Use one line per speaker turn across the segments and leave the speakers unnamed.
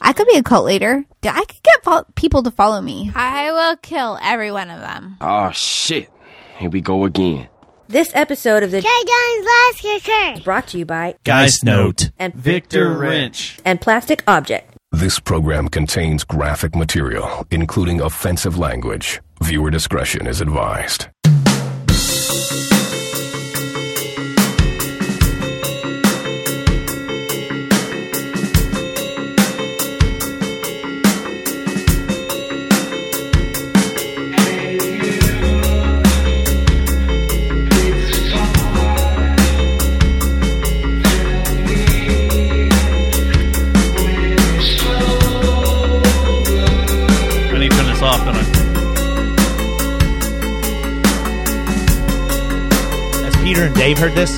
I could be a cult leader. I could get fo- people to follow me.
I will kill every one of them.
Oh shit. Here we go again.
This episode of the
Jay Jones Last Kicker.
is brought to you by
Geist Note.
and
Victor Wrench.
and Plastic Object.
This program contains graphic material, including offensive language. Viewer discretion is advised.
I need to turn this off, don't I?
Has Peter and Dave heard this?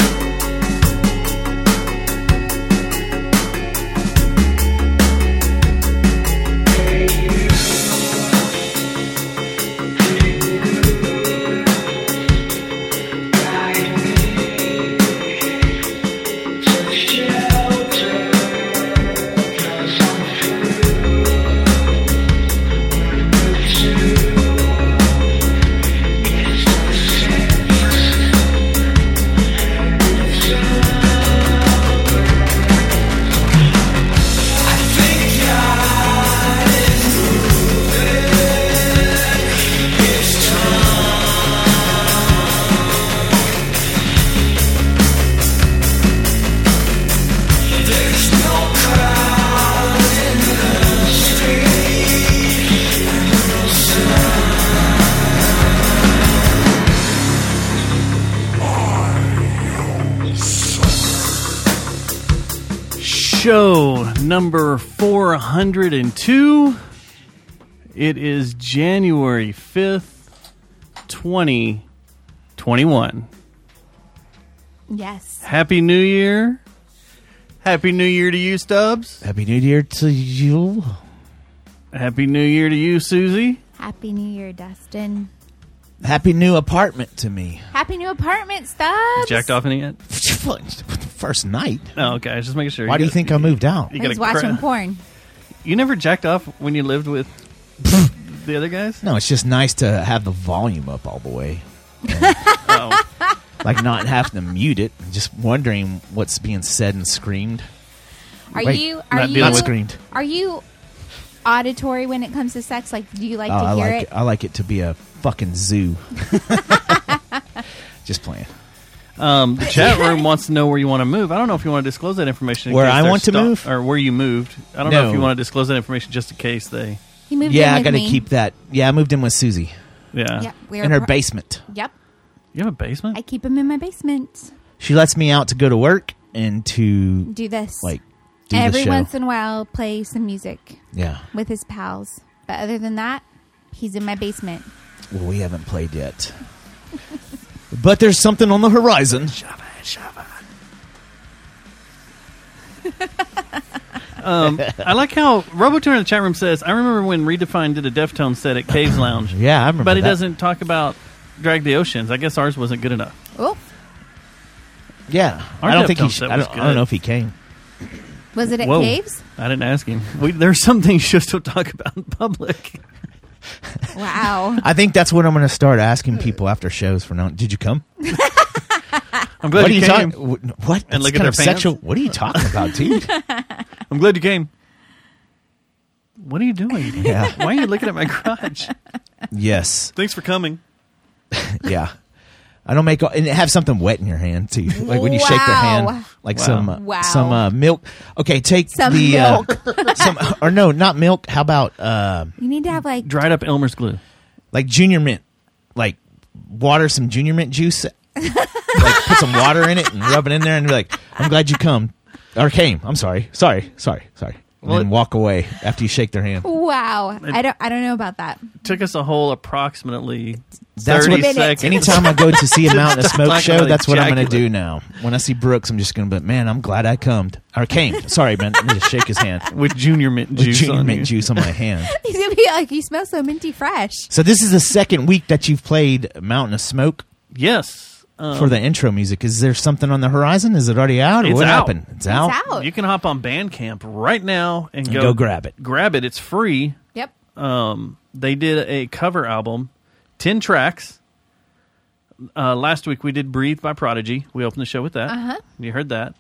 Show number 402. It is January 5th, 2021.
Yes.
Happy New Year. Happy New Year to you, Stubbs.
Happy New Year to you.
Happy New Year to you, Susie.
Happy New Year, Dustin.
Happy new apartment to me.
Happy new apartment, Stubbs.
Jacked off any yet?
First night.
No, okay. I was just making sure.
Why do you think I moved out?
You,
I
got
was
a
watching
cra-
porn.
you never jacked off when you lived with the other guys?
No, it's just nice to have the volume up all the way.
Oh.
Like not have to mute it. Just wondering what's being said and screamed.
Are
Wait,
you? Are
not
you?
dealing
with- Screened.
Are you auditory when it comes to sex? Like, do you like
Oh,
to
I
hear
like
it?
it. I like it to be a fucking zoo. just playing.
Um, the chat room wants to know where you want to move. I don't know if you want to disclose that information. in
Where
case
I
they're
want to
stalk-
move?
or where you moved. I don't know if
No.
you want to disclose that information just in case they.
He moved in
Yeah, I
with
got to
me.
keep that. Yeah, I moved in with Susie
Yeah.
Yep, we
in
were
her
par-
basement.
Yep,
You have a basement.
I keep him in my basement.
She lets me out to go to work and to
Do this
like do
every
the show.
once in a while. Play some music
yeah.
with his pals, but other than that, he's in my basement.
Well, we haven't played yet. but there's something on the horizon.
Um, I like how Robotour in the chat room says. I remember when Redefined did a Deftone set at Caves Lounge,
Yeah, I remember
but it
that.
doesn't talk about Drag the Oceans. I guess ours wasn't good enough.
Oh,
Yeah.
Our
I don't
Def
think
Tones
he sh-
set
I,
was
don't, I don't
good.
know if he came.
was it at
Whoa.
caves?
I didn't ask him. We, there's some things you just don't talk about in public.
Wow.
I think that's what I'm going to start
Uh,
asking people after shows for now. Did you come?
I'm glad
what are
you
you
came.
talking? What? That's
And look at
kind
their
of
pants.
sexual. What are you talking about, dude?
I'm glad you came. What are you doing?
Yeah.
Why are you looking at my crotch?
yes.
Thanks for coming.
Yeah. I don't make and have something wet in your hand too, like when you shake their
Wow.
hand, like some uh,
Wow.
some uh, milk. Okay, take
Some
the Uh, some or no, not milk. How about uh,
you need to have like
Dried up Elmer's glue.
like junior mint, like water some junior mint juice, like put some water in it and rub it in there and be like, I'm glad you come or came. I'm sorry, sorry, sorry, sorry. And
Well,
then
it-
walk away after you shake their hand.
wow. I don't. I don't know about that.
Took us a whole approximately
That's
30
what-
seconds.
Anytime I go to see him out in a smoke
Talk
show,
about
that's what I'm going to
ejaculate.
do now. When I see Brooks, I'm just going to be, man, I'm glad I come or came. Sorry, man, I'm just shake his hand
with junior mint
with
juice
junior
on
mint
you.
juice on my hand.
He's gonna be like, you smell so minty fresh.
So this is the second week that you've played Mountain of Smoke.
Yes. Um,
for the intro music. Is there something on the horizon? Is it already out? Or
It's
what
out.
happened? It's out.
It's out.
You can hop on Bandcamp right now and
And
go,
go grab it.
Grab it. It's free.
Yep.
Um, they did a cover album, ten tracks. Uh, last week we did "Breathe" by Prodigy. We opened the show with that. Uh-huh. You heard that.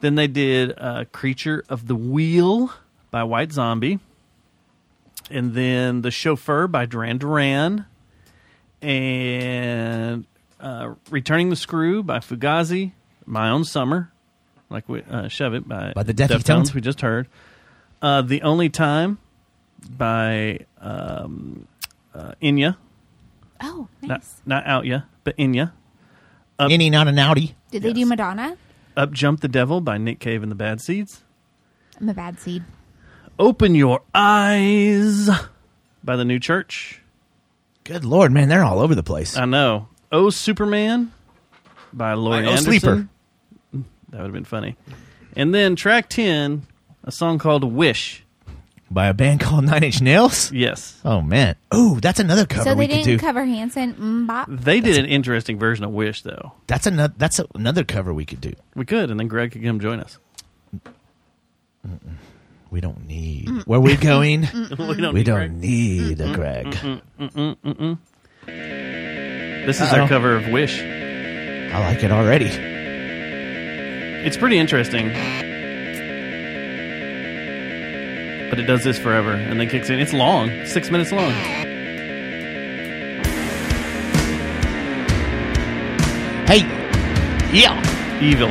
Then they did uh, "Creature of the Wheel" by White Zombie, and then "The Chauffeur" by Duran Duran, and uh, "Returning the Screw" by Fugazi. "My Own Summer," like we, uh, "Shove It" by
By the Deftones.
We just heard. Uh, the only time by um, uh, Inya,
Oh, nice.
not not Outya, but Inya.
Any not an outie.
Did they do Madonna?
Up Jump the Devil by Nick Cave and the Bad Seeds.
I'm a bad seed.
Open Your Eyes by the New Church.
Good lord, man, they're all over the place.
I know. Oh Superman by Laurie
Like, Oh,
Anderson.
Sleeper.
That would have been funny. And then track ten, a song called Wish.
By a band called Nine Inch Nails.
Yes.
Oh man. Oh, that's another cover
So
we
they
could
didn't
do.
cover Hanson. Mm, bop.
They did an interesting version of Wish though.
that's another. That's a- another cover we could do.
We could, and then Greg could come join us.
We don't need.
Mm.
Where we going?
we don't
we
need
don't
Greg.
need a Greg.
This is their
Uh-oh.
cover of Wish.
I like it already.
It's pretty interesting. But it does this forever and then kicks in. It's long, six minutes long.
Hey, yeah.
Evil.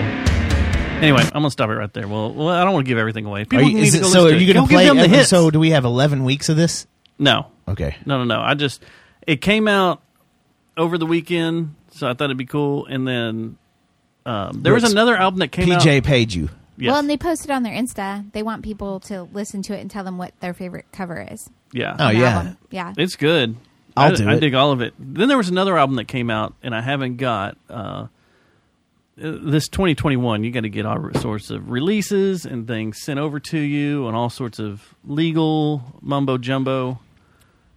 Anyway, I'm gonna stop it right there. Well, well I don't want to give everything away. People
Are you,
need
is
to
it,
go
so are
listen to
you
it.
going to
Go
play?
give them the
every-
hits.
so do we have eleven weeks of this?
no,
Okay.
no, no, no. I just it came out over the weekend, so I thought it'd be cool. And then um, there was
Looks-
another album that came
PJ
out.
paid you.
Yes.
Well, and they posted on their Insta. They want people to listen to it and tell them what their favorite cover is.
yeah.
Oh,
The
yeah.
album. Yeah.
It's good.
I'll
I,
do
I
it.
dig all of it. Then there was another album that came out, and I haven't got uh, uh, this 2021. You got to get all sorts of releases and things sent over to you, and all sorts of legal mumbo jumbo.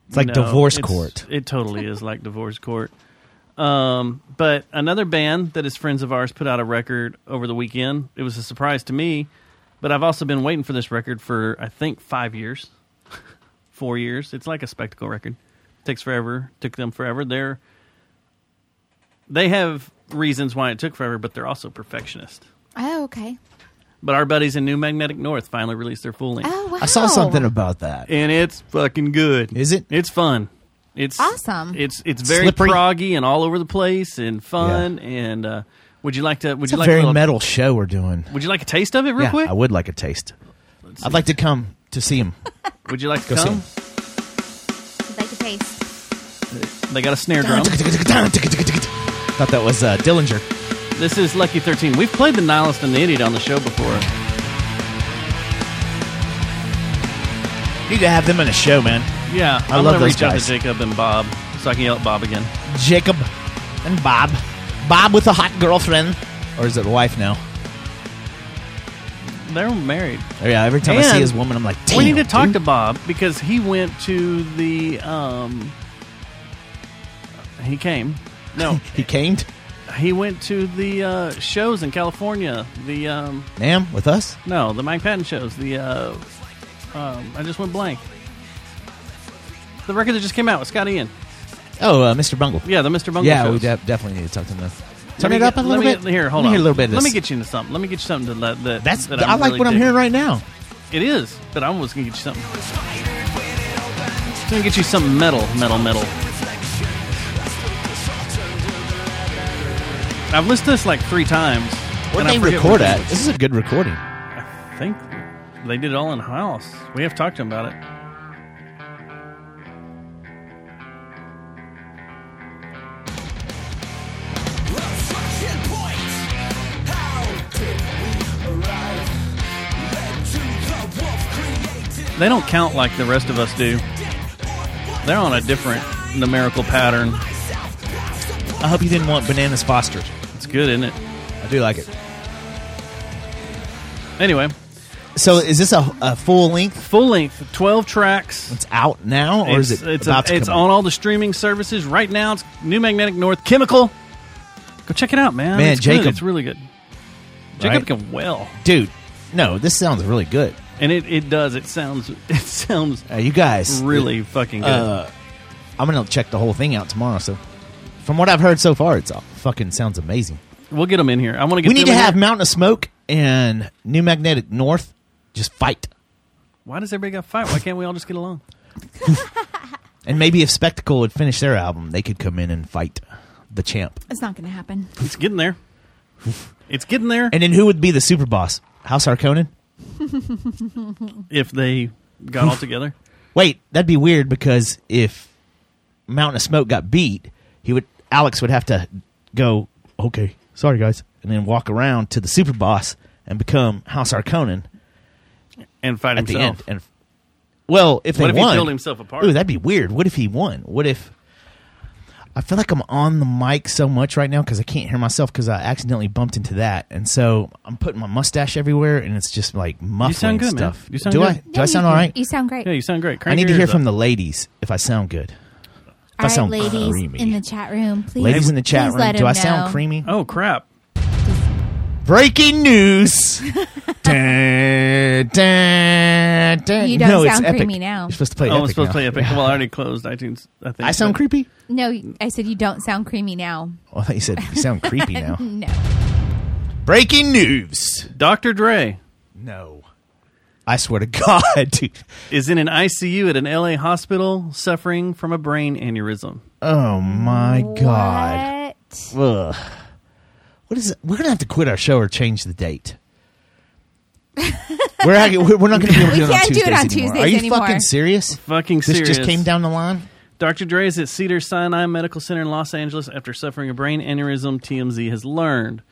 It's like
No,
divorce
it's-
court.
It totally is like divorce court. Um, but another band that is friends of ours put out a record over the weekend. It was a surprise to me, but I've also been waiting for this record for I think five years, four years. It's like a spectacle record. Takes forever. Took them forever. They're they have reasons why it took forever, but they're also perfectionists.
Oh, okay.
But our buddies in New Magnetic North finally released their full length,
Oh, wow.
I saw something about that.
and it's fucking good.
Is it?
It's fun. It's
Awesome.
It's it's very
Slippery.
proggy and all over the place and fun. And uh, would you like to? Would
It's
you
a
like
very
a little-
metal show we're doing.
Would you like a taste of it real
yeah,
quick?
I would like a taste. I'd like to come to see him.
would you like to
Go see
come?
Like a face.
They got a snare drum.
Thought that was uh, Dillinger.
this is Lucky Thirteen. We've played the Nihilist and the Idiot on the show before.
Need to have them in a show, man.
Yeah,
I
am
love
gonna
those
reach out
guys.
to Jacob and Bob so I can yell at Bob again.
Jacob and Bob. Bob with a hot girlfriend, or is it a wife now?
They're married.
Oh, Yeah, every time I see
And
his woman, I'm like, damn.
we need to talk
dude."
to Bob because he went to the. um He came. No,
He came. To-
he went to the uh, shows in California. The um,
Nam with us.
No, the Mike Patton shows. The uh, um, I just went blank. The record that just came out with Scott Ian.
Oh, uh, Mr. Bungle.
Yeah, the Mr. Bungle.
Yeah,
shows.
we de- definitely need to talk to them.
Let
Turn
me
it up
get-
a little
let me
bit.
get- here, hold
let
on.
Me hear a little bit of this.
Let me get you into something. Let me get you something to let that.
That's.
that
I
I'm
like
really
what I'm
digging.
hearing right now.
It is, but I was gonna get you something. I'm gonna get you some metal, metal, metal. I've listened to this like three times.
Where
and I
they
forget
record
what-
at? This is a good recording.
I think they did it all in house. We have talked to him about it. They don't count like the rest of us do. They're on a different numerical pattern.
I hope you didn't want bananas fostered.
It's good, isn't it?
I do like it.
Anyway,
So is this a, a full length?
full length, 12 tracks.
It's out now, or is it
it's,
about
a-
to
it's
come
on
out?
all the streaming services right now. It's New Magnetic North Chemical. Go check it out, man.
Man,
it's good.
Jacob-
It's really good. Jacob
Right?
can well.
dude. No, this sounds really good.
And it, it does. It sounds it sounds
Uh, you guys,
really fucking good.
Uh, I'm gonna check the whole thing out tomorrow. So, from what I've heard so far, it's all fucking sounds amazing.
we'll get them in here. I want to get
we need to
them in
have
here.
Mountain of Smoke and New Magnetic North just fight,
Why does everybody got to fight? Why can't we all just get along?
and maybe if Spectacle would finish their album, they could come in and fight the champ.
It's not going to happen.
It's getting there. It's getting there.
And then who would be the super boss? House Harkonnen?
if they got all together,
Wait, that'd be weird because if Mountain of Smoke got beat, he would Alex would have to go, okay, sorry guys, and then walk around to the super boss and become House Harkonnen
and fight
at the
himself.
end. And well, if they
What if he
won,
peeled himself apart?
Ooh, that'd be weird. What if he won? What if? I feel like I'm on the mic so much right now because I can't hear myself because I accidentally bumped into that, and so I'm putting my mustache everywhere, and it's just like muffling
sound good, man.
stuff.
You sound
do I?
good.
Do I sound all right?
You sound great.
Yeah, you sound great.
I need to hear from the ladies if I sound good. I
All right,
sound
ladies
creamy.
in the chat room, please.
Ladies in the chat
please
room,
let
do
him
I sound
know.
creamy?
Oh crap!
Breaking news! Dun, dun, dun.
You don't
no,
sound
it's epic.
creamy now.
You're supposed to play.
oh,
epic
I'm supposed to
now.
play Epic. Well, I already closed iTunes. I think
I sound
but-
creepy.
No, I said you don't sound creamy now.
Oh, I thought you said you sound creepy now.
No.
Breaking news!
Dr. Dre
No, I swear to God, dude.
is in an ICU at an LA hospital suffering from a brain aneurysm.
Oh my God.
What?
Ugh. What is it? We're gonna have to quit our show or change the date. we're, act- we're we're not gonna be able to do it on
can't do
Tuesdays
it on
anymore.
Tuesdays
Are you
anymore.
fucking serious?
Fucking
this
serious.
just came down the line.
Dr. Dre is at Cedar Sinai Medical Center in Los Angeles after suffering a brain aneurysm, TMZ has learned.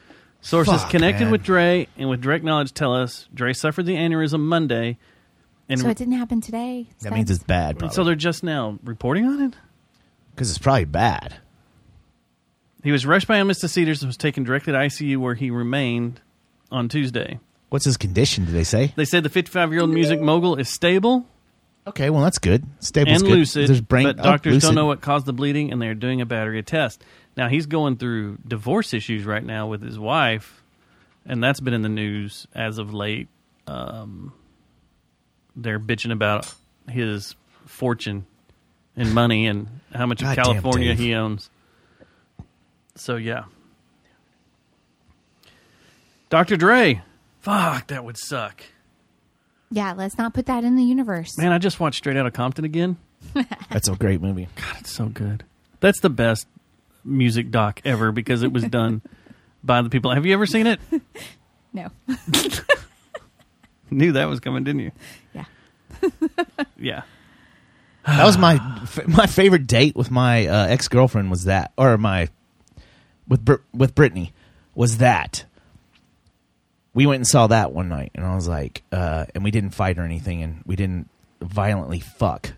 Sources
Fuck,
connected
man.
with Dre and with direct knowledge tell us Dre suffered the aneurysm Monday. And
So it didn't happen today.
That means it's
and
bad,
so
because
they're just now reporting on it?
it's probably bad.
He was rushed by MS to Cedars and was taken directly to ICU where he remained on Tuesday.
What's his condition? Did they say?
They said the 55 year old music mogul is stable
Okay, well that's good. Stable's
and
good.
lucid,
There's brain.
but
oh,
doctors
lucid.
don't know what caused the bleeding, and they are doing a battery of tests. Now he's going through divorce issues right now with his wife, and that's been in the news as of late. Um, they're bitching about his fortune and money and how much of
Goddamn,
California
Dave.
he owns. So yeah, Dr. Dre. Fuck, that would suck.
Yeah, let's not put that in the universe.
Man, I just watched Straight Outta Compton again.
That's a great movie.
so good. That's the best music doc ever because it was done by the people. Have you ever seen it?
No.
Knew that was coming, didn't you?
Yeah.
Yeah.
That was my f- my favorite date with my uh, ex girlfriend was that, or my with Br- with Brittany was that. We went and saw that one night, and I was like, uh, and we didn't fight or anything, and we didn't violently fuck.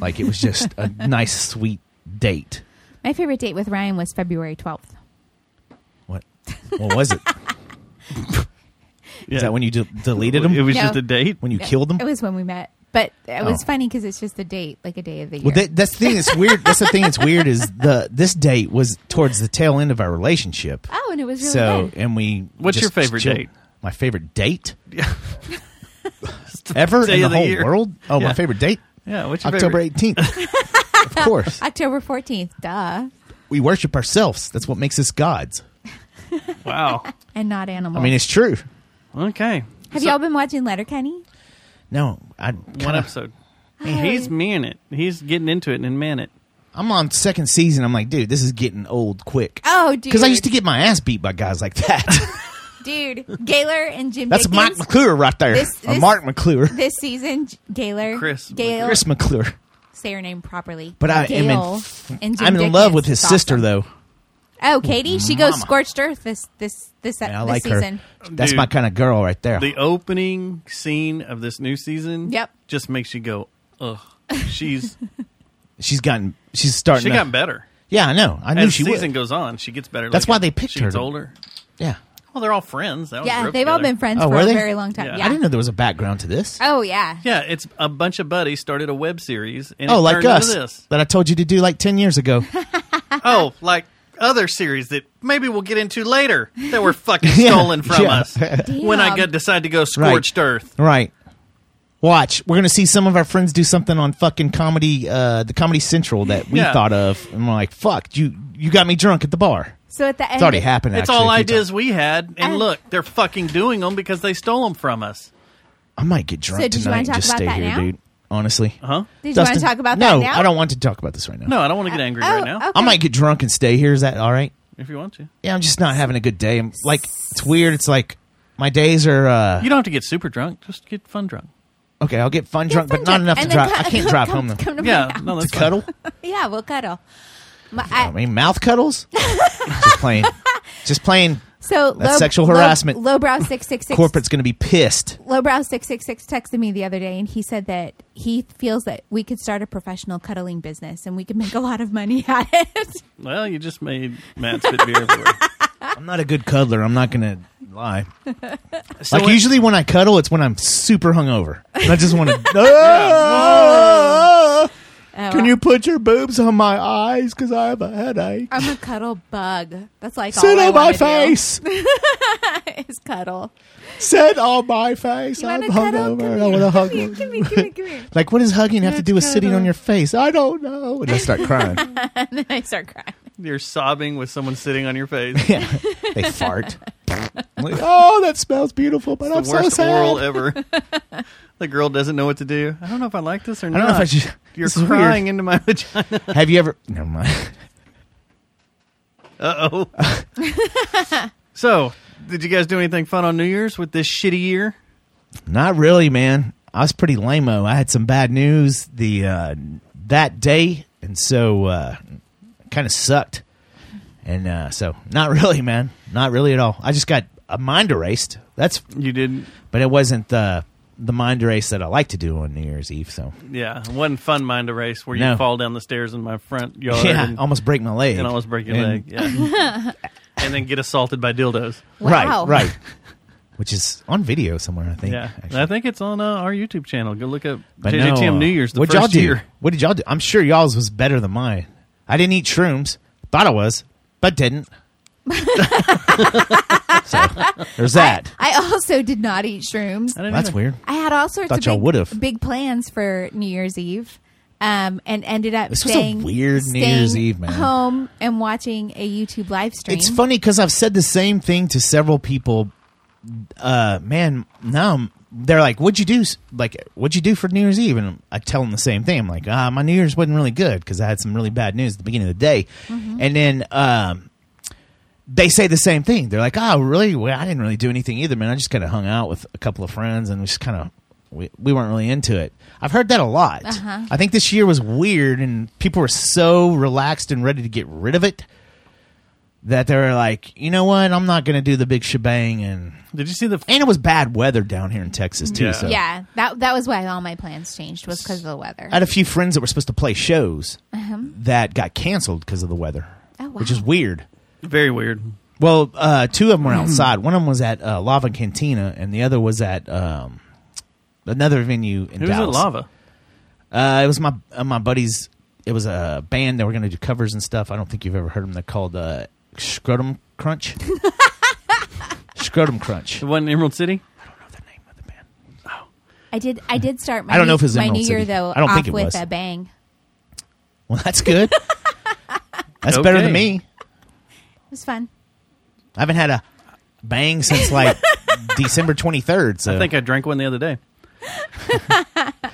Like it was just a nice, sweet date.
My favorite date with Ryan was February 12th.
What? What was it?
yeah.
Is that when you de- deleted them?
It was
No.
just a date.
when you killed them?
It was when we met. But it was
Oh.
funny because it's just a date, like a day of the year.
Well, that, that's the thing that's weird. That's the thing that's weird is the this date was towards the tail end of our relationship.
oh, and it was really
so,
good.
and we.
What's your
just
favorite
chilled.
date?
My favorite date ever
day
in the
of the
whole
year.
world. Oh,
Yeah.
my favorite date,
Yeah. What's your
October
favorite?
eighteenth. of course,
October 14th, duh.
we worship ourselves. That's what makes us gods.
Wow.
And not animals.
I mean, it's true.
Okay.
Have
So-
y'all been watching Letterkenny?
No, I
one
kind of.
episode? He's me in it. He's getting into it and man it.
I'm on second season. I'm like, dude, this is getting old quick.
Oh, dude.
Because I used to get my ass beat by guys like that.
Dude, Gaylor and Jim
That's
Dickens.
Mike McClure right there.
This-
or
this-
Mark McClure.
This season, J- Gaylor.
Chris
Gail.
Chris McClure.
Say her name properly.
But I am in,
Gail and Jim
I'm in love
Dickens.
with his
It's awesome.
sister though.
Oh, Katie, she goes
Mama.
scorched earth this this this,
And I
this
like
season.
her. That's
Dude.
my kind of girl right there.
The opening scene of this new season.
Yep.
Just makes you go, ugh. She's
she's gotten. She's starting.
she
to-
got better.
Yeah, I know. I knew
As
she
the season
would.
goes on, she gets better.
That's
looking.
why they picked
she
her
Gets
to-
older.
yeah.
Well, they're all friends. They all
Yeah,
grew up
they've all
together.
been friends
Oh,
for
were
a
they?
very long time.
Yeah.
Yeah.
I didn't know there was a background to this.
Oh yeah.
Yeah, it's a bunch of buddies started a web series. And
oh,
it
like
turned into
us
This.
that I told you to do like ten years ago.
Oh, like other series that maybe we'll get into later that were fucking stolen from
yeah.
us when I go, decide to go scorched earth.
Right. Watch. We're gonna see some of our friends do something on fucking comedy, uh, the Comedy Central that we
Yeah.
thought of, and we're like, "Fuck you! You got me drunk at the bar."
So at the end,
It's already happened.
It's
actually,
all
a few
ideas
times.
we had, and
I-
look, they're fucking doing them because they stole them from us.
I might get drunk
So did you
tonight
wanna
and
talk
just
about
stay
that
here,
now?
dude. Honestly.
Huh?
Did you
Dustin,
want to talk about
no,
that now?
I don't want to talk about this right now.
Uh-huh. No, I don't want to get angry
Oh,
right now.
okay.
I might get drunk and stay here. Is that all right?
If you want to,
Yeah, I'm just not having a good day. I'm, like it's weird. It's like my days are uh,
you don't have to get super drunk. Just get fun drunk.
okay. I'll get fun
Get
drunk,
fun
but not enough to
And then
drive. I
co-
can't
come-
drive home though.
Come to my
Yeah,
house.
no, that's
to cuddle.
Yeah, we'll cuddle. My,
I
I,
mean, mouth cuddles. just playing. Just playing.
so
that's sexual harassment.
Low, lowbrow six six six.
Corporate's going to be pissed.
Lowbrow six six six texted me the other day, and he said that he feels that we could start a professional cuddling business, and we could make a lot of money at it.
Well, you just made Matt spit beer everywhere.
I'm not a good cuddler. I'm not going to lie.
So
like
it-
usually when I cuddle, it's when I'm super hungover. And I just want to.
Oh,
Can you put your boobs on my eyes? Because I have a headache.
I'm a cuddle bug. That's like
Sit
all I
on my
wanna do
face.
is cuddle.
Sit on my face.
You
I'm
wanna cuddle?
hungover.
Come
I want
here,
to hug.
come here, come here, come here, come here.
Like, what does hugging have to do with sitting on your face? I don't know. And I start crying.
And then I start crying.
you're sobbing with someone sitting on your face.
yeah. They fart. I'm like, oh, that smells beautiful, but Oh, I'm
the
so
worst
sad.
oral ever. the girl doesn't know what to do. I don't know if I like this or not.
I don't know if I should.
You're
this is
crying
Weird.
into my vagina.
Have you ever? Never mind.
Uh oh. so, did you guys do anything fun on New Year's with this shitty year?
Not really, man. I was pretty lameo. I had some bad news the uh, that day, and so uh, kind of sucked. And uh, so, not really, man. Not really at all. I just got a mind erased. That's,
You didn't.
but it wasn't the the mind erase that I like to do on New Year's Eve. So,
Yeah, it wasn't fun mind erase where
No.
you fall down the stairs in my front yard
yeah,
and,
almost break my leg
and almost break your
And-
leg. Yeah. and then get assaulted by dildos.
Wow.
Right, right. Which is on video somewhere, I think.
Yeah,
actually.
I think it's on uh, our YouTube channel. Go look up
But no,
JJTM
uh,
New Year's. The
what'd
first
y'all do?
year.
What did y'all do? I'm sure y'all's was better than mine. I didn't eat shrooms. Thought I was, but didn't. so, there's that.
I also did not eat shrooms.
I didn't
That's
either.
weird.
I had all sorts
Thought
of
y'all
big,
would've.
big plans for New Year's Eve, um, and ended up
This was a
staying
weird New Year's
staying
Eve, man.
Home and watching a YouTube live stream.
It's funny because I've said the same thing to several people. Uh, man, now I'm- they're like, "What'd you do? s- Like, what'd you do for New Year's Eve?" And I tell them the same thing. I'm like, "Ah, my New Year's wasn't really good because I had some really bad news at the beginning of the day." And then um, they say the same thing. They're like, "Oh, really? Well, I didn't really do anything either, man. I just kind of hung out with a couple of friends and we just kind of." We, we weren't really into it. I've heard that a lot. I think this year was weird, and people were so relaxed and ready to get rid of it that they were like, you know what, I'm not going to do the big shebang, and
Did you see the
and it was bad weather down here in Texas too.
Yeah.
So
Yeah, that that was why all my plans changed was because of the weather.
I had a few friends that were supposed to play shows that got canceled because of the weather,
Oh,
which is
Uh-huh. wow. Mm-hmm.
weird.
very weird?
Well, uh, two of them were outside. One of them was at uh, Lava Cantina, and the other was at um, another venue in
Who's at
Dallas.
lava?
Uh, it was my uh, my buddies. It was a band that were going to do covers and stuff. I don't think you've ever heard them. They're called uh, Scrotum Crunch. Scrotum Crunch.
The one in Emerald City?
The name of the band.
I did I did start my
I don't know
new-
if it was
my
Emerald
New Year
City.
though
I don't
off
think it
with
was.
a bang.
Well, that's good. that's better
Okay.
than me.
It was fun.
I haven't had a bang since like December 23rd. So
I think I drank one the other day.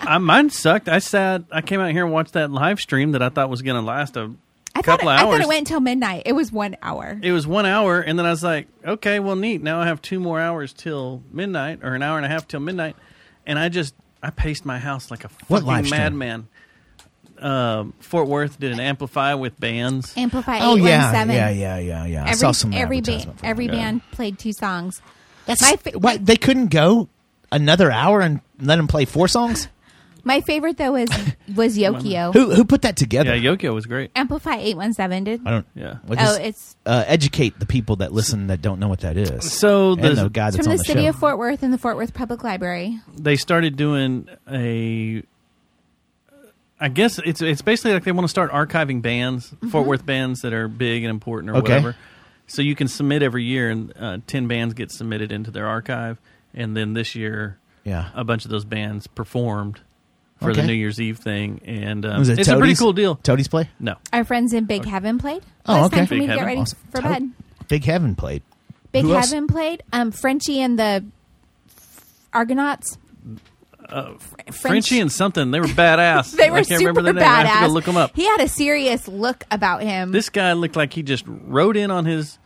I, mine sucked. I sat. I came out here and watched that live stream that I thought was going to last a
I
couple
thought it,
of hours.
I thought it went until midnight. It was one hour.
It was one hour, and then I was like, okay, well, neat. Now I have two more hours till midnight, or an hour and a half till midnight, and I just I paced my house like a
What
fucking
live stream?
madman. Um, Fort Worth did an amplify with bands.
Amplify
oh, yeah.
817.
Yeah, yeah, yeah, yeah. I
Every,
saw some
every
advertisement
band
for
every
that.
band played two songs.
That's,
my fa-
what, they couldn't go another hour and let them play four songs?
My favorite though was was Yokio.
Who who put that
Yeah,
together?
Yokio was great.
Amplify eight one seven did.
I don't.
Yeah.
Well,
Oh,
just,
it's
uh, educate the people that listen that don't know what that is.
So
and
the-
the guy
it's
that's
from
on
the,
the
city
show.
of Fort Worth and the Fort Worth Public Library.
They started doing a. I guess it's it's basically like they want to start archiving bands, Fort Worth bands that are big and important or
Mm-hmm. Okay.
whatever. So you can submit every year, and uh, ten bands get submitted into their archive, and then this year,
Yeah.
a bunch of those bands performed for the
Okay.
New Year's Eve thing, and um,
Was it
it's a pretty
Toadies?
cool deal.
Toadies play.
No,
Our friends in Big Heaven played.
Oh,
it's
okay.
time for me to
Big
get
Heaven.
ready
Awesome.
for
Toad-
bed.
Big Heaven played.
Big
Who else?
Heaven played. Um, Frenchie and the Argonauts. Uh,
Frenchie and something they were badass.
they were
I can't
super
remember their name.
badass.
I have to go look them up.
He had a serious look about him.
this guy looked like he just rode in on his.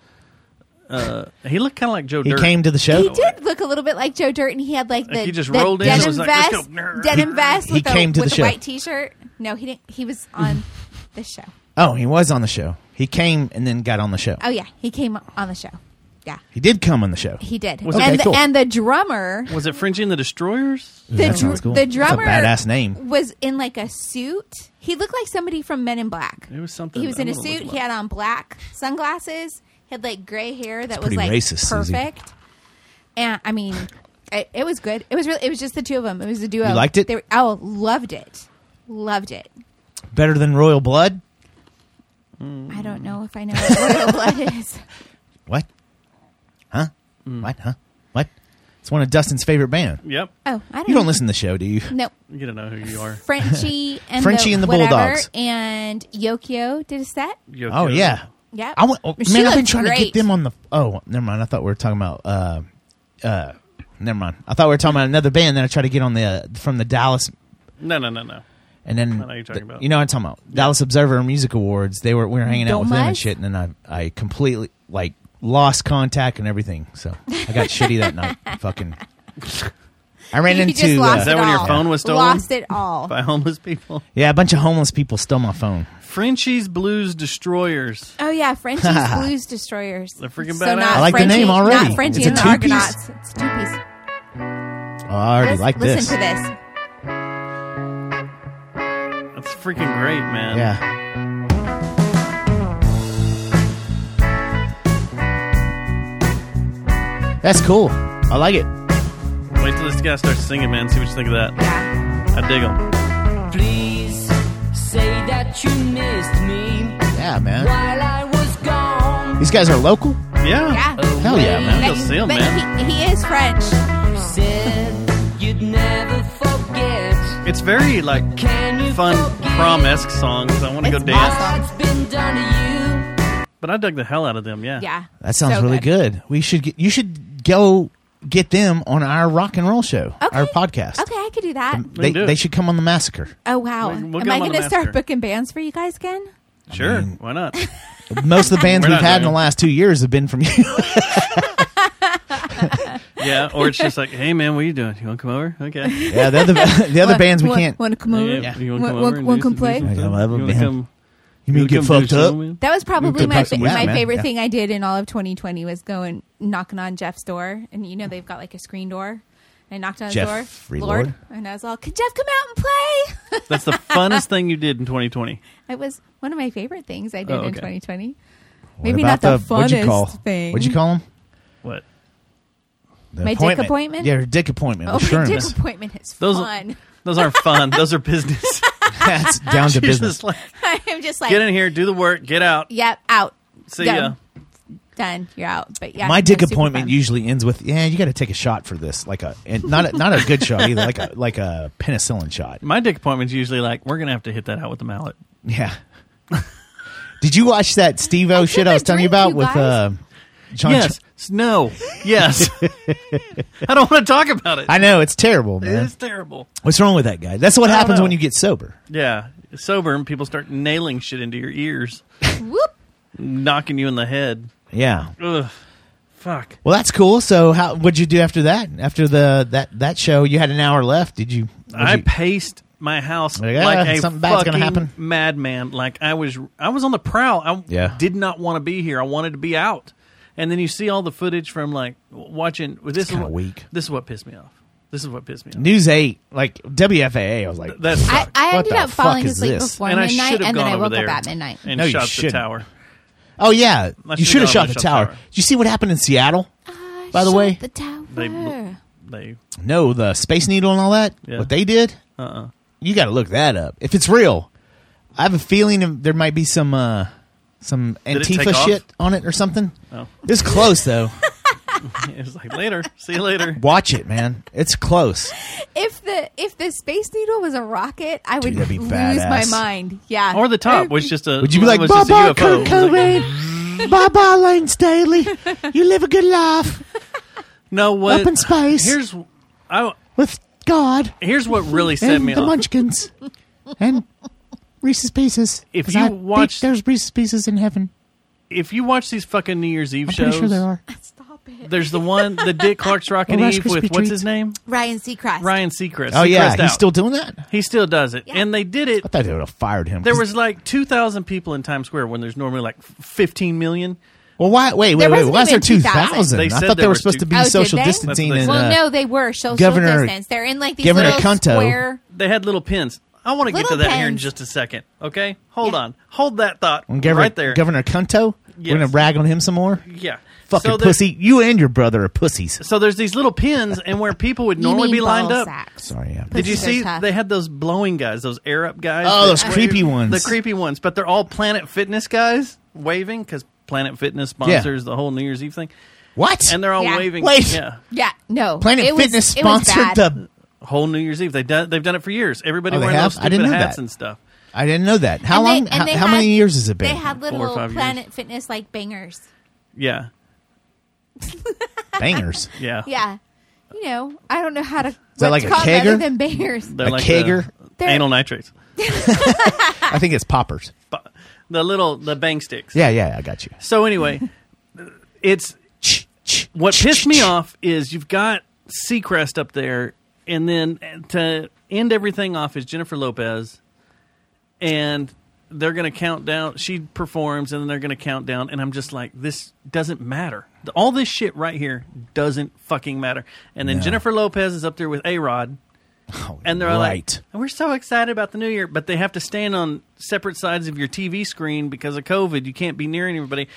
Uh, he looked kind of like Joe.
He
Dirt.
came to the show.
he did look a little bit like Joe Dirt, and he had like the,
Like, he just
the
rolled in and
denim
was like, "Let's
vest,
go, nerd."
denim vest
he
with,
came
a,
to
with
the
a
show.
white T-shirt. No, he didn't. He was on this show.
Oh, he was on the show. He came and then got on the show.
Oh yeah, he came on the show. Yeah,
He did come on the show.
he did.
Was it-
and
Okay,
the,
cool.
and the drummer,
Was it Frenchie and the Destroyers?
the,
that
dr-
sounds cool.
the
That's a
drummer,
badass name.
was in like a suit. He looked like somebody from Men in Black.
It was something-
He was in
I'm
a
gonna look
suit.
it
He
up.
had on black sunglasses. He had like gray hair that was
pretty
like
racist, Susie.
perfect. And I mean, it, it was good. It was really. It was just the two of them. It was a duo.
You liked it?
They were, oh, loved it. Loved it.
Better than Royal Blood.
I don't know if I know what royal blood is.
What? Huh? What? Huh? What? It's one of Dustin's favorite band.
Yep.
Oh, I don't.
You don't
know.
listen to the show, do you?
No.
You don't know who you are.
Frenchie and
Frenchie
the
and the
whatever,
Bulldogs.
and Yokio did a set.
Yoko.
Oh yeah.
Yep.
I went, oh,
She
man, I've been
looked
trying to get
great.
them on the. Oh, never mind. I thought we were talking about. Uh, uh, never mind. I thought we were talking about another band that I tried to get on the uh, from the Dallas,
No, no, no, no.
and then
I know you're talking about.
you know what I'm talking about Dallas Observer Music Awards. They were we were hanging out with them and
Domas?
shit, and then I I completely like lost contact and everything. So I got shitty that night. Fucking. I ran
You
into
just lost
uh,
Is that
it
when your
all.
phone was stolen?
Lost it all.
By homeless people.
yeah, a bunch of homeless people stole my phone.
Frenchie's Blues Destroyers.
Oh yeah, Frenchie's Blues Destroyers.
They're freaking
So
badass.
not
I
like the
Frenchie-
name already.
Not Frenchie
It's a
and the
two-piece.
Argonauts. It's two piece.
Oh, I already
listen,
like this.
Listen to this.
That's freaking great, man.
Yeah. That's cool. I like it.
Wait till this guy starts singing, man. See what you think of that.
Yeah.
I dig him.
Please say that you missed me
Yeah, man.
while I was gone.
These guys are local.
Yeah.
Yeah.
Hell yeah, man.
Go see him,
but
man.
He, he is French.
Said you'd never forget.
It's very like
Can you
fun
forget
prom esque songs. I want to go
It's
dance.
What's been done to
But I dug the hell out of them. Yeah.
Yeah.
That sounds
So
really good. We should get, you should go get them on our rock and roll show,
Okay.
our podcast. Um,
Okay, I could do that.
They,
can do it.
they should come on the massacre.
Oh wow.
We'll- we'll
Am
get
I
him on
going
the
to start
master.
booking bands for you guys again?
Sure. Why not?
Most of the bands
We're not
we've had in
doing
the
it.
last two years have been from you.
yeah. Or it's just like, hey, man, what are you doing? You want to come over? Okay.
yeah, the other, the other bands we can't.
Want to come over?
Yeah. You
One-
want to come over?
one-
and
one
do some-
can play?
do some
I
stuff?
love
You
it,
wanna
man.
come-
you mean
wanna
get
come do a
fucked
show,
up?
man?
That was probably
could
my
pack some
my
wheat, man.
favorite
Yeah.
thing I did in all of 2020 was going knocking on Jeff's door, and you know they've got like a screen door. And I knocked on his
Jeffrey
door,
Lord?
and I was all, "Could Jeff come out and play?"
That's the funnest thing you did in 2020.
it was one of my favorite things I did
Oh,
in
okay.
2020.
What
Maybe
about
not the,
what'd you
funnest
call-
thing.
What'd you call them?
What?
The
My dick appointment?
Yeah, your dick appointment.
Oh,
with
my
Sherman.
dick appointment is
Those-
fun.
Those aren't fun. Those are business.
That's down to
She's
business.
just like,
I'm just like,
get in here, do the work, get out.
yep, out.
See
Done. Done. You're out. But yeah,
my
it
dick
was super
appointment
fun.
usually ends with yeah you got to take a shot for this like a and not a, not a good shot either like a like a penicillin shot
ya. My dick appointment's usually like, we're going to have to hit that out with the mallet.
yeah did you watch that steve o
I
shit
took
i
a
was telling you
drink,
about
you
with
guys.
uh john
yes. S- No. Yes. I don't want to talk about it.
i know it's terrible
it
man
is terrible.
what's wrong with that guy that's what happens
know.
when you get sober
Yeah. Sober and people start nailing shit into your ears,
Whoop.
knocking you in the head.
yeah
Ugh. Fuck.
well that's cool so how what'd you do after that after the that that show you had an hour left did you was
I
you-
paced my house
Like,
like,
ah,
a
something bad's
fucking
gonna happen.
madman. Like I was, I was on the prowl. I
Yeah.
did not want to be here. I wanted to be out. And then you see all the footage from like watching. Well, this is
kinda
what,
weak.
This is what pissed me off. This is what pissed me off.
news 8 like wfaa i was like
That
I,
sucked.
I
What
ended
the
up
fuck
falling
is
asleep
this?
before
and I
midnight,
should have
and then
gone
I
over
woke
there
up at midnight.
and
No, you
shot the
shouldn't.
tower.
oh yeah
should've
you should have
gone,
shot
I
the
shot the
tower
tower.
did you see what happened in seattle by the way
the tower.
They, they
No, the Space Needle and all that.
Yeah. Uh-uh.
What they did. Uh. uh you got to look that up if it's real. I have a feeling of- there might be some uh, some
it take
Antifa
off?
shit on it or something.
Oh.
It's close though.
It was like later. See you later.
Watch it, man. It's close.
If the if the space needle was a rocket, I would
Dude, that'd be
lose my
badass.
mind. Yeah,
Or the
I
top
would
was
be-
just a.
Would you be like,
was
bye
just a
bye,
UFO.
Kurt
It was like,
Cobain? bye bye, Lane Staley. You live a good life
no, what?
up in space
Here's, I,
with God
here's what really set
and
me
the
off.
Munchkins and Reese's Pieces.
If
'Cause
you
I
watched-
think there's Reese's Pieces in heaven.
If you watch these fucking New Year's Eve
I'm
shows,
pretty sure there are.
Stop it.
there's the one, the Dick Clark's Rockin'
Well, Rice
Eve with
Krispie
what's
treats.
his name?
Ryan Seacrest.
Ryan Seacrest.
Oh
Seacrest
yeah, he's
out.
still doing that.
he still does it, and they did it.
I thought they would have fired him.
There
'cause-
was like two thousand people in Times Square when there's normally like fifteen million.
well, why? Wait, wait,
There
wait.
wasn't
Why is there
even
two
2,000.
thousand?
They
I
said
thought they
there
were
were
supposed
two-
to be
Oh, did
social
they?
distancing
That's
and
what
Well,
uh,
no, they were social
Governor-
distance. They're in like these
Governor
little
Cunto.
square.
They had little pins. I want to get to
Little
that here in
pins.
just a second. Okay, hold
Yeah.
on, hold that thought
when Governor,
right there.
Governor Cunto.
Yes.
We're gonna rag on him some more.
yeah,
Fucking
so there-
pussy! You and your brother are pussies.
So there's these little pins, and where people would
You
normally
mean
be lined
ball
up.
sacks.
Sorry, yeah.
Did you
Pussies are
see?
tough.
They had those blowing guys, those air up guys.
Oh, those
that-
creepy ones.
The creepy ones, but they're all Planet Fitness guys waving because Planet Fitness
Yeah.
sponsors the whole New Year's Eve thing,
What?
and they're all
Yeah.
waving.
Wait.
Yeah,
Yeah, no.
Planet
it was-
Fitness
it was bad.
sponsored the.
whole New Year's Eve. They've done they've done it for years. Everybody
Oh, they
wearing those
have? I
stupid
didn't know
hats
that.
and stuff.
I didn't know that. How
And they-
long?
and
how
they
how
had-
many years has it been?
They had
or
little
five years.
Planet Fitness like bangers.
Yeah,
bangers.
yeah,
Yeah, you know, I don't know how to. Is
that like a kegger?
Other than bangers.
They're
A
like
kegger?
the
They're-
anal nitrates,
I think it's poppers.
But the little the bang sticks.
Yeah, yeah, I got you.
So anyway, it's what pissed me off is you've got Seacrest up there, and then to end everything off is Jennifer Lopez, and they're going to count down. She performs, and then they're going to count down, and I'm just like, this doesn't matter. All this shit right here doesn't fucking matter. And then Jennifer Lopez is up there with A Rod. And they're
right.
like, we're so excited about the new year, but they have to stand on separate sides of your TV screen because of COVID. You can't be near anybody.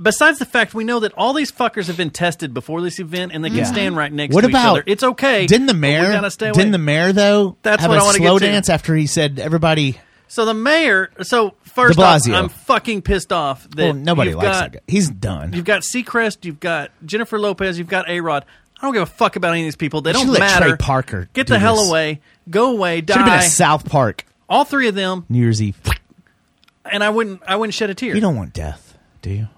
Besides the fact we know that all these fuckers have been tested before this event and they can
Yeah.
stand right next
What
to each
about-
other. It's okay.
Didn't the
but we
mayor?
gotta stay away.
Didn't the mayor though?
That's
have
what
a
I wanna
slow
get to.
dance after he said everybody.
So the mayor. So first
De
off,
Blasio.
I'm fucking pissed off that
Well, nobody
you've
likes
got,
that guy. He's done.
You've got Seacrest. You've got Jennifer Lopez. You've got A Rod. I don't give a fuck about any of these people. They
You should
don't
let
matter.
Trey Parker
Get
do
the hell
this.
away. Go away.
Should have been
Die.
a South Park
all three of them.
New Year's Eve.
and I wouldn't I wouldn't shed a tear.
You don't want death, do you?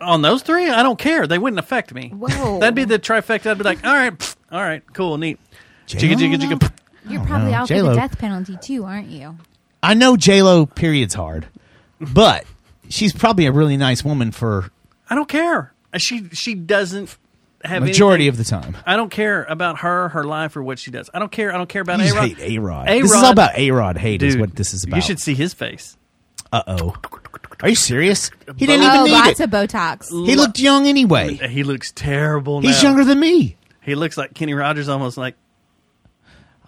on those three, I don't care. They wouldn't affect me.
Whoa.
That'd be the trifecta. I'd be like, all right, pfft, all right, cool, neat. Jigga jigga
J-Lo,
jigga.
though?
pfft.
You're
don't
probably
know.
out for
J-Lo.
the death penalty too, aren't you?
I know J Lo period's hard, but she's probably a really nice woman for
I don't care. Uh, She she doesn't have
majority
anything-
of the time.
I don't care about her, her life, or what she does. I don't care. I don't care about
You just
A-Rod.
hate A Rod. This is all about A Rod hate. is what this is about.
You should see his face.
Uh oh. Are you serious? He didn't
oh,
even need
lots
it.
of Botox.
he looked young anyway.
He looks terrible.
He's
now.
younger than me.
He looks like Kenny Rogers, almost like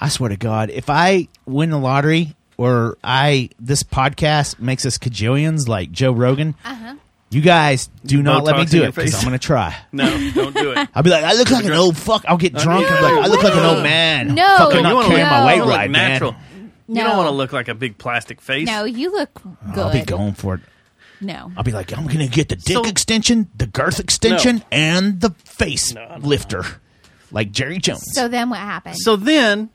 I swear to God, if I win the lottery or I this podcast makes us cajillions like Joe Rogan,
Uh-huh.
you guys do not let me
Botox
do
in
it
your face.
because I'm gonna try.
no, don't do it.
I'll be like, I look like an old fuck. I'll get drunk. and be like, I look like an old man.
No,
fucking
you
not
wanna
carrying
look-
my
you
weight
wanna look
right,
natural.
man.
You don't
Oh, No.
want to look like a big plastic face.
No, you look good.
I'll be going for it.
No,
I'll be like, I'm gonna get the dick
So-
extension, the girth extension, and the face lifter, like Jerry Jones.
So then what happened?
So then,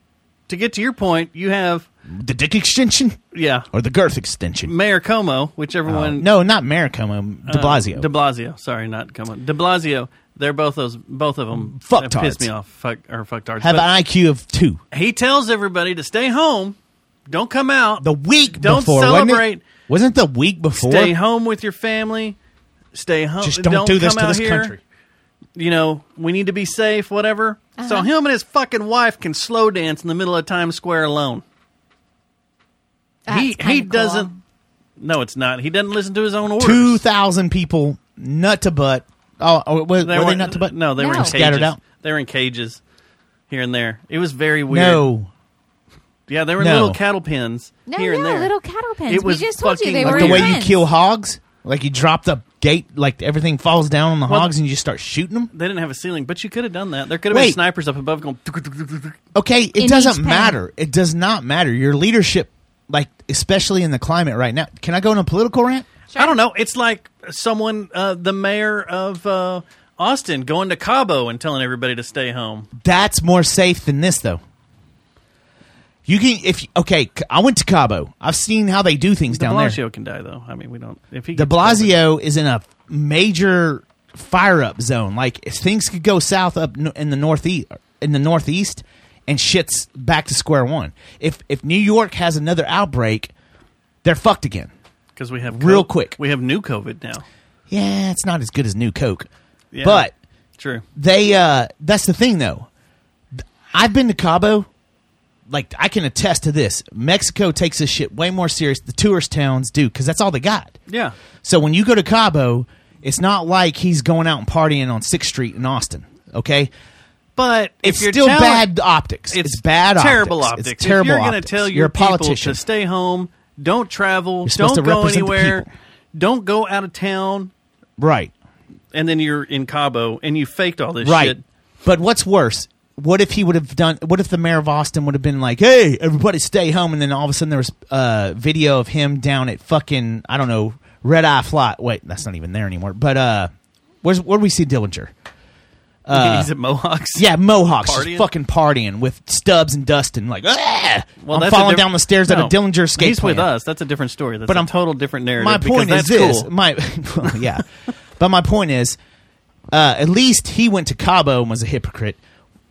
to get to your point, you have
the dick extension
yeah,
or the girth extension.
Mayor Como, which everyone
Oh, No, not Maricomo. De Blasio.
Uh, De Blasio. Sorry, not Como. De Blasio. They're both those both of them
Fucktards.
pissed me off. Fuck or fucktards.
have
But
an IQ of two.
he tells everybody to stay home, don't come out,
The week
Don't
before,
celebrate.
Wasn't, it? wasn't the week before?
stay home with your family, stay home.
Just don't, do this
come
to
out
this
here.
country.
You know, we need to be safe. Whatever. So him and his fucking wife can slow dance in the middle of Times Square alone.
That's
he
kinda
he
cool.
doesn't. No, it's not. He doesn't listen to his own orders.
Two thousand people, nut to butt. Oh, oh, were, were they
weren't-
nut to butt?
No, they were in
No.
cages.
Scattered out?
They were in cages here and there. It was very weird.
no.
Yeah, they were in
No.
little cattle pens
No,
here
no,
and there.
little cattle pens.
It was
we just told you
fucking
they
like
were
Like the
your
way
friends.
you kill hogs, like you drop the gate, like everything falls down on the
Well-
hogs, and you just start shooting them.
They didn't have a ceiling, but you could have done that. There could have been
Wait.
snipers up above going. "Tuk, tuk, tuk, tuk, tuk."
Okay, it
In each
doesn't
pen.
matter. It does not matter. Your leadership, like especially in the climate right now. Can I go on a political rant?
I don't know. It's like someone, uh, the mayor of uh, Austin, going to Cabo and telling everybody to stay home.
That's more safe than this, though. You can if okay. c- I went to Cabo. I've seen how they do things
De
down
Blasio
there.
can die though. I mean, we don't. If he gets
De
COVID-
Blasio is in a major fire up zone. Like if things could go south up n- in the northeast, in the northeast, and shit's back to square one. If if New York has another outbreak, they're fucked again.
because we have
Real quick.
we have new COVID now.
Yeah, it's not as good as New Coke,
Yeah.
but
True.
they uh that's the thing though i've been to cabo like i can attest to this mexico takes this shit way more serious the tourist towns do because that's all they got
Yeah.
so when you go to cabo it's not like he's going out and partying on sixth street in austin okay
But if
it's
you're
still
telling-
bad optics it's, bad
terrible
optics,
optics.
it's terrible
if you're gonna
optics.
tell your
you're a
people
politician
to stay home, don't travel,
supposed
don't
to
go
represent the
anywhere,
people.
don't go out of town,
right
and then you're in Cabo and you faked all this
right
shit.
but what's worse what if he would have done what if the mayor of austin would have been like hey everybody stay home and then all of a sudden there was a uh, video of him down at fucking i don't know red eye fly wait that's not even there anymore but uh where's where do we see dillinger
He's at Mohawks.
uh, yeah mohawks
Partying?
just fucking partying with stubbs and dustin like ah!
Well,
i'm
that's a
falling
diff-
down the stairs
no,
at a dillinger escape
He's with
plan.
us. That's a different story. That's
But
a
I'm-
total different narrative.
my
because
point is
that's
this
cool.
my well, yeah but my point is uh, at least he went to cabo and was a hypocrite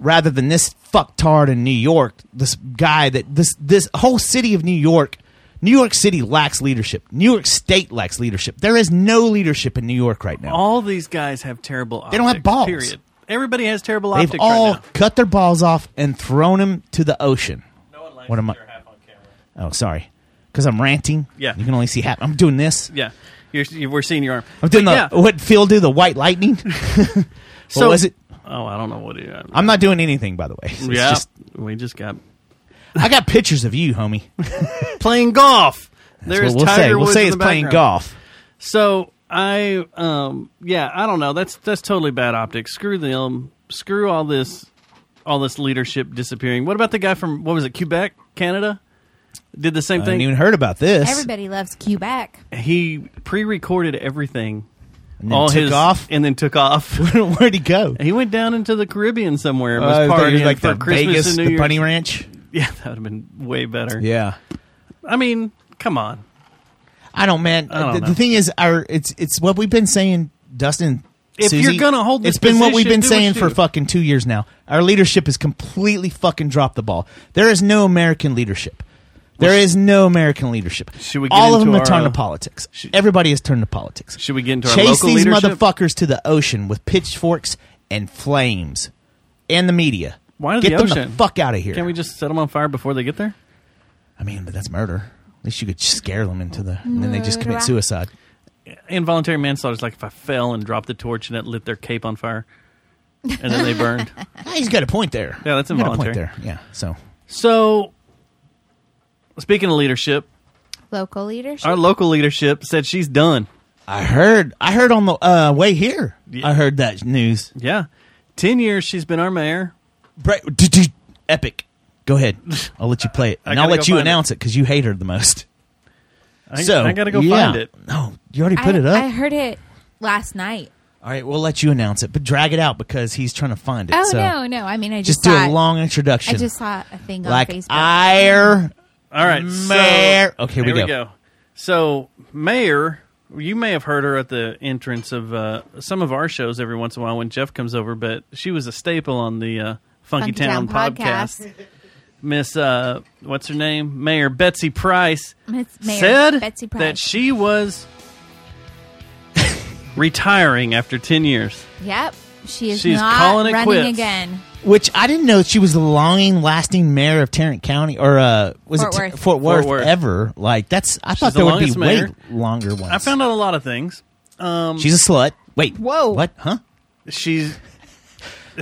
rather than this fucktard in new york this guy that this this whole city of new york new york city lacks leadership new york state lacks leadership there is no leadership in new york right now
All these guys have terrible.
They don't have
optics,
balls.
Period. Everybody has terrible
they've
optics
all
right
cut their balls off and thrown them to the ocean
now.
What am I- oh sorry because i'm ranting
Yeah.
you can only see half i'm doing this
Yeah, you're, you, we're seeing your arm.
i'm doing the
But yeah,
what phil do the white lightning
so,
was it?
Oh, I don't know what. It,
i'm not doing anything by the way It's
yeah,
just-
we just got
I got pictures of you, homie. That's
playing golf.
what
There's
we'll
Tiger
say. We'll
Woods
say
in
it's
the
playing
background.
golf.
So I, um, yeah, I don't know. That's that's totally bad optics. Screw them. Screw all this, all this leadership disappearing. What about the guy from what was it, Quebec, Canada? Did the same
I
thing.
haven't even heard about this.
Everybody loves Quebec.
he pre-recorded everything.
And then
all
took
his
off?
and then took off.
Where'd he go?
he went down into the Caribbean somewhere. And was
Uh, I thought
partying
he was like
for
the
Christmas
Vegas,
and New
the
Year's.
Bunny Ranch.
Yeah, that would have been way better.
Yeah,
I mean, come on.
I don't, man.
don't
the,
know.
the thing is, our it's it's what we've been saying, Dustin.
If
Susie,
you're gonna hold this
it's been what we've
position,
been
do what
saying
you-
for fucking two years now. Our leadership has completely fucking dropped the ball. There is no American leadership. There is no American leadership.
Should we get
All of
into
them
our,
have turned
uh,
to politics.
should-
Everybody has turned to politics.
Should we get into our
chase
local
these
leadership?
motherfuckers to the ocean with pitchforks and flames and the media.
Why to
get
the
them
ocean?
the fuck out of here?
Can't we just set them on fire before they get there?
I mean, but that's murder. At least you could scare them into the, and then they just commit
Murder.
suicide.
Involuntary manslaughter is like if I fell and dropped the torch and it lit their cape on fire, and then they burned.
Ah, he's got a point there.
Yeah, that's
He's got a point
involuntary.
there. Yeah. So
So, speaking of leadership,
Local leadership.
our local leadership said she's done.
I heard. I heard on the uh, way here. I heard that news.
Yeah, ten years she's been our mayor.
Bre- d- d- Epic. Go ahead. I'll let you play it,
I
and I'll
gotta
let
go
you
find
announce it because you hate her the most.
I,
so
I gotta go
yeah.
find it.
No, you already
I-
put it up.
I heard it last night.
All right, we'll let you announce it, but drag it out because he's trying to find it.
Oh
so
no, no. I mean, I just,
just do
saw
a
it.
long introduction.
I just saw a thing on
like
Facebook.
ire.
All right, so-
Mayor. Okay, here we
Here
go.
So, Mayor, you may have heard her at the entrance of uh, some of our shows every once in a while when Jeff comes over, but she was a staple on the uh,
Funky
Funky,
Town
podcast. Miss, uh, what's her name? Mayor Betsy Price
Miss Mayor
said
Betsy Price.
that she was retiring after 10 years.
Yep, she is
She's
not
calling it
running
quits.
again.
Which I didn't know she was the long lasting mayor of Tarrant County or uh was
Fort
it T-
Worth.
Fort Worth,
Worth.
ever. Like that's I thought
the
there would be
longest mayor.
way longer ones.
I found out a lot of things.
she's a slut. Wait.
Whoa.
What? Huh?
She's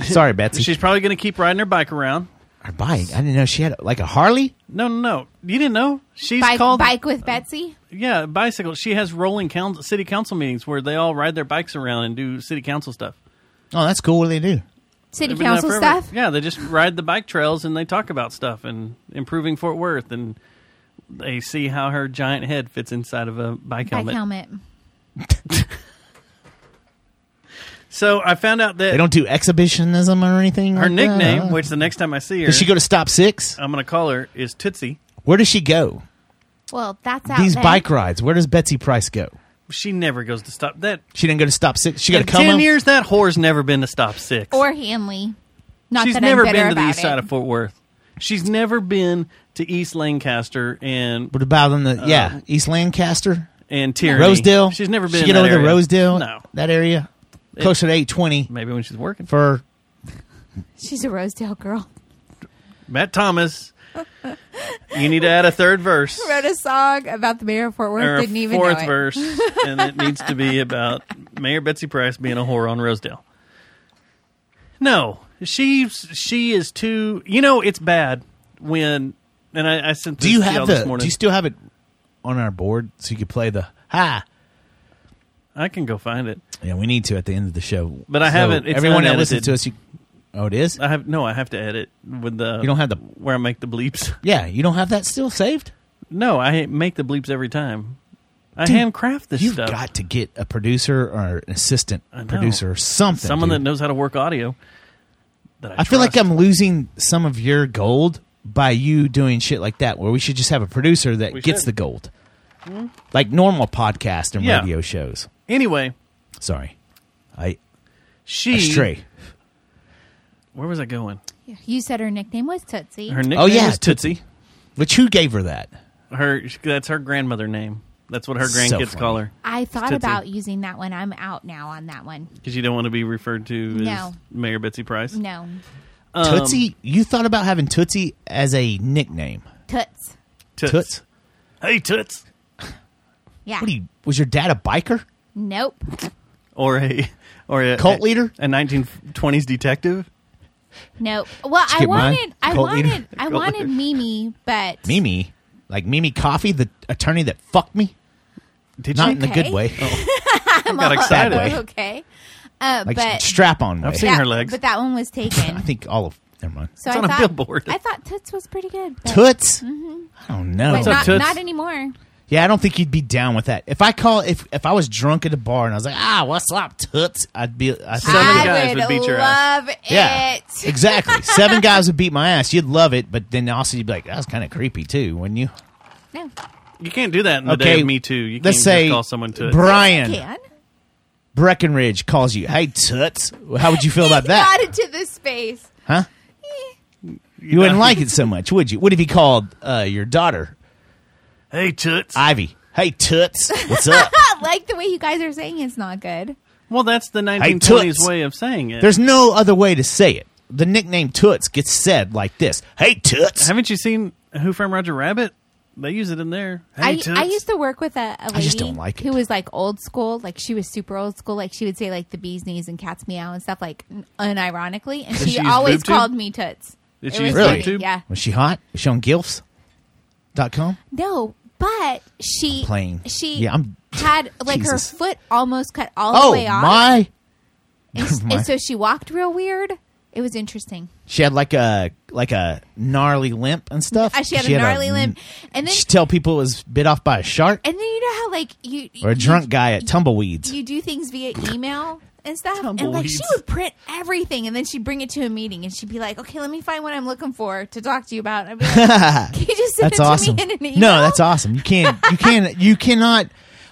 Sorry, Betsy.
she's probably going to keep riding her bike around.
Her bike. I didn't know she had like a Harley.
No, no, no. You didn't know? She's
Bike,
called
bike with Betsy.
Yeah, bicycle. She has rolling council, city council meetings where they all ride their bikes around and do city council stuff.
Oh, that's cool. What do they do?
City
They've been doing that
council
forever.
stuff.
Yeah, they just ride the bike trails and they talk about stuff and improving Fort Worth and they see how her giant head fits inside of a bike
Bike
helmet.
helmet.
So I found out that
They don't do exhibitionism or anything.
her
like that?
nickname, which the next time I see her,
does she go to Stop Six?
I'm going to call her is Tootsie.
Where does she go?
Well, that's out
These
then.
bike rides. Where does Betsy Price go?
She never goes to stop that.
She didn't go to Stop Six. She got
In
to come.
ten
up-
years, that whore's never been to Stop Six.
or Hanley. Not
She's
that
never
I'm bitter
been to the
about
east side
it.
of Fort Worth. She's never been to East Lancaster and
What about in
Uh,
the yeah East Lancaster,
and Tierney.
Rosedale?
She's never been.
She
in
get
that
over to
area.
Rosedale.
No,
that area closer to eight twenty
maybe when she's working.
for
She's a Rosedale girl.
Matt Thomas, you need to add a third verse
Wrote a song about the mayor of Fort Worth.
or a
Didn't even
fourth
know it.
verse, and it needs to be about Mayor Betsy Price being a whore on Rosedale. No, she's she is too. You know, it's bad when. And I, I sent. This
Do you
to y'all
have
this
the?
morning?
Do you still have it on our board so you could play the ha?
I can go find it.
Yeah, we need to at the end of the show.
But I
So
haven't- it's
everyone that
unedited. Uh,
listens to us, you, oh, it is.
I have no. I have to edit with the.
You don't have the-
where I make the bleeps.
Yeah, you don't have that still saved.
No, I make the bleeps every time. I handcraft this
You've
stuff.
got to get a producer or an assistant
I know.
producer or something.
Someone
dude.
that knows how to work audio. That I,
I feel like
trust.
I'm losing some of your gold by you doing shit like that. Where we should just have a producer that
We
gets
should. Hmm?
the gold, like normal podcast and
Yeah.
radio shows.
Anyway,
Sorry, I
she.
astray.
Where was I going?
You said her nickname was Tootsie.
Her nickname
Oh, yeah,
is Tootsie.
Which who gave her that?
Her that's her grandmother name. That's what her
So
grandkids
funny.
call her
I thought
Tootsie.
about using that one. I'm out now on that one.
because you don't want to be referred to as
No.
Mayor Betsy Price.
No.
Um,
Tootsie. You thought about having Tootsie as a nickname.
Toots.
Toots.
Toots.
Hey, Toots.
Yeah.
What do you? Was your dad a biker?
Nope.
Or a or a
Cult leader?
a 1920s detective.
Nope. Well,
you
I
get mine?
wanted, I
Cult
wanted,
leader?
I
Cult
wanted Mimi, but
Mimi, like Mimi Coffee, the attorney that fucked me.
Did Oh.
Not
you?
in the good
Okay.
way,
I got
Bad
excited.
way.
okay. Uh,
like
but
strap on way.
I've seen
that-
her legs.
But that one was
I
taken.
think all of. Never mind.
So
It's
I
on a
thought,
billboard.
I thought Toots was pretty good. but-
Toots. I don't know.
But
up,
Mm-hmm. not,
Toots?
not anymore.
Yeah, I don't think you'd be down with that. If I call if if I was drunk at a bar and I was like, ah, what's up, toots? I'd be. I think,
Seven
I
guys would beat your ass.
love it.
yeah, exactly. Seven guys would beat my ass. You'd love it, but then also you'd be like, that's kind of creepy too, wouldn't you?
No,
You can't do that in the day of Me Too. You
let's
can't
say
just call someone Toots.
Brian
can.
Breckenridge calls you, hey toots. How would you feel about that?
Got into this space.
Huh? You wouldn't like it so much, would you? What if he called uh, your daughter
hey, Toots.
Ivy? Hey toots, what's up?
I like the way you guys are saying it's not good.
Well, that's the 1920s
Toots.
way of saying it.
There's no other way to say it. The nickname toots gets said like this: Hey toots.
Haven't you seen Who Framed Roger Rabbit? They use it in there. Hey,
I,
Toots.
I used to work with a, a lady
I just don't like it.
who was like old school. Like she was super old school. Like she would say like the bee's knees and cat's meow and stuff like n- unironically. And
Did she
she
use
always
boob tube?
called me toots. It
Did she
was
use
Really?
funny.
boob tube?
Yeah.
Was she hot? Was she on gilfs.com?
No, but she
Plain.
She
Yeah, I'm-
had like
Jesus.
her foot almost cut all
Oh,
the way off,
my.
and, s-
my.
and so she walked real weird. It was interesting.
She had like a like a gnarly limp and stuff.
Uh, she had a gnarly limp, and then
she tell people it was bit off by a shark
and then you know how like you
or a
you-
drunk guy at tumbleweeds.
you do things via email and stuff. And like she
Tumbleweeds.
would print everything and then she'd bring it to a meeting and she'd be like, Okay, let me find what I'm looking for to talk to you about. I'd be like, Can you just send
that's
it to
awesome.
me in an email?
No, that's awesome. You can't. You can't. you cannot.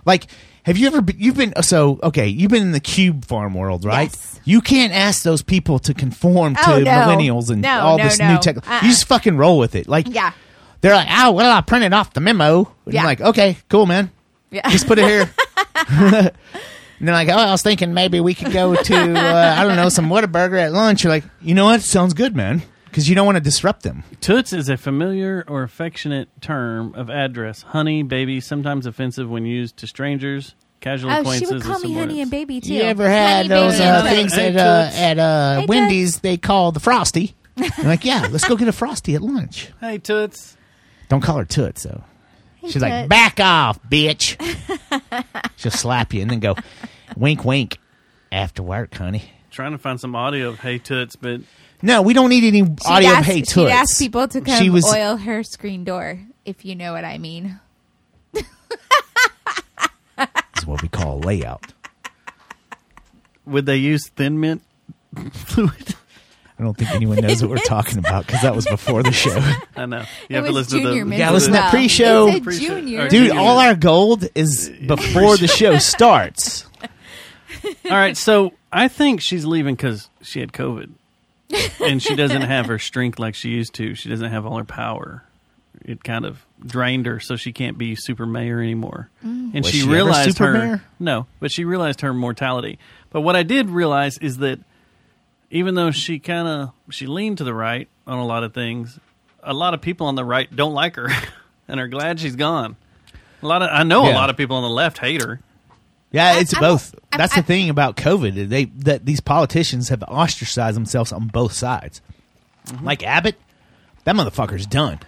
Like, have you ever? Been, you've been so okay. You've been in the cube farm world, right?
Yes.
You can't ask those people to conform
Oh,
to
no.
millennials and
No,
all
no,
this
no.
new tech.
Uh-uh.
You just fucking roll with it. Like,
Yeah.
They're like, oh, well, I printed off the memo. And
Yeah.
I'm like, okay, cool, man.
Yeah.
Just put it here. and they're like, oh, I was thinking maybe we could go to, uh, I don't know, some Whataburger at lunch. You're like, you know what? Sounds good, man. Because you don't want to disrupt them.
Toots is a familiar or affectionate term of address. Honey, baby, sometimes offensive when used to strangers, casual
Oh, she
acquaintances.
would call
and
me honey
subordinates.
and baby too.
You ever
Honey,
had those
baby,
uh,
and
things
Hey,
at uh,
Toots.
at uh,
Toots.
Wendy's they call the Frosty? You're like, yeah, let's go get a Frosty at lunch.
Hey, Toots.
Don't call her Toots though. She's like,
Toots.
back off, bitch. She'll slap you and then go, wink, wink, after work, honey.
Trying to find some audio of Hey Toots, but
No, we don't need any audio
asked,
of Hey Toots.
She'd asked people to come
She was
oil her screen door, if you know what I mean.
is what we call layout.
would they use Thin Mint fluid?
I don't think anyone knows what we're talking about because that was before the show.
I know.
It
You have to
was
listen to
junior
the
mint
Yeah,
as
listen to
well.
pre-show.
It's a
Pre-show.
junior.
Alright.
Dude, all our gold is before the show starts.
All right, so I think she's leaving because she had COVID, and she doesn't have her strength like she used to. She doesn't have all her power. It kind of drained her, so she can't be super mayor anymore. And
Mm. Was
she,
she ever
realized
super
her
mayor?
no, but she realized her mortality. But what I did realize is that even though she kind of she leaned to the right on a lot of things, a lot of people on the right don't like her and are glad she's gone. A lot of I know a
Yeah.
lot of people on the left hate her.
Yeah, it's
I'm-
both.
I'm-
That's
I'm-
the thing about COVID. They that these politicians have ostracized themselves on both sides.
Mm-hmm.
Like Abbott, that motherfucker's done.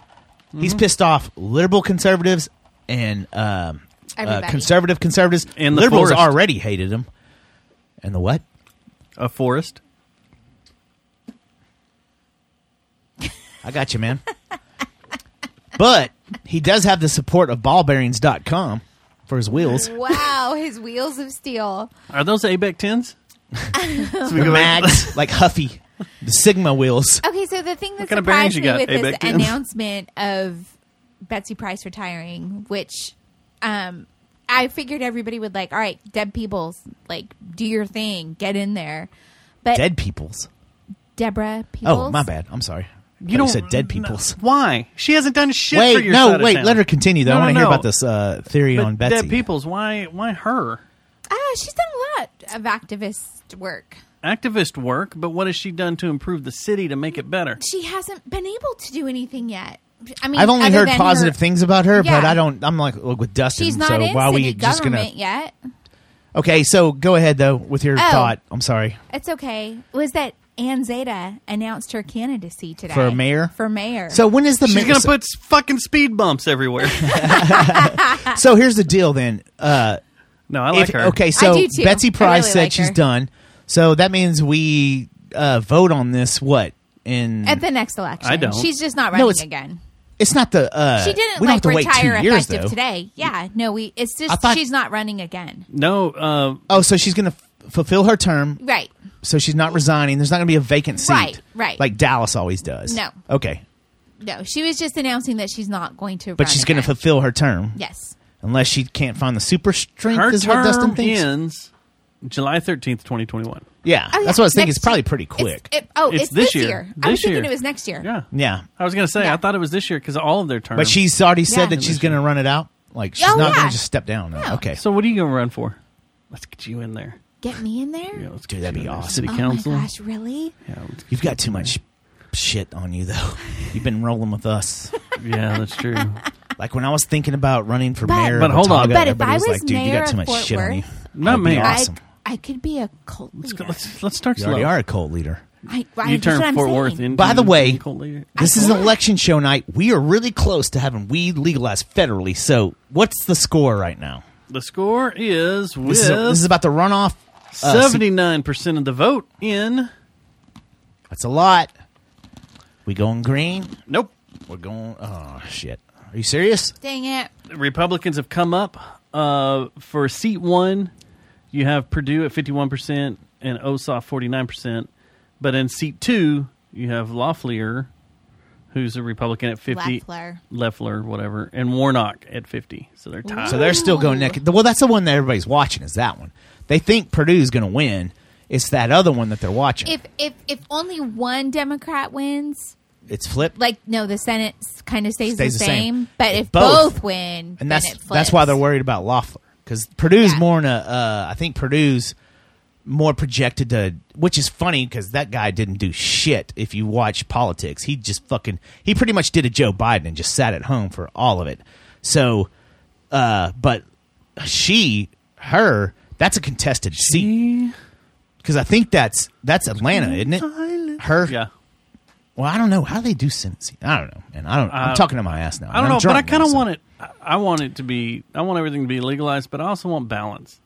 He's
Mm-hmm.
pissed off liberal conservatives and um, uh,
Everybody.
conservative conservatives.
And the
liberals
forest.
already hated him. And the what?
A forest.
I got you, man. but he does have the support of ballbearings.com for his wheels.
Wow, his wheels of steel.
Are those ABEC tens?
The mags, like Huffy, the Sigma wheels.
Okay, so the thing that
kind
surprised
of bearings you
me
got,
with this
Abeck?
announcement of Betsy Price retiring, which um, I figured everybody would like, all right, Deb Peebles, like, do your thing, get in there. But
Dead peoples.
Deborah Peebles.
Oh, my bad. I'm sorry. I
You
thought
don't
said dead peoples.
No, why? She hasn't done shit. for
Wait,
your
no,
side of
wait.
town.
Let her continue. Though
No, no,
I want to hear
no.
about this uh, theory
But
on Betsy.
Dead peoples. Why? Why her?
Ah, she's done a lot of activist work.
Activist work, but what has she done to improve the city to make it better?
She hasn't been able to do anything yet. I mean,
I've only
other
heard
than
positive
her-
things about her, but
Yeah.
I don't. I'm like look, with Dustin.
She's not
so
in
why
city
we just
government
gonna?
yet.
Okay, so go ahead though with your
Oh.
thought. I'm sorry.
It's okay. Was that Ann Zeta announced her candidacy today
For mayor?
For mayor.
So when is the
She's
mayor-
gonna
so-
put s- fucking speed bumps everywhere.
So here's the deal then. Uh,
no, I like
if-
her.
Okay, so
do too.
Betsy
I
Price
really
said
like
she's
her.
done. So that means we uh, vote on this. What in?
at the next election,
I don't.
She's just not
No,
running
it's-
again.
it's not the. Uh,
She didn't
we
like
don't have to
retire
wait two years
effective
though.
today. Yeah, no, we. It's
I
just
thought-
she's not running again.
No, uh,
Oh, so she's gonna f- fulfill her term.
Right.
So she's not resigning. There's not going to be a vacant seat,
Right, right.
Like Dallas always does.
No.
Okay,
No, she was just announcing that she's not going to.
but
run
she's going to
again.
fulfill her term.
yes.
Unless she can't find the super strength,
her
is what Dustin
term
thinks.
ends July thirteenth, twenty twenty one.
Yeah,
Oh, yeah,
that's what I was thinking. It's
next
probably
year.
pretty quick.
It's, it, oh, it's, this, year. I was
This
thinking
year.
it was next year.
Yeah,
yeah,
I was gonna say
Yeah.
I thought it was this year because all of their terms.
but she's already said
Yeah.
that she's going to run it out. Like she's
Oh,
not going
yeah.
to just step down. No,
No.
Okay,
So what are you gonna run for? Let's get you in there.
Get me in there.
Yeah, let's
Dude,
get
that'd
you
be
in there.
awesome.
City
oh
council.
my gosh, really?
Yeah, let's
you've got too much shit on you though. You've been rolling with us.
get- yeah, that's true.
Like when I was thinking about running for
But-
mayor, of
But hold on.
Watauga,
But if
everybody
I was
like, "Dude, you
mayor
got
of
too much
Fort
shit on you."
Worth,
Not
That'd be
me.
awesome. Awesome.
I, I could be a cult leader.
Let's let's start
You
slow.
already are a cult leader.
I, I,
You
that's what
turn
I'm
Fort
saying.
Worth into
By the way,
cult leader.
This is an election show night. We are really close to having weed legalized federally. So, what's the score right now?
The score is
This, is, this is
with
about the runoff. uh, se-
seventy nine percent of the vote in.
That's a lot. We going green?
Nope,
We're going. Oh shit! Are you serious?
Dang it.
Republicans have come up uh, for seat one. You have Purdue at fifty one percent and Ossoff forty nine percent, but in seat two you have Loeffler, who's a Republican at fifty,
Leffler.
Leffler, whatever, and Warnock at fifty. So they're tied.
So they're still going neck. Well, that's the one that everybody's watching. Is that one? They think Purdue's going to win. It's that other one that they're watching.
If if if only one Democrat wins,
it's flipped,
like no, the Senate kind of stays,
Stays
the
the
same.
same.
But
If
if both,
both-
win,
and
then
that's
it
that's why
flips.
they're worried about Loeffler because Purdue's
Yeah.
more in a. Uh, I think Purdue's more projected to, which is funny because that guy didn't do shit. If you watch politics, he just fucking he pretty much did a Joe Biden and just sat at home for all of it. So, uh, but she, her, that's a contested seat because I think that's that's Atlanta, isn't it? Her,
Yeah,
Well, I don't know how they do sentencing. I don't know, and I don't. I'm
Uh,
talking to my ass now.
I don't know, but I kind of want it. I- I want it to be. I want everything to be legalized, but I also want balance.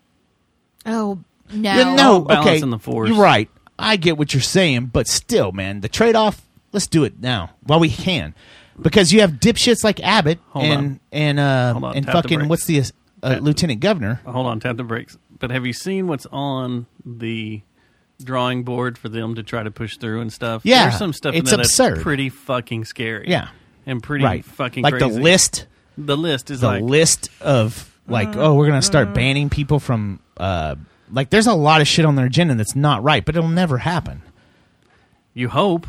Oh no,
Yeah, no,
balance
okay,
in the force.
You're right. I get what you're saying, but still, man, the trade-off. Let's do it now while we can, because you have dipshits like Abbott
Hold
and
on.
and uh,
Hold on,
and
tap the
fucking
brakes.
what's the uh,
Tap-
lieutenant governor?
Hold on, tap the brakes. But have you seen what's on the drawing board for them to try to push through and stuff?
Yeah,
there's some stuff in
it's
there that's
absurd.
pretty fucking scary.
Yeah.
and pretty
Right,
fucking
like the
crazy.
list.
The list is
the
like
list of like, oh, we're gonna start banning people from uh, like. There's a lot of shit on their agenda that's not right, but it'll never happen.
you hope.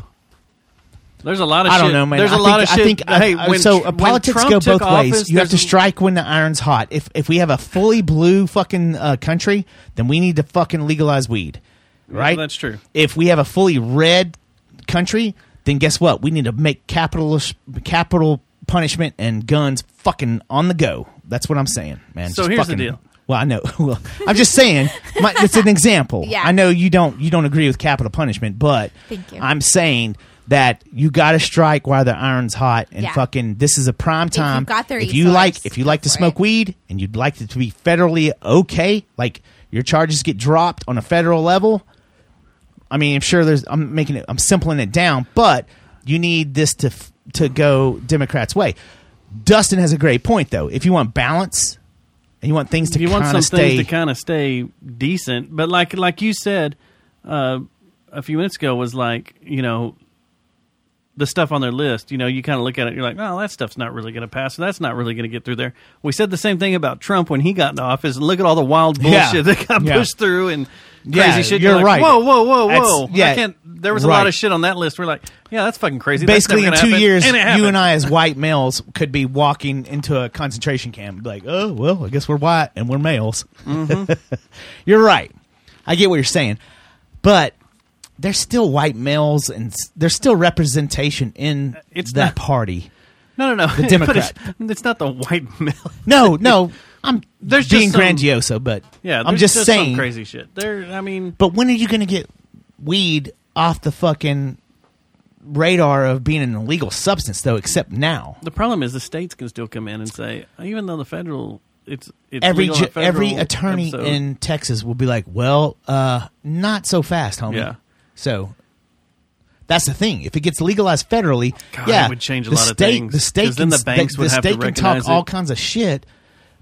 There's a lot of
I don't
shit-
know, man.
There's
I
a
think,
lot of
I
shit.
think I-
hey,
I-
when
so
Tr-
uh,
when
politics
Trump
go
took
both ways.
office,
You have to
there's-
strike when the iron's hot. If if we have a fully blue fucking uh, country, then we need to fucking legalize weed, right?
that's true.
If we have a fully red country, then guess what? We need to make capital capital punishment and guns fucking on the go. That's what I'm saying, man.
So
Just
here's the
fucking-
deal.
Well, I know. Well, I'm just saying. My, it's an example.
Yeah.
I know you don't you don't agree with capital punishment, but
Thank you.
I'm saying that you got to strike while the iron's hot and
Yeah.
fucking this is a prime
you
time.
got their
you
resource,
like if you
go
like to
for
smoke
it.
weed and you'd like it to be federally okay, like your charges get dropped on a federal level. I mean, I'm sure there's I'm making it I'm simpling it down, but you need this to f- to go Democrats' way. Dustin has a great point though. If you want balance and you want things to
you
kind
want some
of stay
things to kind of stay decent. But like like you said uh, a few minutes ago was like you know the stuff on their list. You know, you kind of look at it, you're like, oh, that stuff's not really going to pass. That's not really going to get through there. We said the same thing about Trump when he got into office. Look at all the wild
Yeah.
bullshit that got
Yeah.
pushed through and crazy
Yeah,
shit.
you're
like,
right.
Whoa, whoa, whoa,
That's-
whoa.
yeah,
I can't. There was a
right.
lot of shit on that list. We're like, yeah, that's fucking crazy. That's
basically in
never
two
gonna happen.
years
And it
you
happened.
and i as white males could be walking into a concentration camp and be like oh well i guess we're white and we're males
Mm-hmm.
you're right i get what you're saying but there's still white males and s- there's still representation in
Uh, It's
that
not-
party
No, no, no. The
Democrat.
it's, it's not the white male.
no no i'm
There's
being
just some-
grandioso but
Yeah,
i'm
there's
just,
some
saying
crazy shit. There, I mean,
but when are you going to get weed off the fucking radar of being an illegal substance though except now
the problem is the states can still come in and say, even though the federal, it's, it's
every
legal on
ju-
federal,
every attorney
and so-
in Texas will be like, "Well, uh, not so fast, homie."
Yeah.
So that's the thing. If it gets legalized federally,
God,
yeah,
it would change a
the
lot of
state,
things,
The state
'cause then
can-
the banks would have to
state can talk
recognize it.
all kinds of shit,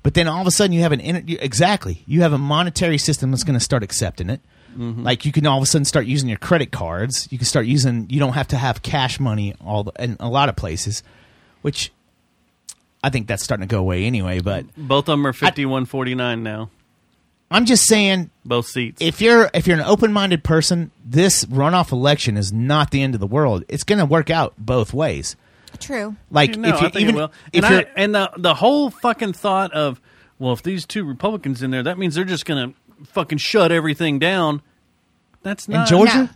but then all of a sudden you have an inter- you- exactly you have a monetary system that's going to start accepting it.
Mm-hmm.
Like you can all of a sudden start using your credit cards. You can start using. You don't have to have cash money all the, in a lot of places, which I think that's starting to go away anyway. But
both of them are fifty one forty nine now.
I'm just saying
Both seats.
if you're if you're an open-minded person, this runoff election is not the end of the world. It's going to work out both ways.
true.
Like
No,
if you
I think it
even
will.
if
And,
you're
I, and the the whole fucking thought of, well, if these two Republicans in there, that means they're just gonna fucking shut everything down. That's
in
not
Georgia,
no.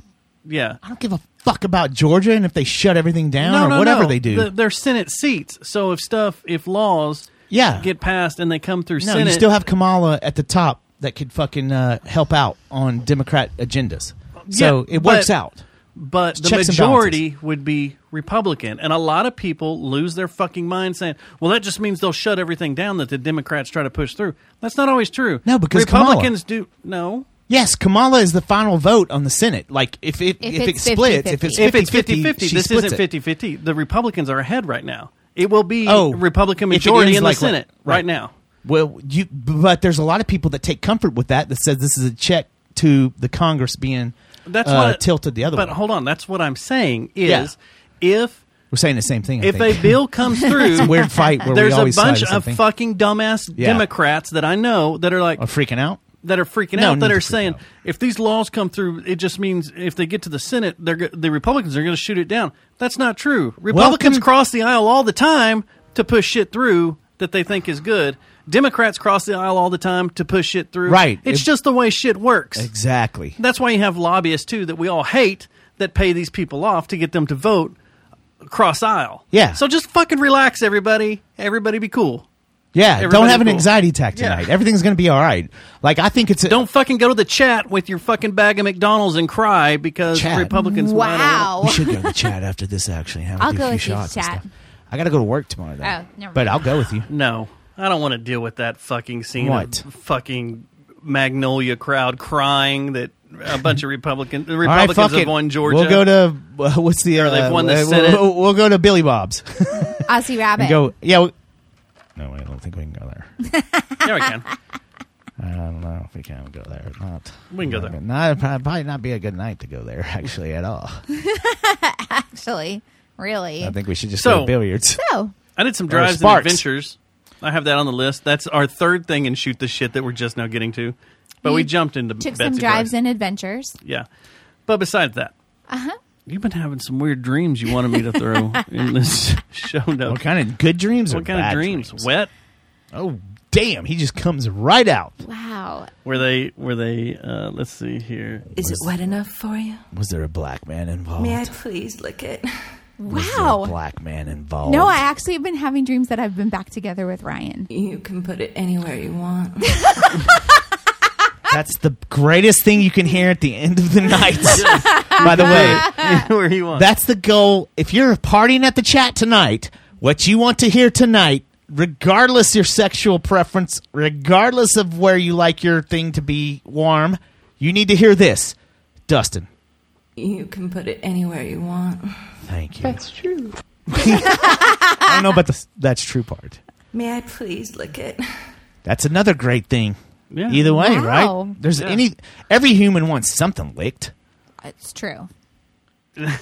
Yeah,
I don't give a fuck about Georgia and if they shut everything down or whatever they do.
The- they're Senate seats. So if stuff, if laws,
Yeah.
get passed and they come through
no,
Senate,
you still have Kamala at the top that could fucking uh, help out on Democrat agendas. So
Yeah,
it works
but-
out.
but the
checks and
majority would be Republican, and a lot of people lose their fucking mind saying, "Well, that just means they'll shut everything down that the Democrats try to push through." That's not always true.
No, because Kamala-
Republicans do. No,
Yes, Kamala is the final vote on the Senate. Like if it if,
If
it
it's
splits, if it's
50-50.
if it's 50
50,
50,
she
this
splits
isn't
it.
50 50. The Republicans are ahead right now. It will be
Oh,
Republican
if it
majority
is
in
like
the
what-
Senate
right.
right, now.
Well, you but there's a lot of people that take comfort with that that says this is a check to the Congress being
That's
uh,
what
tilted the other
But
way.
hold on, that's what I'm saying
Yeah.
is if
We're saying the same thing. I
if
think.
a bill comes through,
weird fight where
there's
we
a
always side
bunch
with
of
something.
fucking dumbass
Yeah.
Democrats that I know that are like
Are freaking out.
that are freaking
No
out
need
that
to
are
freak
saying
out.
if these laws come through, it just means if they get to the Senate, they're go- the Republicans are going to shoot it down. That's not true. Republicans
Welcome-
cross the aisle all the time to push shit through that they think is good. Democrats cross the aisle all the time to push shit through.
Right.
It's
It-
just the way shit works.
Exactly.
That's why you have lobbyists too that we all hate that pay these people off to get them to vote cross aisle.
Yeah.
So just fucking relax, everybody. Everybody be cool.
Yeah, don't
Everybody
have an
cool.
anxiety attack tonight. Everything's going to be all right. Like I think it's a,
Don't fucking go to the chat with your fucking bag of McDonald's and cry because
Chat.
Republicans. might have-
Wow.
We should go to the chat after this. Actually, have
I'll
do
go
a few
with you,
shots and
chat.
stuff. I got to go to work tomorrow. Though.
Oh, never
but
mind.
I'll go with you.
No, I don't want to deal with that fucking scene.
What?
Of fucking Magnolia crowd crying that a bunch of Republican the
All right,
Republicans
fuck
have
it.
won Georgia.
We'll go to uh, what's the
Or they've
uh,
won the
uh, we'll-
Senate.
We'll, we'll go to Billy Bob's.
Aussie Rabbit.
and go. Yeah. We, no, I don't think we can go there.
Yeah, we can.
I don't know if we can go there or not.
We can go there.
Not probably not be a good night to go there actually at all.
Actually, really. Oh,
I think we should just
So-
go to billiards.
So
I did some
There are
drives and
sparks.
adventures. I have that on the list. That's our third thing in shoot the shit that we're just now getting to. But we
You
jumped into
took
Betsy
some drives and Uh-huh. adventures.
Yeah. But besides that, you've been having some weird dreams you wanted me to throw in this show notes.
What kind of good dreams? or
What kind of
bad
dreams? Wet?
Oh, damn! He just comes right out.
Wow.
Were they? Were they? Uh, let's see here.
Is it wet enough for you?
Was there a black man involved?
May I please lick it?
Was there a
Wow.
black man involved?
No, I actually have been having dreams that I've been back together with Ryan.
You can put it anywhere you want.
That's the greatest thing you can hear at the end of the night. By the way,
Where you want?
that's the goal. If you're partying at the chat tonight, what you want to hear tonight, regardless your sexual preference, regardless of where you like your thing to be warm, you need to hear this, Dustin.
You can put it anywhere you want.
Thank you. That's true. I don't know about the that's true part.
May I please lick it?
That's another great thing.
Yeah.
Either way,
Wow.
right? There's
Yeah.
any every human wants something licked.
It's true.
That's,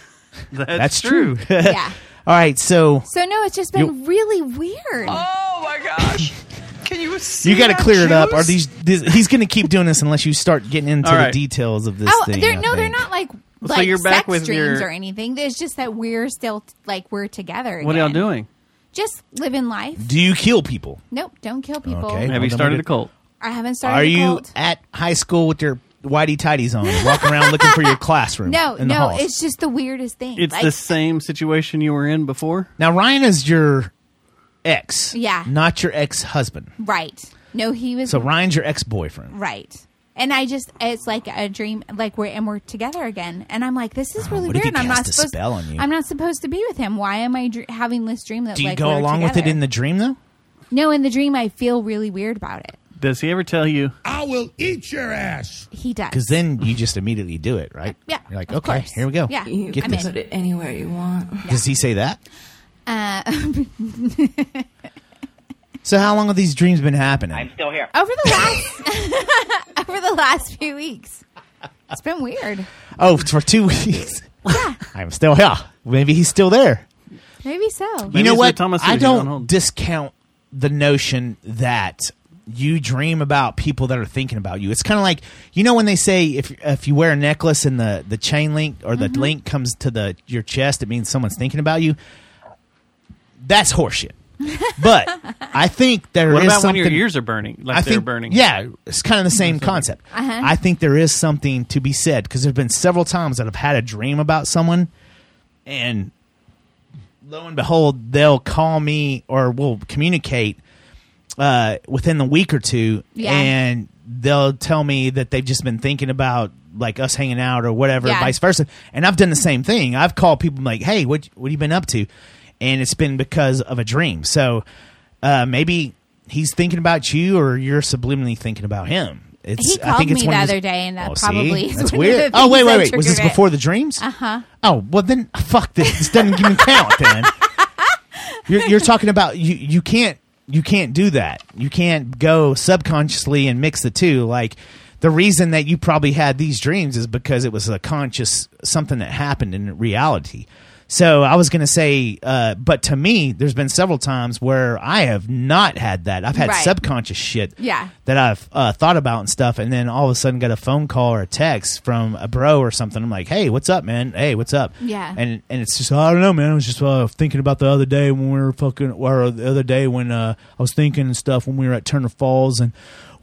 That's true.
Yeah.
All right, so
So no, it's just been really weird.
Oh my gosh! Can you see?
you got to
that
clear it up.
juice?
Are these, these? He's going to keep doing this unless you start getting into
All
the
right.
details of this
Oh,
thing.
they're,
I
no, they're
think.
not like
So
like
you're back
sex
with
dreams
your-
or anything. There's just that we're still like we're together.
What are y'all
again.
doing?
Just living life.
Do you kill people?
Nope, don't kill people.
Okay.
Have
Well,
you
then
started
we
a cult?
I haven't started.
Are
a
you
cult.
at high school with your whitey tighties on, walking around looking for your classroom?
No,
in the
no,
halls?
it's just the weirdest thing.
It's
like,
the same situation you were in before.
now Ryan is your ex,
Yeah. Mm-hmm.
not your ex husband.
right. No, he was
So Ryan's your ex boyfriend.
right. And I just, it's like a dream, like we're and we're together again. And I'm like, this is really
Oh, what if
weird. and
he
I'm not
cast a
supposed.
spell on you?
I'm not supposed to be with him. Why am I dr- having this dream that
Do you
like
go
we're
along with it
together?
in the dream though?
no? In the dream, I feel really weird about it.
Does he ever tell you?
I will eat your ass.
He does
Because then you just immediately do it, right?
Yeah,
You're like,
of
okay,
course.
here we go.
Yeah.
You
Get
can
this.
put it anywhere you want.
Does he say that?
uh,
So how long have these dreams been happening?
Still here.
over the last over the last few weeks. It's been weird.
Oh, for two weeks. I'm still here. Maybe he's still there.
Maybe so.
Maybe
you know
he's
what?
with Thomas
I
Susie on
don't
hold.
discount the notion that you dream about people that are thinking about you. It's kind of like you know when they say if if you wear a necklace and the the chain link or
Mm-hmm.
the link comes to the your chest, it means someone's thinking about you. That's horseshit. But I think there is
What about when
something.
your ears are burning? Like
I
they're
think,
burning.
Yeah, it's kind of the same concept. I think there is something to be said because there've been several times that I've had a dream about someone, and lo and behold, they'll call me or we'll communicate uh, within the week or two,
Yeah.
and they'll tell me that they've just been thinking about like us hanging out or whatever,
Yeah.
vice versa. And I've done the same thing. I've called people and like, "Hey, what what you been up to?" And it's been because of a dream. So uh, maybe he's thinking about you, or you're subliminally thinking about him. It's,
He
I
called
think it's
me
one
the
of those-
other day, and that
Oh,
probably
see?
is
that's
one of the
weird. Oh wait,
things
wait,
that
wait. Was this
triggered it. Uh-huh.
before the dreams? Uh huh. Oh well, then fuck this. This doesn't even count. Then you're, you're talking about you. You can't. You can't do that. You can't go subconsciously and mix the two. Like the reason that you probably had these dreams is because it was a conscious something that happened in reality. So I was going to say, uh, but to me, there's been several times where I have not had that. I've had
Right.
subconscious shit
Yeah.
that I've uh, thought about and stuff, and then all of a sudden got a phone call or a text from a bro or something. I'm like, hey, what's up, man? Hey, what's up?
Yeah.
And and it's just I don't know, man. I was just uh, thinking about the other day when we were fucking, or the other day when uh, I was thinking and stuff when we were at Turner Falls and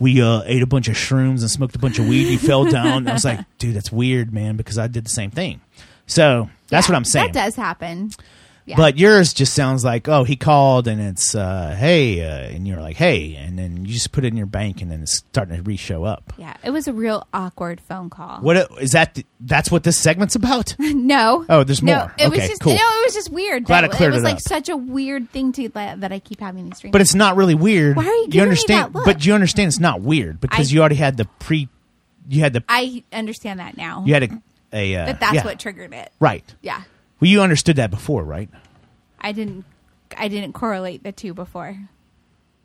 we uh, ate a bunch of shrooms and smoked a bunch of weed. You fell down. I was like, dude, that's weird, man, because I did the same thing. So that's
Yeah,
what I'm saying.
That does happen. Yeah.
But yours just sounds like, oh, he called and it's, uh, hey, uh, and you're like, hey, and then you just put it in your bank and then it's starting to re-show up.
Yeah, it was a real awkward phone call.
What is that? That's what this segment's about.
No.
Oh, there's
No,
more.
It
Okay,
was just
cool.
no, it was just weird.
Glad
that-
I cleared
it was
it
like
up.
such a weird thing to that, that I keep having these dreams.
But it's not really weird.
Why are you giving me
understand?
that look?
But you understand it's not weird because
I-
you already had the pre, you had the
I understand that now.
you had a a. Uh,
But that's
yeah.
what triggered it.
Right.
Yeah.
Well, you understood that before, right?
I didn't I didn't correlate the two before.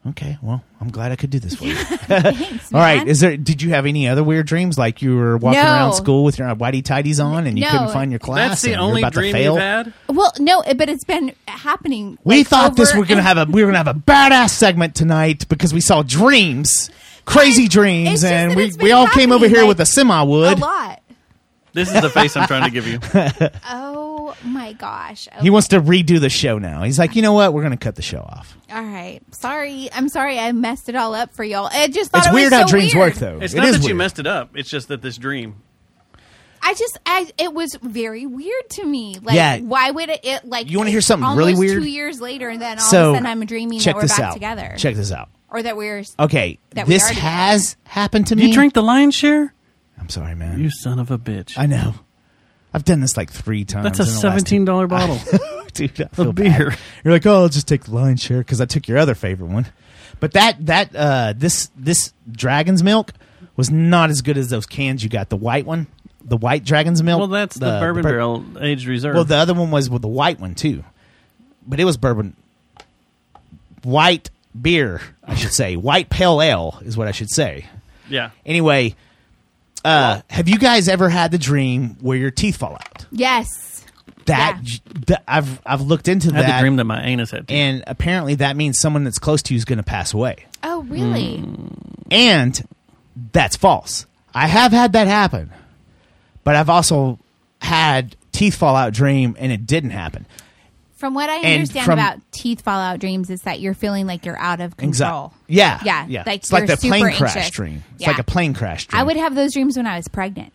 Okay. Well, I'm glad I could do this for you.
Thanks,
All right.
man.
Is there? Did you have any other weird dreams? Like you were walking
No.
around school with your whitey tidies on, and you
No.
couldn't find your class.
That's the
and you were
only
about to
dream
fail?
you've had.
Well, no, it- but it's been happening.
We
like,
thought this
over
were gonna
and-
have a we were gonna have a badass segment tonight because we saw dreams, crazy
it's
dreams,
just
and
that
we
it's been
we all came over
happening,
here
like,
with a semi
a
wood.
lot.
This is the face I'm trying to give you.
Oh my gosh.
He wants to redo the show now. He's like, you know what? We're gonna cut the show off.
All right. Sorry. I'm sorry I messed it all up for y'all. I just thought
it's
it was
weird how
so
dreams
weird.
work, though.
It's
It
not
is
that you
weird.
messed it up. It's just that this dream.
I just, I it was very weird to me. Like,
Yeah.
why would it, it like?
You wanna hear
it's
something really
almost
weird?
Two years later, and then all
so
of a sudden, I'm dreaming
check
that we're
this
back
out.
together,
Check this out.
or that we're
Okay,
That we
this
already-
has happened to me.
You drank the lion's share?
I'm sorry, man.
You son of a bitch.
I know. I've done this like three times.
That's a
in the last two-
seventeen dollar bottle.
Dude, I feel
beer.
bad. You're like, oh, I'll just take the lion's share because I took your other favorite one. But that that uh, this this dragon's milk was not as good as those cans you got. The white one, the white dragon's milk.
well, that's the, bourbon
bur-
barrel aged reserve.
Well, the other one was with the white one too, but it was bourbon. White beer, I should say. white pale ale is what I should say.
yeah.
Anyway, uh, have you guys ever had the dream where your teeth fall out?
yes.
That
Yeah.
th- I've I've looked into
I had
that
the dream that my anus had. teeth.
and apparently that means someone that's close to you is going to pass away.
Oh, really?
Hmm. And that's false. I have had that happen, but I've also had teeth fall out dream and it didn't happen.
From what I
And
understand
from-
about teeth fallout dreams, is that you're feeling like you're out of
Exa-
control.
Yeah,
yeah,
yeah.
Like
it's like
you're
the plane
super
crash
anxious.
dream. It's
Yeah.
like a plane crash dream.
I would have those dreams when I was pregnant.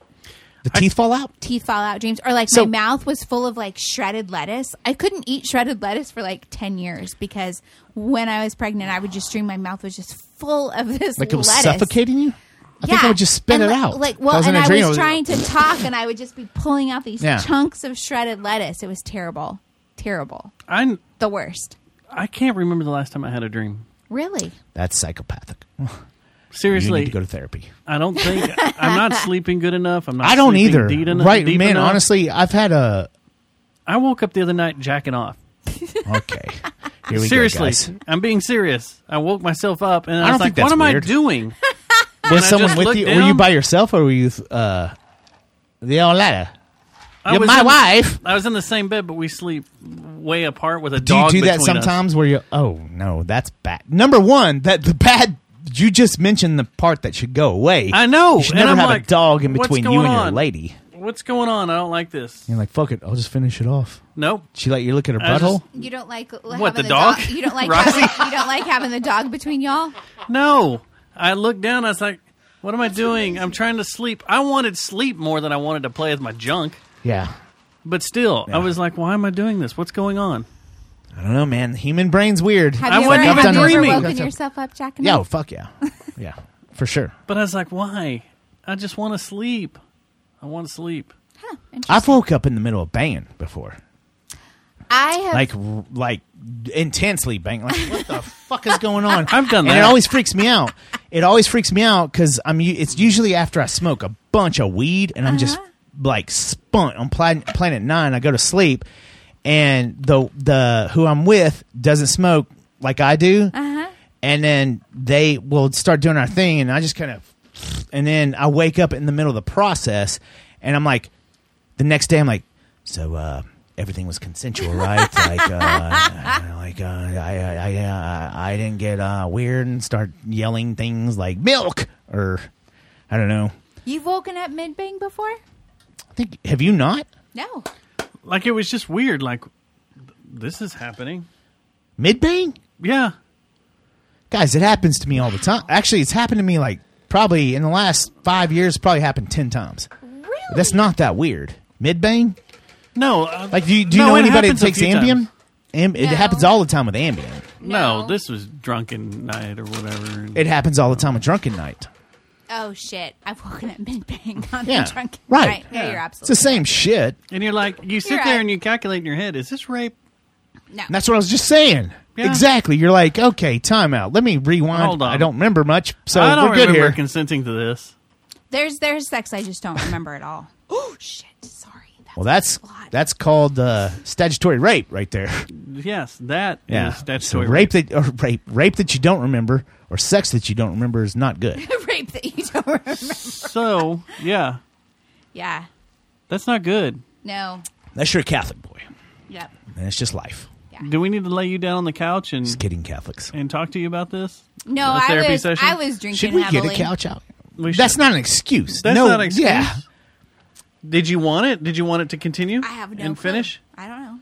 the teeth fall out.
Teeth fallout dreams, or like
So-
my mouth was full of like shredded lettuce. I couldn't eat shredded lettuce for like ten years because when I was pregnant, I would just dream my mouth was just full of this
Like it was
lettuce.
suffocating you. I think I would just spit
And
it
like-
out.
Like,
If
well,
I was in
and
a
I
dream,
was trying to talk, and I would just be pulling out these
Yeah.
chunks of shredded lettuce. It was terrible, terrible,
I
the worst.
I can't remember the last time I had a dream.
Really?
That's psychopathic. you
Seriously,
need to go to therapy.
I don't think I'm not sleeping good enough. I'm not.
I don't
sleeping
either.
deep eno-
right,
deep
man.
enough.
Honestly, I've had a
I woke up the other night jacking off.
okay. Here we go,
Seriously,
guys.
I'm being serious. I woke myself up and I,
I
was
don't
like,
think that's
"What am
weird.
I doing?"
Was
I
someone
just
with
looked
you? Were you
down.
by yourself or were you uh, the old lady?
I
You're
was
my
in-
wife.
I was in the same bed, but we sleep way apart with a
Do you
dog.
do that
between us.
sometimes where you? Oh no, that's bad. Number one, that the bad. You just mentioned the part that should go away.
I know,
You should
and
never
I'm
have
like,
a dog in
what's
between you
going
and your
on?
lady.
What's going on? I don't like this.
You're like, fuck it, I'll just finish it off.
Nope.
She let you look at her
I was
butthole.
You don't like what
the dog?
You don't like
Roxy?
having, you don't like having the dog between y'all.
No. I looked down. I was like, what am I doing? I'm trying to sleep. I wanted sleep more than I wanted to play with my junk.
Yeah,
But still, I was like, why am I doing this? What's going on?
I don't know, man. The human brain's weird.
Have
I
you
wasn't
ever,
even
have you ever
dreaming.
woken
That's a-
yourself up, Jack?
yeah, oh, fuck yeah, yeah, for sure.
But I was like, why? I just want to sleep. I want to sleep.
I've woke up in the middle of banging before,
I have.
like r- like intensely banging. Like, what the fuck is going on?
I've done
and it
that.
always freaks me out. It always freaks me out because I'm. u- It's usually after I smoke a bunch of weed and I'm just like spun on planet, planet nine. I go to sleep, and the the who I'm with doesn't smoke like I do, and then they will start doing our thing, and I just kind of, and then I wake up in the middle of the process, and I'm like, the next day I'm like, so. uh Everything was consensual, right? like, uh, like uh, I, I, I, uh, I didn't get uh, weird and start yelling things like milk or I don't know.
you've woken up mid bang before?
I think have you not?
No.
Like, it was just weird. Like, th- this is happening.
Mid bang?
Yeah.
Guys, it happens to me all the time. Actually, it's happened to me like probably in the last five years, probably happened 10 times.
Really?
That's not that weird. Mid bang?
No, uh,
Like, do you, do you
no,
know
it
anybody that
happens a
takes
few
Ambien?
times.
Am- It
No.
happens all the time with Ambien.
No. this was drunken night or whatever.
It happens all the time with Drunken Night.
Oh shit! I've woken up and bang on
Yeah,
the drunk.
right.
No,
Yeah.
you're
It's the
absolutely.
same shit.
And you're like, you sit
You're
there
right.
and you calculate in your head, is this rape?
No.
And that's what I was just saying.
Yeah.
Exactly. You're like, okay, timeout. Let me rewind.
Hold on.
I don't remember much, so
I don't
we're good
remember
here.
consenting to this.
There's there's sex I just don't remember at all. Oh shit! Sorry. That's
well, that's
a lot.
that's called uh, statutory rape, right there.
Yes, that is
so
statutory
rape, that or rape rape that you don't remember or sex that you don't remember is not good.
the rape that you don't remember.
So yeah,
Yeah.
that's not good.
No.
Unless you're a Catholic boy,
Yep.
and it's just life.
Do we need to lay you down on the couch and
Just kidding, Catholics.
and talk to you about this?
No,
A
I
therapy
was
session?
I was drinking
Should we
heavily.
get a couch out?
We
That's
should-
not an excuse.
That's
no,
not an excuse.
Yeah,
Did you want it? Did you want it to continue?
I have no
and
clue.
finish.
I don't know.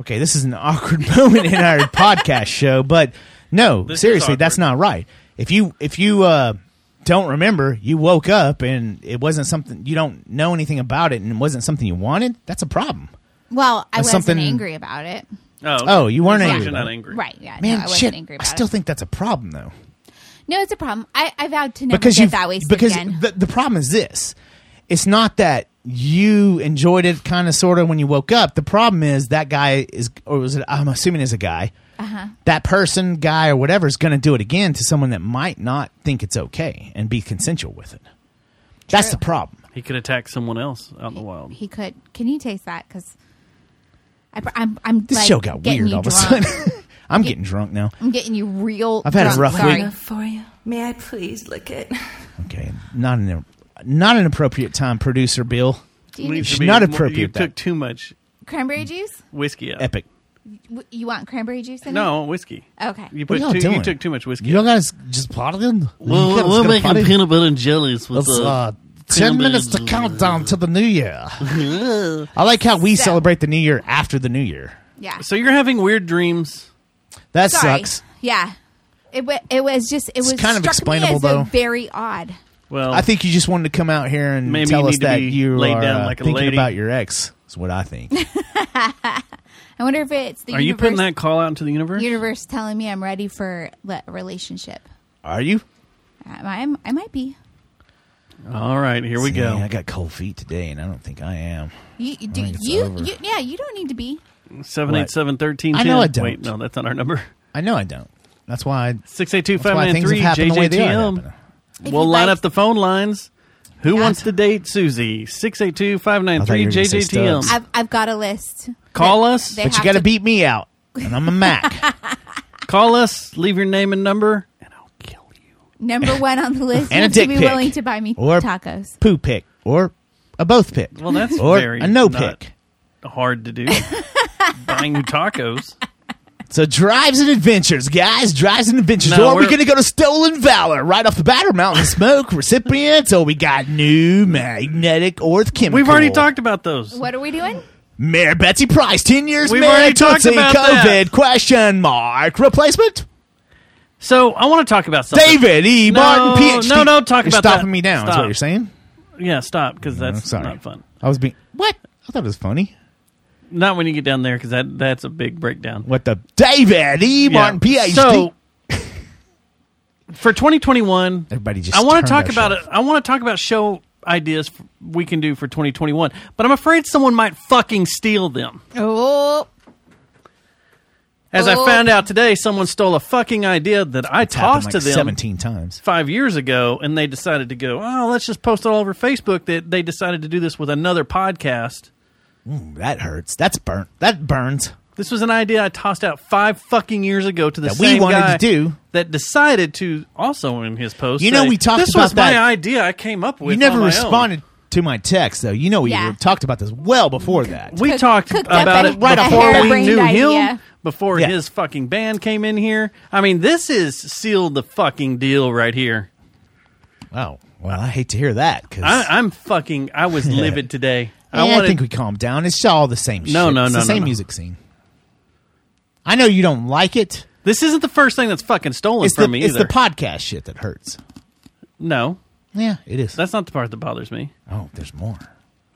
okay, this is an awkward moment in our podcast show, but no,
This is
seriously, that's
awkward.
not right. If you if you uh, don't remember, you woke up and it wasn't something you don't know anything about it, and it wasn't something you wanted. That's a problem.
Well, I
That's
wasn't
something-
angry about it.
Oh, okay.
Oh, you weren't
As long
angry
as You're
about
not
it.
angry,
Right. Yeah. no, I
Man,
wasn't
shit,
angry
I
about
still
it.
think that's a problem though.
No, it's a problem. I, I vowed to never
because you
get that wasted
because
again.
The, the problem is this it's not that you enjoyed it kind of sort of when you woke up the problem is that guy is or was it i'm assuming is a guy uh-huh. that person guy or whatever is going to do it again to someone that might not think it's okay and be consensual with it that's the problem
he could attack someone else out in the wild.
he could. Can you taste that? Because I'm I'm
this
like,
show got
getting
weird
you
all of a
drunk.
sudden i'm getting drunk now
I'm getting you real.
I've had a
drunk.
rough
Sorry.
Enough for you. May I please lick it?
okay not an not an appropriate time producer bill
Do you
Needs
need
to
should
be
not
more-
appropriate
You
that.
took too much
cranberry juice?
whiskey. Out.
epic
W- You want cranberry juice in
No whiskey.
it? Okay.
You
what
put
are y'all
too,
doing
you took too much whiskey.
you don't guys just plot it in You guys
we're
gotta
making
plot it?
peanut butter and jellies with
It's uh, 10 minutes to
uh,
countdown to the new year. I like how we
So-
celebrate the new year after the new year.
Yeah.
So you're having weird dreams.
That
Sorry.
sucks.
Yeah. It, wa it was just it was
kind of
struck me
explainable,
as
though.
A very odd.
Well,
I think you just wanted to come out here and
Maybe
tell
you
us
need to
that
be
you
laid
are
down
uh,
like a
thinking
lady.
about your ex. Is what I think.
I wonder if it's the
Are
universe,
you putting that call out into the universe?
universe telling me I'm ready for le- a relationship.
are you?
I, I'm, I might be.
All right, here we
See,
go.
I got cold feet today, and I don't think I am.
You, you- do
think it's
you,
over.
you? Yeah, you don't need to be.
Seven eight seven thirteen.
I know I
Wait,
don't.
no, that's not our number.
I know I don't. That's why. I, that's
Six eight two five
why
nine
things
three
have happened the way they are. happening.
JJTM.
If
We'll
you'd
line
like-
up the phone lines. Who wants to date Susie? Six eight two five nine
I thought you
three
were gonna say Stubbs.
JJTM.
I've, I've got a list.
Call
They-
us,
they
But you
have
got to
to-
beat me out, and I'm a Mac,
Call us. Leave your name and number, and I'll kill you.
Number one on the list.
and
you
a
have to
dick
be
pic,
willing to buy me
or
tacos.
poo pick, or a both pick,
Well, that's
or
very
a no
not
pick.
Hard to do. Buying you tacos.
So drives and adventures, guys, drives and adventures.
No,
or are we
we're-
gonna go to Stolen Valor right off the bat or Mountain Smoke recipients? Or we got new magnetic earth chemical.
We've already talked about those.
What are we doing?
Mayor Betsy Price, ten years
We've already
married,
talked
Tootsie,
about
COVID
that.
question mark replacement.
So I want to talk about something.
David E.
No,
Martin, PhD.
no, no, talk
you're
about
stopping
that.
me down. Is
Stop.
what you're saying?
Yeah, stop because
I'm
that's
sorry,
not fun.
I was being what? I thought it was funny.
Not when you get down there because that that's a big breakdown.
What the David E.
Yeah.
Martin, PhD.
So for 2021,
Everybody just
I want
turned
to talk
our
about
show
it. I want to talk about show ideas f- we can do for 2021, but I'm afraid someone might fucking steal them.
Oh,
As I
Oh.
found out today, someone stole a fucking idea that I
It's happened
tossed
like
to them.
seventeen times.
five years ago and they decided to go, oh, let's just post it all over Facebook that they decided to do this with another podcast.
Ooh, that hurts. That's burnt. That burns.
This was an idea I tossed out five fucking years ago to the
That we
same
wanted to
guy
do.
that decided to also in his post.
You know,
say,
we talked
this
about
was my
that.
idea. I came up with.
You never
on my own."
responded to my text, though. You know we
Yeah.
talked about this well before that.
We
Cook-
talked
cooked up
about
a-
it right
a
before we
harebrained
knew him,
idea.
before
Yeah.
his fucking band came in here. I mean, this is sealed the fucking deal right here.
oh, well, I hate to hear that because
I, I'm fucking. I was livid today. I
I,
wanted
think we calmed down. It's all the same.
No,
shit.
no,
it's
no,
the
no,
same
no.
music scene. I know you don't like it.
This isn't the first thing that's fucking stolen
It's the,
from me
it's
either.
the podcast shit that hurts.
no,
Yeah, it is.
that's not the part that bothers me.
oh, there's more.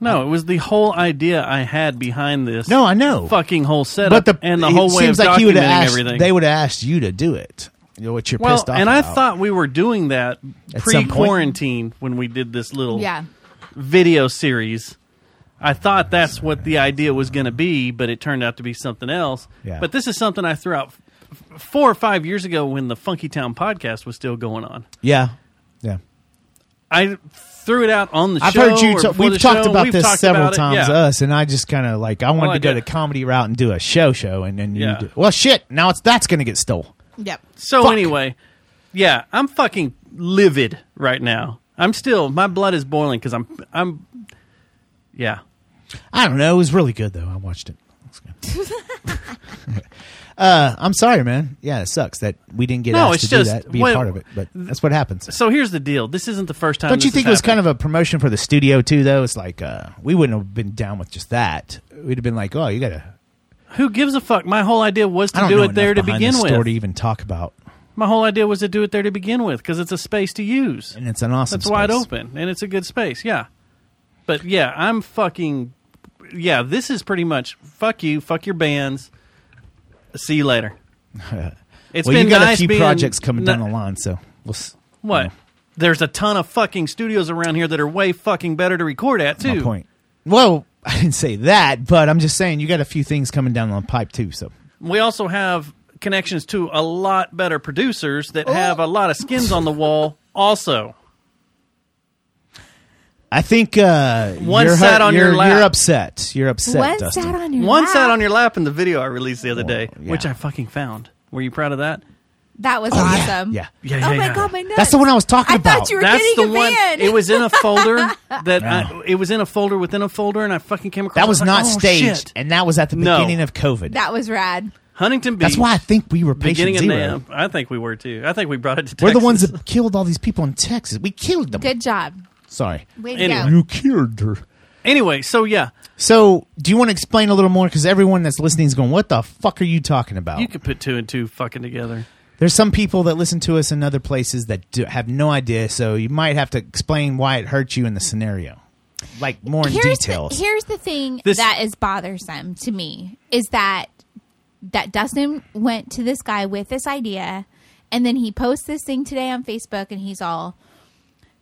No, it was the whole idea I had behind this.
No, I know.
fucking whole setup,
but the,
and the whole
it
way
seems
of
like
documenting
you would have asked,
everything.
They would have asked you to do it. You know what you're
well,
pissed off
and I
about.
thought we were doing that
At some point.
pre-quarantine when we did this little
Yeah.
video series. I thought that's what the idea was going to be, but it turned out to be something else.
Yeah.
But this is something I threw out f- f- four or five years ago when the Funky Town podcast was still going on.
yeah, yeah.
I threw it out on the
I've
show.
heard you.
or
ta-
before
we've
the
talked
show.
about
We've
this
talked
several
about it,
times, Uh,
yeah.
us, and I just kind of like I wanted
Well, I
to go
did.
the comedy route and do a show show, and then you.
Yeah.
Do, well, shit. Now it's that's going to get stole.
Yep.
So
Fuck.
anyway, yeah, I'm fucking livid right now. I'm still my blood is boiling because I'm I'm yeah.
I don't know. It was really good though. I watched it. It's good. uh, I'm sorry, man. Yeah, it sucks that we didn't get
No,
asked
it's
to do
just-
that, be
well,
a part of it, but that's what happens.
So here's the deal. This isn't the first time.
Don't you
this has
think it was
happened.
kind of a promotion for the studio too? Though it's like uh, we wouldn't have been down with just that. We'd have been like, oh, you gotta.
who gives a fuck? My whole idea was
I
to
don't
do
know
it there
enough
to
behind the
begin
Store to
with.
even talk about,
My whole idea was to do it there to begin with because it's a space to use.
and it's an awesome.
That's wide
space.
open and it's a good space. Yeah, but yeah, I'm fucking yeah. This is pretty much fuck you, fuck your bands. See you later. It's
well,
been
you got
nice
a few
being-
projects coming down
ni-
the line, so we'll. s-
What? There's a ton of fucking studios around here that are way fucking better to record at
My
too.
point. Well, I didn't say that, but I'm just saying you got a few things coming down the pipe too. So
We also have connections to a lot better producers that have a lot of skins on the wall. Also,
I think uh,
One
you're,
sat on your
you're,
lap.
You're upset. You're upset.
One
Dustin.
sat on your
one
lap.
sat on your lap in the video I released the other
Well,
day,
yeah.
which I fucking found. Were you proud of that?
That was
Oh, yeah,
awesome.
yeah.
Yeah, yeah,
oh my
yeah.
god, my nuts.
That's the one I was talking
I
about.
thought you were
That's the
getting a
one.
van.
It was in a folder that
Yeah.
I, it was in a folder within a folder, and I fucking came across.
That was
I
not
like, "Oh,
staged,
shit."
and that was at the
No.
beginning of COVID.
that was rad.
Huntington Beach.
That's why I think we were patient
beginning of
zero.
Nam. I think we were too. I think we brought it to.
We're the
Texas.
ones that killed all these people in Texas. We killed them.
Good job.
Sorry.
Way
Anyway.
to go.
You killed her.
Anyway, so yeah,
So, do you want to explain a little more? Because everyone that's listening is going, "What the fuck are you talking about?"
you could put two and two fucking together.
There's some people that listen to us in other places that do, have no idea, so you might have to explain why it hurt you in the scenario, like more in
Here's the,
details.
here's the thing
This-
that is bothersome to me is that that Dustin went to this guy with this idea, and then he posts this thing today on Facebook, and he's all,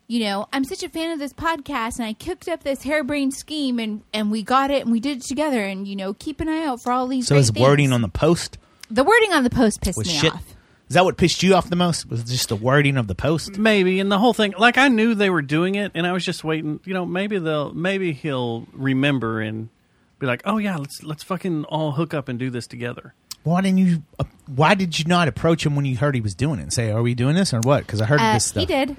you know, I'm such a fan of this podcast, and I cooked up this harebrained scheme, and and we got it, and we did it together, and you know, keep an eye out for all these.
so,
great
his wording
things."
on the post
the wording on the post pissed
was
me
shit.
off.
Is that what pissed you off the most? Was just the wording of the post?
Maybe, and the whole thing. Like I knew they were doing it, and I was just waiting. You know, maybe they'll, maybe he'll remember and be like, "Oh yeah, let's let's fucking all hook up and do this together."
Why didn't you? Uh, why did you not approach him when you heard he was doing it and say, "Are we doing this or what?" Because I heard
Uh,
this stuff.
he did.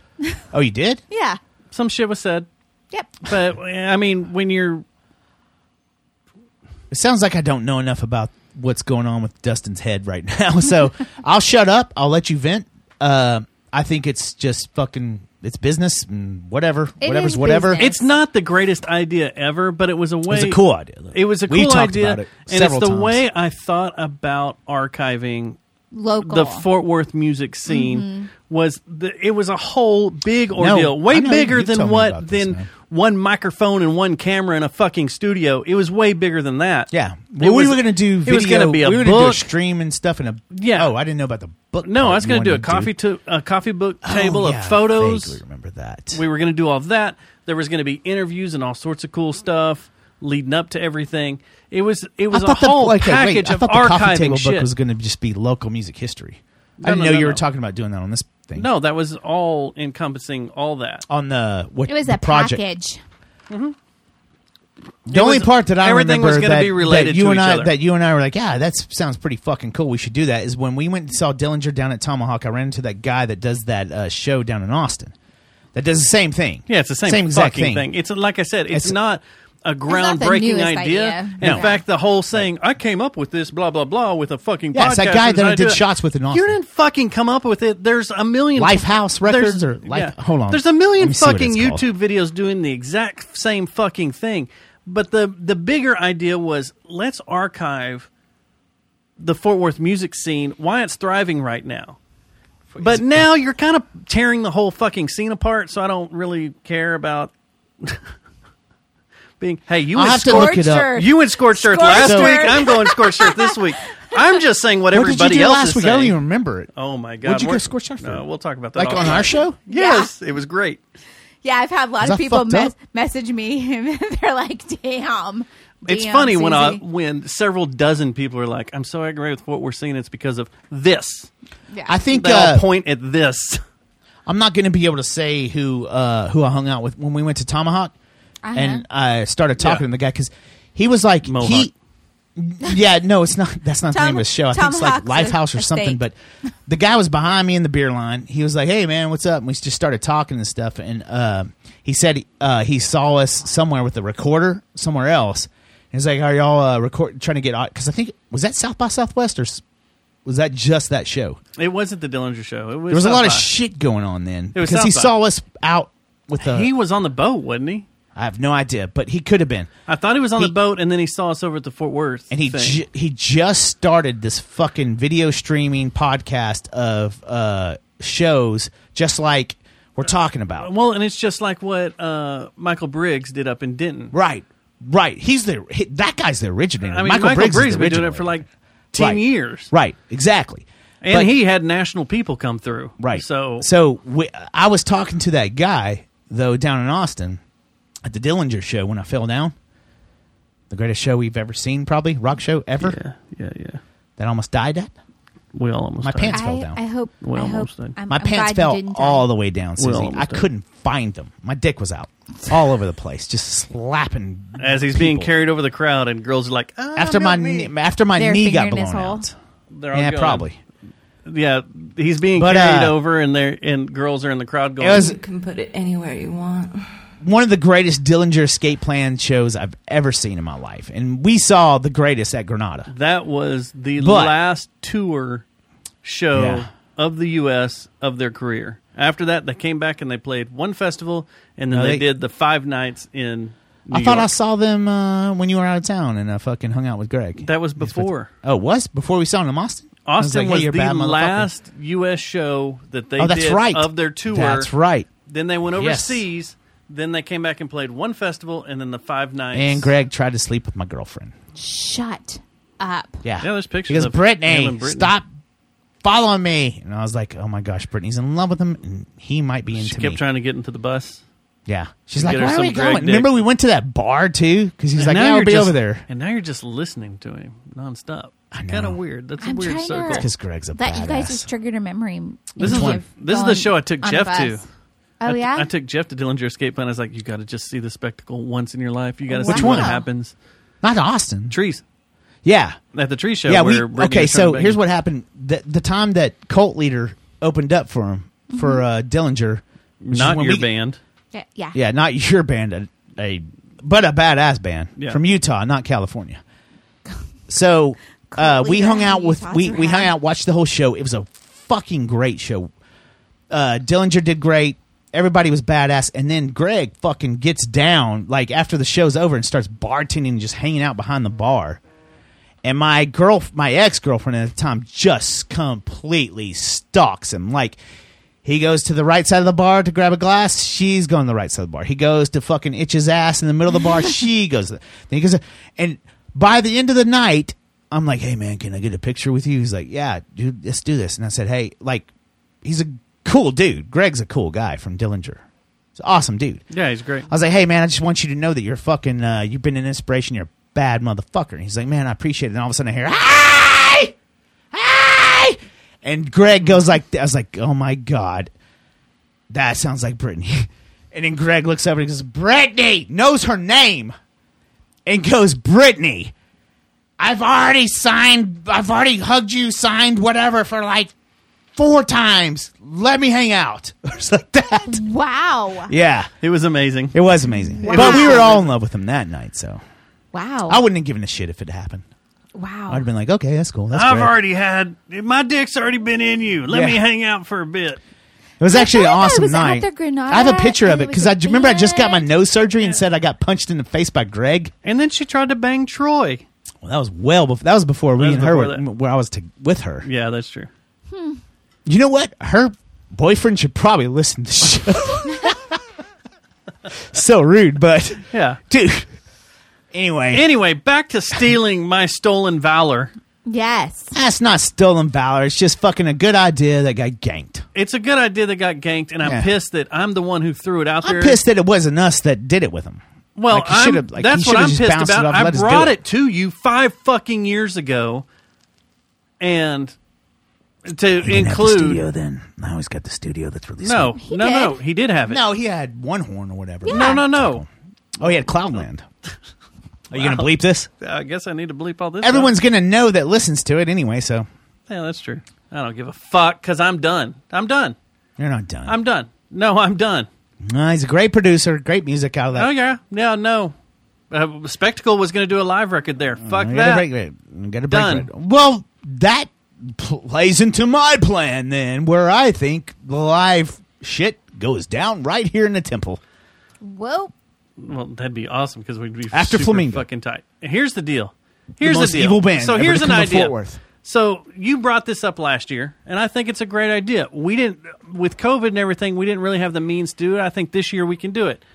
Oh, you did?
Yeah.
Some shit was said,
Yep.
but I mean, when you're
It sounds like I don't know enough about what's going on with Dustin's head right now. So I'll shut up. I'll let you vent. Uh, I think it's just fucking. It's business and whatever.
It
Whatever's
is
whatever.
business.
It's not the greatest idea ever, but it was a way.
was a cool idea, though.
It was a cool
We talked
idea,
about it
and it's
several
the
times.
way I thought about archiving
Local.
the Fort Worth music scene. Was the, it was a whole big ordeal,
I
way
know.
bigger
You
than
told me
what
about this,
than
man.
one microphone and one camera in a fucking studio. It was way bigger than that.
Yeah.
It
Well, we
was-
were gonna do video.
It was gonna be a
we were gonna do a
book.
stream and stuff and a.
Yeah.
Oh, I didn't know about the book.
no, I
part
was
you
gonna do a
wanted to
coffee to a coffee book table
oh,
of
yeah, I
photos.
vaguely remember that.
We were going to do all that. There was going to be interviews and all sorts of cool stuff leading up to everything. It was it was a
the-
whole
okay, wait,
package
I
of
thought the coffee
archiving
table
shit.
book was going to just be local music history.
No,
I didn't
no,
know
no,
you were
no.
talking about doing that on this thing.
no, that was all encompassing all that.
on the what?
it was
the
a
project.
package.
The only
was-
part that I
everything
remember
was gonna
that,
be related
that you
to
and
each
I
other.
that you and I were like, yeah, that sounds pretty fucking cool. We should do that. Is when we went and saw Dillinger down at Tomahawk. I ran into that guy that does that uh, show down in Austin. That does the same thing.
Yeah, it's the same,
exact
fucking thing. It's like I said, it's,
It's-
not a
not the
groundbreaking
newest
idea.
idea.
In
No.
fact, the whole saying, "I came up with this," blah blah blah, with a fucking podcast.
Yeah, it's that guy
and
that I
do
did
it."
shots with in
You
Austin.
didn't fucking come up with it. There's a million
Lifehouse Records
there's-
or Life- hold on.
There's a
Let
million
me see what
fucking
it's called.
YouTube videos doing the exact same fucking thing. But the the bigger idea was let's archive the Fort Worth music scene, why it's thriving right now. But now you're kind of tearing the whole fucking scene apart, so I don't really care about being. Hey, you
I'll
went
have to
scorched
look it up.
Earth. You went scorched earth
Scorched
last
Earth.
week. I'm going scorched earth this week. I'm just saying what,
What did you
everybody
do
else
last
is
week? I
saying.
don't even remember it.
Oh my god!
What'd you go
We're-
scorched earth for?
No, we'll talk about that.
Like
off
on
air.
our show?
Yes, it was great.
Yeah, I've had a lot
Is
of
that
people
fucked
mes-
up?
message me and they're like, "Damn."
It's
damn,
funny when I,
Susie."
when several dozen people are like, "I'm so aggravated with what we're seeing. It's because of this."
Yeah.
I think
They all
uh,
point at this.
I'm not going to be able to say who uh, who I hung out with when we went to Tomahawk,
Uh-huh.
and I started talking
Yeah.
to the guy because he was like
Mohawk.
he. Yeah, no, it's not. That's not the
Tom-
name of the show. I think it's like
Tomahawk's a-
Lifehouse or
a steak.
something. But the guy was behind me in the beer line. He was like, "Hey, man, what's up?" And we just started talking and stuff. And uh, he said uh, he saw us somewhere with a recorder somewhere else. And he's like, "Are y'all uh, record trying to get?" Because I think was that South by Southwest or s- was that just that show?
It wasn't the Dillinger show. It was
There was a
South
lot of
by.
shit going on then
It was
because he
South by.
saw us out with the.
He was on the boat, wasn't he?
I have no idea, but he could have been.
I thought he was on
He-
the boat, and then he saw us over at the Fort Worth.
And he
thing.
ju- he just started this fucking video streaming podcast of uh, shows, just like we're talking about.
well, and it's just like what uh, Michael Briggs did up in Denton.
Right, right. He's the he, that guy's the originator.
I mean, Michael, Briggs,
Briggs, is the
has been doing it
originator.
for like ten
Right.
years,
Right, exactly.
and
But-
he had national people come through,
Right.
So,
so we, I was talking to that guy though down in Austin at the Dillinger show when I fell down. The greatest show we've ever seen, probably rock show ever
yeah, yeah, yeah.
that I almost died at.
We all almost
My
died.
pants fell
I,
down.
I hope.
We
I hope
almost did.
I'm,
My
I'm glad
pants
you
fell
didn't uh, die.
all the way down, Susie.
almost
I
died.
couldn't find them. My dick was out all over the place, just slapping.
as he's being
people.
carried over the crowd, and girls are like, ah,
Oh,
after my
milk
knee,
me.
after my
Their
knee got
finger in his
blown
hole.
out.
They're all
Yeah,
going.
probably.
Yeah, he's being
But,
carried
uh,
over, and they're and girls are in the crowd going.
It was
You can put it anywhere you want.
one of the greatest Dillinger escape plan shows I've ever seen in my life, and we saw the greatest at Granada.
that was the
But-
last tour show
Yeah.
of the U.S. of their career. After that, they came back and they played one festival, and then
No,
they,
they-
did the five nights in. New
I thought I
York.
saw them uh, when you were out of town and I fucking hung out with Greg.
that was before.
oh, it was before we saw them in Austin. I
Austin
like, hey,
was
you're a
the
bad motherfucker.
last U.S. show that they
Oh, that's
did
right.
of their tour.
That's right.
Then they went
Yes.
overseas. Then they came back and played one festival, and then the five nights.
And Greg tried to sleep with my girlfriend.
Shut up.
Yeah,
Yeah, there's pictures
Because
of him
Brittany,
and Britney.
stop following me. And I was like, oh my gosh, Brittany's in love with him, and he might be into
She
me.
kept trying to get into the bus.
yeah, she's
to
like,
get her
where are
some
we
Greg
going?
dick.
Remember, we went to that bar too because he's like,
now
yeah,
you're
I'll be
just-
over there.
And now you're just listening to him nonstop.
I know.
Kind of weird. That's a
I'm
weird
trying to-
circle.
It's because Greg's a
That
badass.
you guys just triggered a memory.
This is
in me
the-
of
this is the
going
show I took
on
Jeff
a bus.
to.
Oh
I t-
yeah.
I took Jeff to Dillinger Escape Plan. I was like, you got to just see the spectacle once in your life. You got to
Oh,
Which
see what
one?
happens.
Not Austin.
Trees
Yeah,
at the tree show.
yeah. We
where Brittany
okay.
was
So
trying to
here's
bang
what happened: the, the time that cult leader opened up for him for uh, Dillinger,
him.
which is
Mm-hmm. not
when
your
we-
band.
Yeah. Yeah.
Yeah, not your band, a, a but a badass band
Yeah.
from Utah, not California. So uh,
Cool
we
leader
hung
out
out
of
with
Utah
we, we hung
somehow.
out, watched the whole show. It was a fucking great show. Uh, Dillinger did great. Everybody was badass, and then Greg fucking gets down like after the show's over and starts bartending, and just hanging out behind the bar. And my girl, my ex girlfriend at the time, just completely stalks him. Like he goes to the right side of the bar to grab a glass. She's going to the right side of the bar. He goes to fucking itch his ass in the middle of the bar. she goes. Then he goes. And by the end of the night, I'm like, "Hey man, can I get a picture with you?" He's like, "Yeah, dude, let's do this." And I said, "Hey, like, he's a cool dude. Greg's a cool guy from Dillinger. He's an awesome dude."
Yeah, he's great.
I was like, "Hey, man, I just want you to know that you're fucking. Uh, you've been an inspiration. You're a bad motherfucker." And he's like, "Man, I appreciate it." And all of a sudden, I hear, "Hey, hey!" And Greg goes like, "I was like, oh my god, that sounds like Brittany." And then Greg looks over and he goes, "Brittany knows her name," and goes, "Brittany, I've already signed. I've already hugged you, signed whatever for like." Four times, let me hang out. It was like that.
Wow.
Yeah.
It was amazing.
It was amazing. But we were all in love with him that night, so
Wow.
I wouldn't have given a shit if it happened. I'd
wow.
have been like, okay, that's cool. That's
I've
great.
already had my dick's already been in you. Let
Yeah.
me hang out for a bit.
it was actually an
thought I
awesome
was at
night.
the Granada
I have a picture of
and
it
it was
because
a
I remember I just got my
band.
nose surgery and said I got punched in the face by Greg.
And then she tried to bang Troy.
Well, that was well before. That was before we
was
and her
before
were,
that.
where I was to, with her.
Yeah, that's true.
You know what? Her boyfriend should probably listen to the show. so rude, but
Yeah.
dude. Anyway,
Anyway, back to stealing my stolen valor.
Yes.
that's not stolen valor. It's just fucking a good idea that got ganked.
It's a good idea that got ganked, and I'm
Yeah.
pissed that I'm the one who threw it out there.
I'm pissed that it wasn't us that did it with him.
Well,
Like, you
I'm-
should've- like, you
that's what
should've
I'm
just
pissed
bounced it
about.
off and
I
let us do
brought
it.
it to you five fucking years ago, and to include
then. Now he's got the studio that's releasing.
no,
He
no,
did.
no, he did have it.
no, he had one horn or whatever.
no, no, no.
Oh, he had Cloudland. Are you gonna bleep this?
I guess I need to bleep all this. out.
Everyone's gonna know that listens to it anyway. So
yeah, that's true. I don't give a fuck because I'm done. I'm done.
you're not done.
I'm done. No, I'm done.
Uh, he's a great producer. Great music out of that.
Oh yeah, no, no. Uh, Spectacle was going to do a live record there. Fuck
I
that.
gotta break it. I gotta break
Done.
it. Well, that plays into my plan then, where I think the live shit goes down right here in the temple.
Whoa.
Well, that'd be awesome because we'd be
After
super
Flamingo.
fucking tight. Here's the deal. Here's the,
most
deal.
evil band
so
ever
here's
to
an
come to
idea.
Fort Worth.
So you brought this up last year, and I think it's a great idea. We didn't with COVID and everything. We didn't really have the means to do it. I think this year we can do it.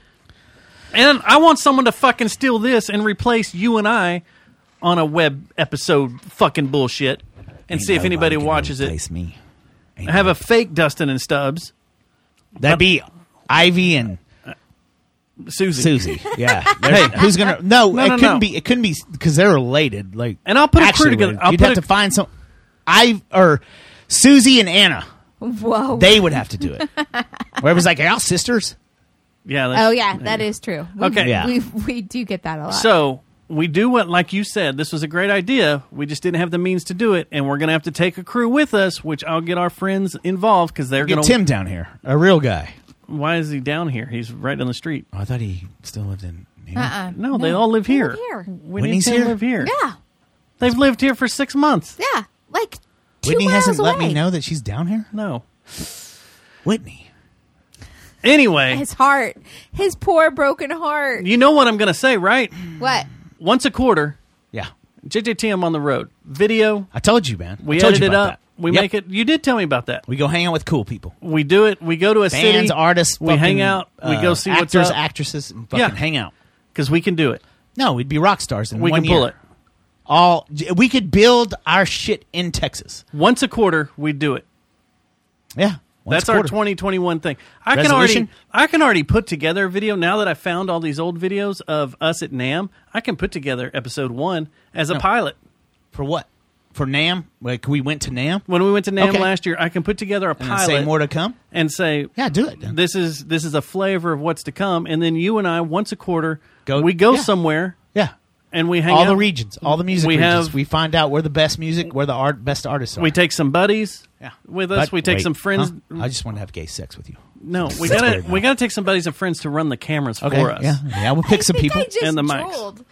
And I want someone to fucking steal this and replace you and I on a web episode fucking bullshit, and see if anybody watches it.
Me.
Have a fake Dustin and Stubbs,
That'd be Ivy and
Susie,
Susie. Yeah. They're- who's gonna? No,
No,
it
no,
couldn't
no.
be. It couldn't be because they're related. Like,
And I'll put a crew
actually
together.
related.
I'll
You'd
put
have
a-
to find some. I or Susie and Anna.
Whoa.
They would have to do it. Where it was like, y'all sisters.
Yeah. that's-
oh yeah, that is true. We,
Okay.
Yeah.
We we do get that a lot.
So we do what, like you said, this was a great idea. We just didn't have the means to do it, and we're going to have to take a crew with us, which I'll get our friends involved because they're going
Get Tim down here, a real guy.
Why is he down here? He's right down the street.
Oh, I thought he still lived in. New York.
uh-uh.
No, they all live here.
live here.
We
Whitney's
need to
here?
live here.
Yeah.
They've lived here for six months.
Yeah. Like two
Whitney
miles
hasn't
away.
let me know that she's down here.
No.
Whitney.
Anyway,
His heart. His poor broken heart.
you know what I'm going to say, right?
What?
Once a quarter,
Yeah,
JJTM on the road. Video.
I told you, man.
We
I told
edit
you
it
about
up.
that.
We
Yep.
make it. You did tell me about that.
We go hang out with cool people.
We do it. We go to a
Bands,
city.
artists.
We hang
fucking,
out. we
uh,
go see
actors,
what's up
actresses. And fucking
Yeah.
hang out.
because we can do it.
No, we'd be rock stars in
We
one
can pull
year.
it.
All j- we could build our shit in Texas.
Once a quarter, we do it.
Yeah, once
That's
a
our
quarter.
2021 thing. I
Resolution?
can already I can already put together a video now that I found all these old videos of us at Nam. I can put together episode 1 as a
No.
pilot.
for what? For Nam? Like we went to Nam.
When we went to Nam
Okay.
last year, I can put together a
And then
pilot
say more to come.
and say
Yeah, do it.
this is this is a flavor of what's to come and then you and I once a quarter
Go-
we go
yeah.
somewhere
yeah,
and we hang
all
out.
the regions, all the music
We
regions.
have-
we find out where the best music, where the art, best artists are.
We take some buddies
yeah.
with us.
But
we take
wait,
some friends.
huh? I just want to have gay sex with you.
No, we
That's
gotta
weird,
we
though.
gotta take some buddies and friends to run the cameras
Okay.
for us.
Yeah, yeah. We'll pick some
I think
people.
I just
And the mics.
drooled.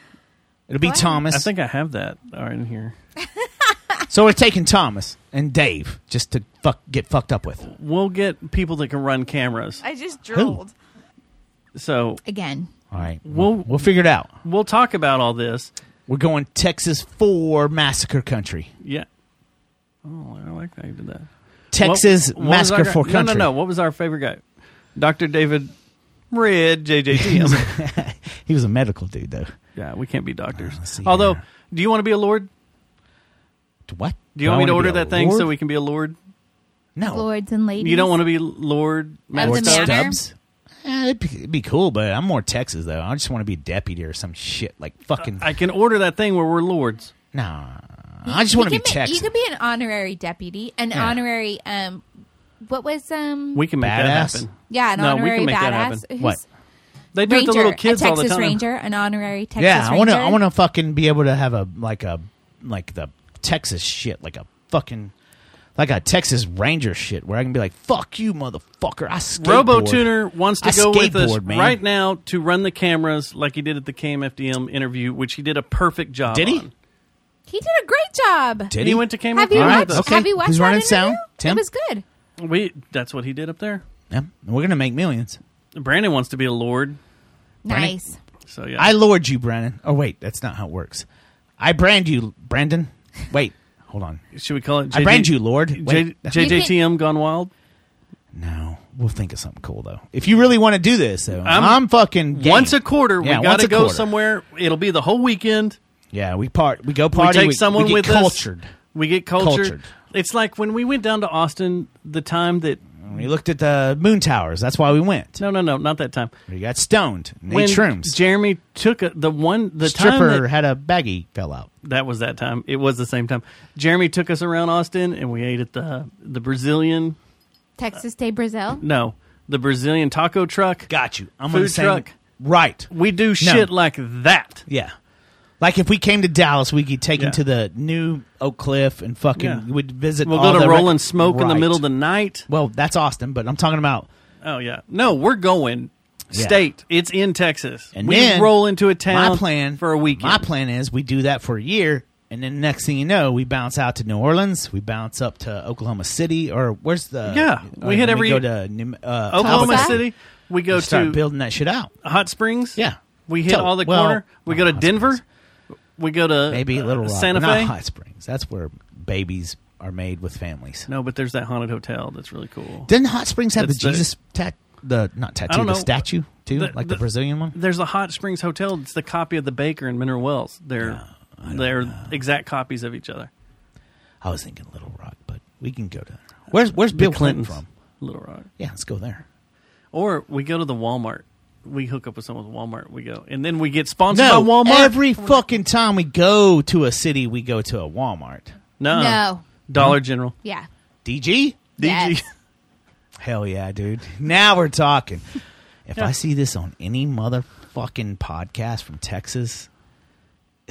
It'll be Thomas.
I think I have that uh, in here.
so. We're taking Thomas and Dave just to fuck get fucked up with.
We'll get people that can run cameras.
I just drooled.
So
Again.
All right,
We'll-
we'll we'll figure it out.
we'll talk about all this.
We're going Texas for massacre country.
Yeah. Oh, I like how you did that.
Texas
What- what was our
massacre
guy-
for country.
No, no, no. What was our favorite guy? Dr. David Red, JJTM.
He was a medical dude though.
yeah, we can't be doctors.
see
Although,
here.
do you want to be a lord?
What?
Do you want me to
wanna be
order
a
that thing so
lord?
we can be a lord?
no
Lords and ladies.
You don't want to be lord?
Of
Lord
the manor?
Stubbs? Eh, it'd, be, it'd be cool, but I'm more Texas though. I just want to be deputy or some shit like fucking.
I can order that thing where we're lords.
nah, I just want to be
You
Texas.
could be an honorary deputy, an
Yeah.
honorary um what was um
We can make that
Badass?
happen.
yeah, an
no, we
honorary
can make that
badass.
happen.
Who's-
What?
They do it
Ranger,
to little kids
a
all
Texas
the time.
Ranger, an honorary Texas
yeah, I want to.
Ranger.
I want to fucking be able to have a like a like the Texas shit, like a fucking like a Texas Ranger shit, where I can be like, "Fuck you, motherfucker!" I skateboard.
Robo Tuner wants to
I
go with us
skateboard, man.
right now to run the cameras like he did at the KMFDM interview, which he did a perfect job.
Did he?
on.
He did a great job.
Did
he
he?
went to KMFDM
Have you
All right,
watched?
with us.
okay.
Have you watched
Who's
that
running
interview?
sound? Tim?
It was good.
We that's what he did up there.
Yeah, we're gonna make millions.
Brandon wants to be a lord,
Brandon?
Nice.
so yeah.
I lured you, Brandon. Oh wait, that's not how it works. I brand you, Brandon. Wait, hold on.
Should we call it? JJ,
I brand you, Lord. Wait.
J, JJTM gone wild.
No, We'll think of something cool though. If you really want to do this, though, I'm, fucking game.
Once a quarter, we
Yeah, once
gotta
a
go
quarter.
somewhere. It'll be the whole weekend.
Yeah, we part. We go party.
we take
we-
someone
we get
with
cultured.
us. We get cultured.
Cultured.
It's like when we went down to Austin. The time that
We looked at the moon towers. That's why we went.
no, no, no, not that time.
We got stoned. and
when
ate shrooms.
Jeremy took a, the one the time
Stripper
that,
had a baggie fell out.
that was that time. It was the same time. Jeremy took us around Austin, and we ate at the the Brazilian.
Texas Day Brazil.
No, the Brazilian taco truck.
Got you. I'm
Food
on the same-
truck.
Right.
We do shit like that.
Yeah. Like if we came to Dallas, we could take
Yeah.
him to the new Oak Cliff and fucking
Yeah.
we'd visit.
We'll
all
go to
the rec-
Rolling Smoke in the
Right.
middle of the night.
Well, that's Austin, but I'm talking about
Oh yeah. No, we're going
Yeah.
state. It's in Texas.
and
we
then
roll into a town.
My plan
for a weekend.
My plan is we do that for a year, and then next thing you know, we bounce out to New Orleans, we bounce up to Oklahoma City, or where's the
Yeah,
or
we hit
then
every-
go to New, uh,
Oklahoma
Albuquerque.
City. We go
We start
to
building that shit out.
Hot Springs.
Yeah.
We hit
Tell-
all the
well, oh,
corner. We go to
Hot
Denver.
Springs.
We go to
Maybe
uh,
Little Rock,
Santa
but not
Fe.
Hot Springs. That's where babies are made with families.
No, but there's that haunted hotel that's really cool.
Didn't Hot Springs have
That's
the
the-
Jesus tat? The not
I
tattoo,
don't
the
know.
statue too,
The-
like the,
the-
Brazilian one.
There's the Hot Springs Hotel. It's the copy of the Baker in Mineral Wells. They're they're exact copies of each other.
I was thinking Little Rock, but we can go to. Where's Where's Bill Clinton
Clinton's
from?
Little Rock.
Yeah, let's go there.
Or we go to the Walmart. We hook up with someone with Walmart. We go, and then we get sponsored by
no,
Walmart.
every fucking time we go to a city, we go to a Walmart.
no,
No.
Dollar General.
Yeah.
DG?
Yes.
Hell yeah, dude. Now we're talking. If I see this on any motherfucking podcast from Texas,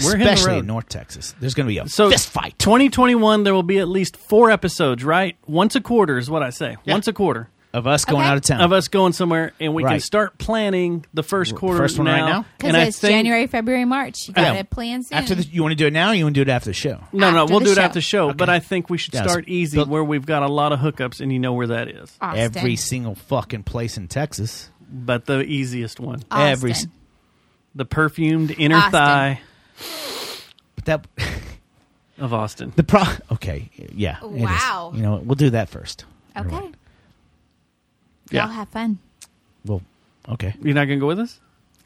We're hitting the
especially
road.
in North Texas, there's going to be a
So
fist fight.
2021, there will be at least four episodes, right? Once a quarter is what I say.
Yeah.
Once a quarter
of us going
Okay.
out of town.
of us going somewhere, and we can
Right.
start planning the first
R-
quarter.
first one
now.
right now?
Because
And I
it's
think-
January, February, March. You
Yeah.
got to plan soon.
After the, you want to do it now? Or you want to do it after the show?
No, no,
after
we'll
the
do it
show.
after the show. But I think we should
Yeah, so
start easy,
build-
where we've got a lot of hookups, and you know where that is.
Austin.
Every single fucking place in Texas.
But the easiest one,
Austin.
every s-
the perfumed inner
Austin.
thigh
But that
of Austin.
the pro. Okay, yeah. it is.
Wow.
You know, what, we'll do that first. Never
Okay.
mind.
Yeah.
Y'all have fun.
Well, okay.
You're not gonna go with us?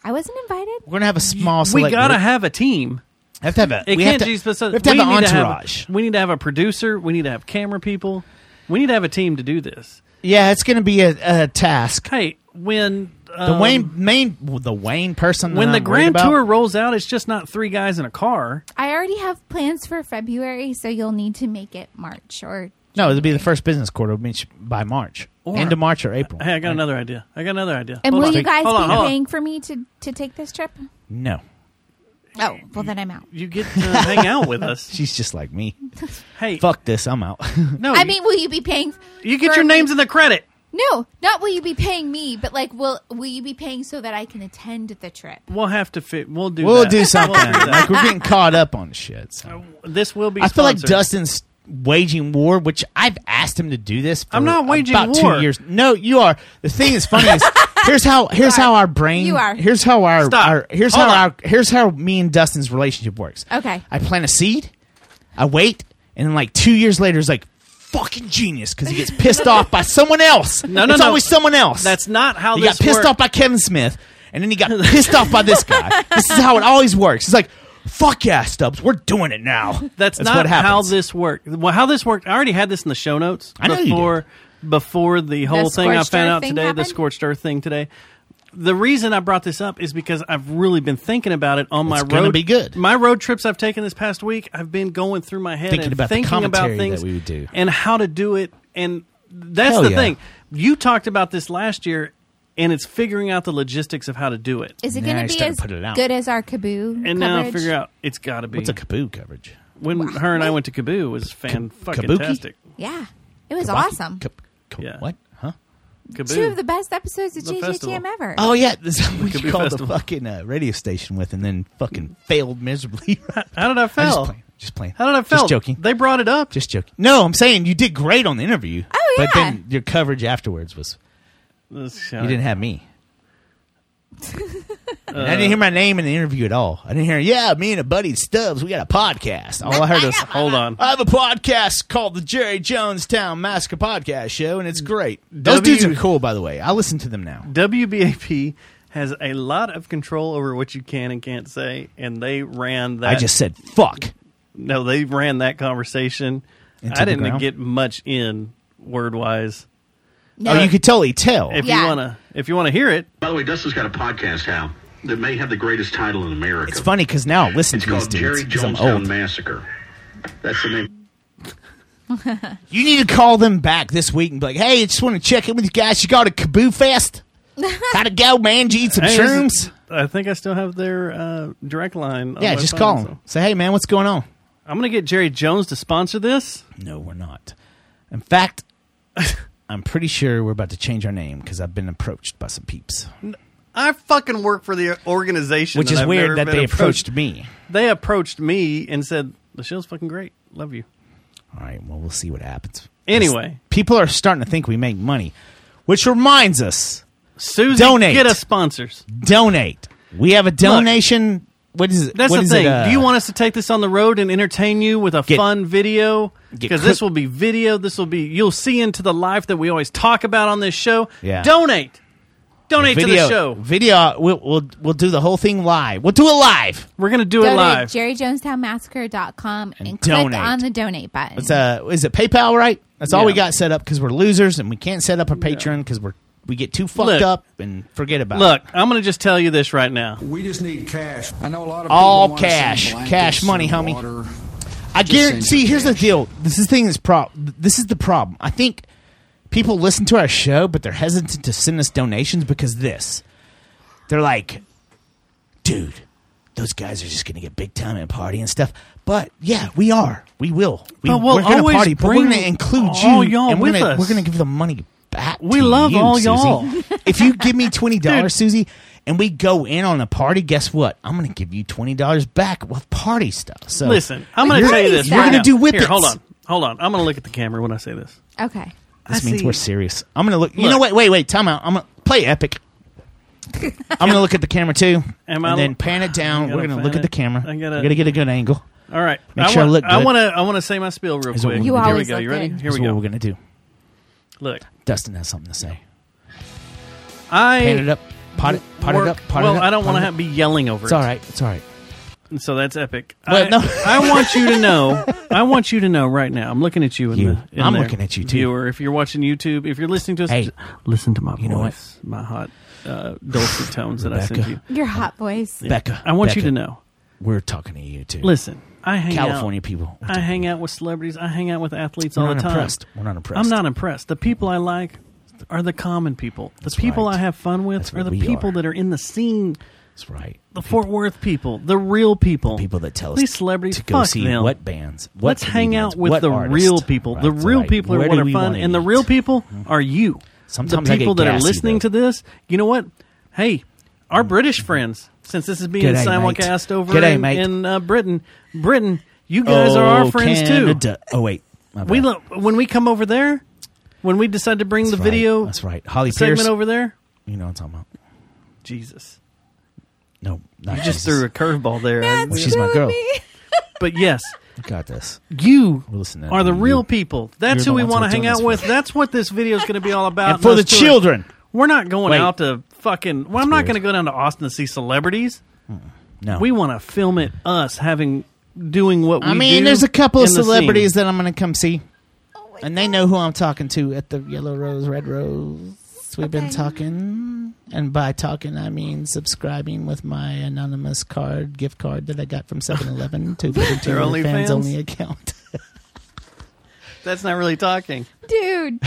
I wasn't invited.
We're gonna have a small.
we
select
gotta
group.
have a team.
have to have a.
It
we
can't
have to,
just be so-
we have to
we
have an
need to have-
entourage.
we need to have a producer. We need to have camera people. We need to have a team to do this.
yeah, it's gonna be a, a task.
Hey, when
The
um,
Wayne main the Wayne person.
when
that
the
I'm worried
grand
about-
tour rolls out, it's just not three guys in a car.
I already have plans for February, so you'll need to make it March or
No, it'll be the first business quarter which- by March,
Or-
end of March or April.
Hey, I got another idea. I got another idea.
And
Hold
will
on.
you guys
Hold
be
on, hold on.
paying for me to to take this trip?
No,
Oh, well then I'm out.
You get to hang out with us.
she's just like me.
Hey,
Fuck this, I'm out.
No,
I
you-
mean, will you be paying?
you get
for
your
me-
names in the credit.
No, not will you be paying me, but like, will will you be paying so that I can attend the trip?
We'll have to fit. We'll do. Uh,
we'll
that.
do something.
that.
like we're getting caught up on shit. so.
This will be.
I feel like
sponsored.
Dustin's waging war, which I've asked him to do this. For
I'm not waging
about
war.
Two years. No, you are. The thing is funny is here's how here's how our brain.
You are.
Here's how our,
Stop.
our here's
Hold
how
on.
our here's how me and Dustin's relationship works.
Okay.
I plant a seed, I wait, and then like two years later, it's like fucking genius because he gets pissed off by someone else.
No, no,
it's
no.
always someone else.
That's not how
He
this
got pissed
works.
off by Kevin Smith, and then he got pissed off by this guy. This is how it always works. It's like, fuck yeah, Stubbs, we're doing it now.
That's, not
what happens.
how this worked. Well, how this worked. I already had this in the show notes
I know you
before before the whole thing I
scorched
found
earth
out
thing
today, the
happened?
scorched earth thing today. The reason I brought this up is because I've really been thinking about it on my
It's gonna
road.
be good.
My road trips I've taken this past week, I've been going through my head
Thinking
and
about the
thinking about
commentary that
things
we would do.
and how to do it. And that's
Hell
the
yeah.
thing. You talked about this last year, and it's figuring out the logistics of how to do it.
Is it
Nah,
going to
you're
be
starting
as
to put it out.
good as our Kaboo?
And now I figure out it's got to be.
What's a Kaboo coverage?
when her and I went to Kaboo, it was fan fucking tastic.
Yeah, it was
Kabaki?
awesome.
Kab- kab-
Yeah.
What? Huh?
Kaboo.
Two of the best episodes of
The
JJTM
festival.
ever.
Oh yeah, this is what
Kaboo
you called the
Festival.
fucking uh, radio station with, and then fucking failed miserably.
How did I
I'm just
fail?
playing. Just playing.
How did I fail?
Just joking.
They brought it up.
just joking. No, I'm saying you did great on the interview.
Oh,
But
yeah.
then your coverage afterwards was
Let's-
you didn't have me. And I didn't hear my name in the interview at all. I didn't hear, yeah, me and a buddy Stubbs, we got a podcast.
Oh,
All I heard was,
hold on.
I have a podcast called the Jerry Jonestown Massacre Podcast Show, and it's great. Those
W-
dudes are cool, by the way. I listen to them now.
WBAP has a lot of control over what you can and can't say, and they ran that.
I just said, fuck.
no, they ran that conversation.
Into
I
the
didn't
ground?
get much in word wise.
Oh, you could totally tell.
If
Yeah.
you wanna, if you wanna hear it,
By the way, Dustin's got a podcast now that may have the greatest title in America.
It's funny because now I listen
It's
to these
called Jerry
dudes because I'm
Jonestown
old.
Massacre. That's the name.
You need to call them back this week and be like, hey, I just want to check in with you guys. You got a Kaboo Fest? Gotta go, man. Did you eat some
Hey,
shrooms?
this is- I think I still have their uh, direct line. on
yeah,
my phone,
just call them.
so.
Say, hey, man, what's going on?
I'm gonna get Jerry Jones to sponsor this.
No, we're not. In fact, I'm pretty sure we're about to change our name because I've been approached by some peeps,
I fucking work for the organization,
which
that
is
I've never
weird that
been
they approached me.
They approached me and said the show's fucking great. Love you.
All right, well, we'll see what happens.
Anyway.
people are starting to think we make money, which reminds us
Susie,
Donate.
get us sponsors.
donate. We have a donation. what is it?
That's
what
the
is
thing.
It, uh,
Do you want us to take this on the road and entertain you with a
Get-
fun video?
get
Because this
cook-
will be video. This will be you'll see into the life that we always talk about on this show.
Yeah.
Donate. Donate
video,
to the show.
Video. We'll, we'll we'll do the whole thing live. We'll do it live.
We're gonna do
Go
it live.
to jerryjonestownmassacre.com and,
And
click
donate.
on the donate button.
It's uh, is it PayPal right? That's all we
Yeah.
got set up because we're losers and we can't set up a Patreon because we're we get too fucked
Look.
up and forget about it.
Look, I'm gonna just tell you this right now.
We just need cash. I know a lot of
All
people want to send
cash.
blankets,
Cash money,
send
homie.
water.
I
Just send
guarantee. See, here's the deal. This is the thing. This prob. This is the problem. I think people listen to our show, but they're hesitant to send us donations because this. They're like, dude, those guys are just gonna get big time and party and stuff. But yeah, we are. We will. We,
But we'll
are gonna
always
party. But we're
bring
gonna include you.
all y'all
and we're
with
gonna,
us.
We're gonna give the money back.
We
to
love
you,
all
Susie.
y'all.
if you give me twenty
Dude.
dollars, Susie, and we go in on a party, guess what? I'm gonna give you twenty dollars back with party stuff. So
Listen, I'm gonna
You're-
tell you this.
You're
right
gonna
now.
do whippets.
Here, hold on, hold on. I'm gonna look at the camera when I say this.
okay.
This
I
means
see.
we're serious. I'm gonna look. You know
Look.
what? Wait, wait. Time out. I'm gonna play epic. I'm gonna look at the camera too,
Am
and
I-
then pan it down.
You
We're
gotta
gonna look
fan
at the
it.
camera.
I
I
gotta-
gotta, gotta get a good angle.
All right,
Make
I
sure I
want,
look
I
good.
want to. I want to say my spiel real
Is what
quick.
we're
You
Here
gonna
we
always
go.
look
You ready?
good.
Here
Here's
we
what
go.
we're gonna do.
Look,
Dustin has something to say.
I
Pan it up. Pot it. Pot
work-
it up. Pot
well,
it up.
I don't
pot
want
it
to
up.
be yelling over
It's
it.
all right. It's all right.
And so that's epic.
Well,
I,
no.
I want you to know. I want you to know right now. I'm looking at you. In
You.
The, in
I'm
there,
looking at you, too.
Viewer, if you're watching YouTube, if you're listening to us,
Hey,
j- listen to my
you know what?
voice, my hot, uh, dulcet tones that I send
Rebecca.
you.
Your hot voice.
Yeah.
Becca,
I want you
Becca.
to know.
We're talking to you too.
Listen, I hang
California
out,
people. We're
I
talking
hang
to you.
out with celebrities. I hang out with athletes
We're
all the
not
time.
impressed. We're not impressed.
I'm not impressed. The people I like are the common people. The
That's
people
right.
I have fun with
That's
are
what
the
we
people
are.
that are in the scene.
That's right.
The Fort Worth people, the real people,
people that tell us
these celebrities
to go
fuck
see
them.
what bands. What
Let's hang
comedians,
out with
what
the
artists.
real people.
Right,
the
that's
real
right.
people
Where
are what
do
are
we
fun,
wanna
and the
eat? Mm-hmm.
real people are you.
Sometimes
the
I get
people that are
gassy,
listening
though. Mm.
to this, you know what? Hey, our British friends, since this is being
G'day, mate.
simulcast over
G'day,
in,
mate.
in uh, Britain, Britain, you guys are
Oh,
our friends too.
Canada. Oh wait, My
We
bad.
lo- when we come over there, when we decide to bring
That's
the
right.
video
That's right. Holly
segment
Pierce.
over there,
You know what I'm talking about.
Jesus,
No, not
you just
Jesus.
threw a curveball there.
Well, she's my girl.
but yes.
You got this.
You
We're listening to
are the
you.
real people. That's who
You're the
we
ones
want to
we're
hang
doing
out
this
with.
for.
That's what this video is going to be all about.
And for
us
the
doing it.
children.
We're not going
Wait.
out to fucking. Well, I'm not
weird.
going to go down to Austin to see celebrities.
No,
We want to film it us having doing what
I
we
mean,
do
there's a couple of
in the
celebrities
scene.
that I'm going to come see, and they know who I'm talking to at the Yellow Rose, Red Rose. We've been talking, and by talking I mean subscribing with my anonymous card, gift card that I got from 7-Eleven to the
only fans?
fans only account.
That's not really talking.
Dude.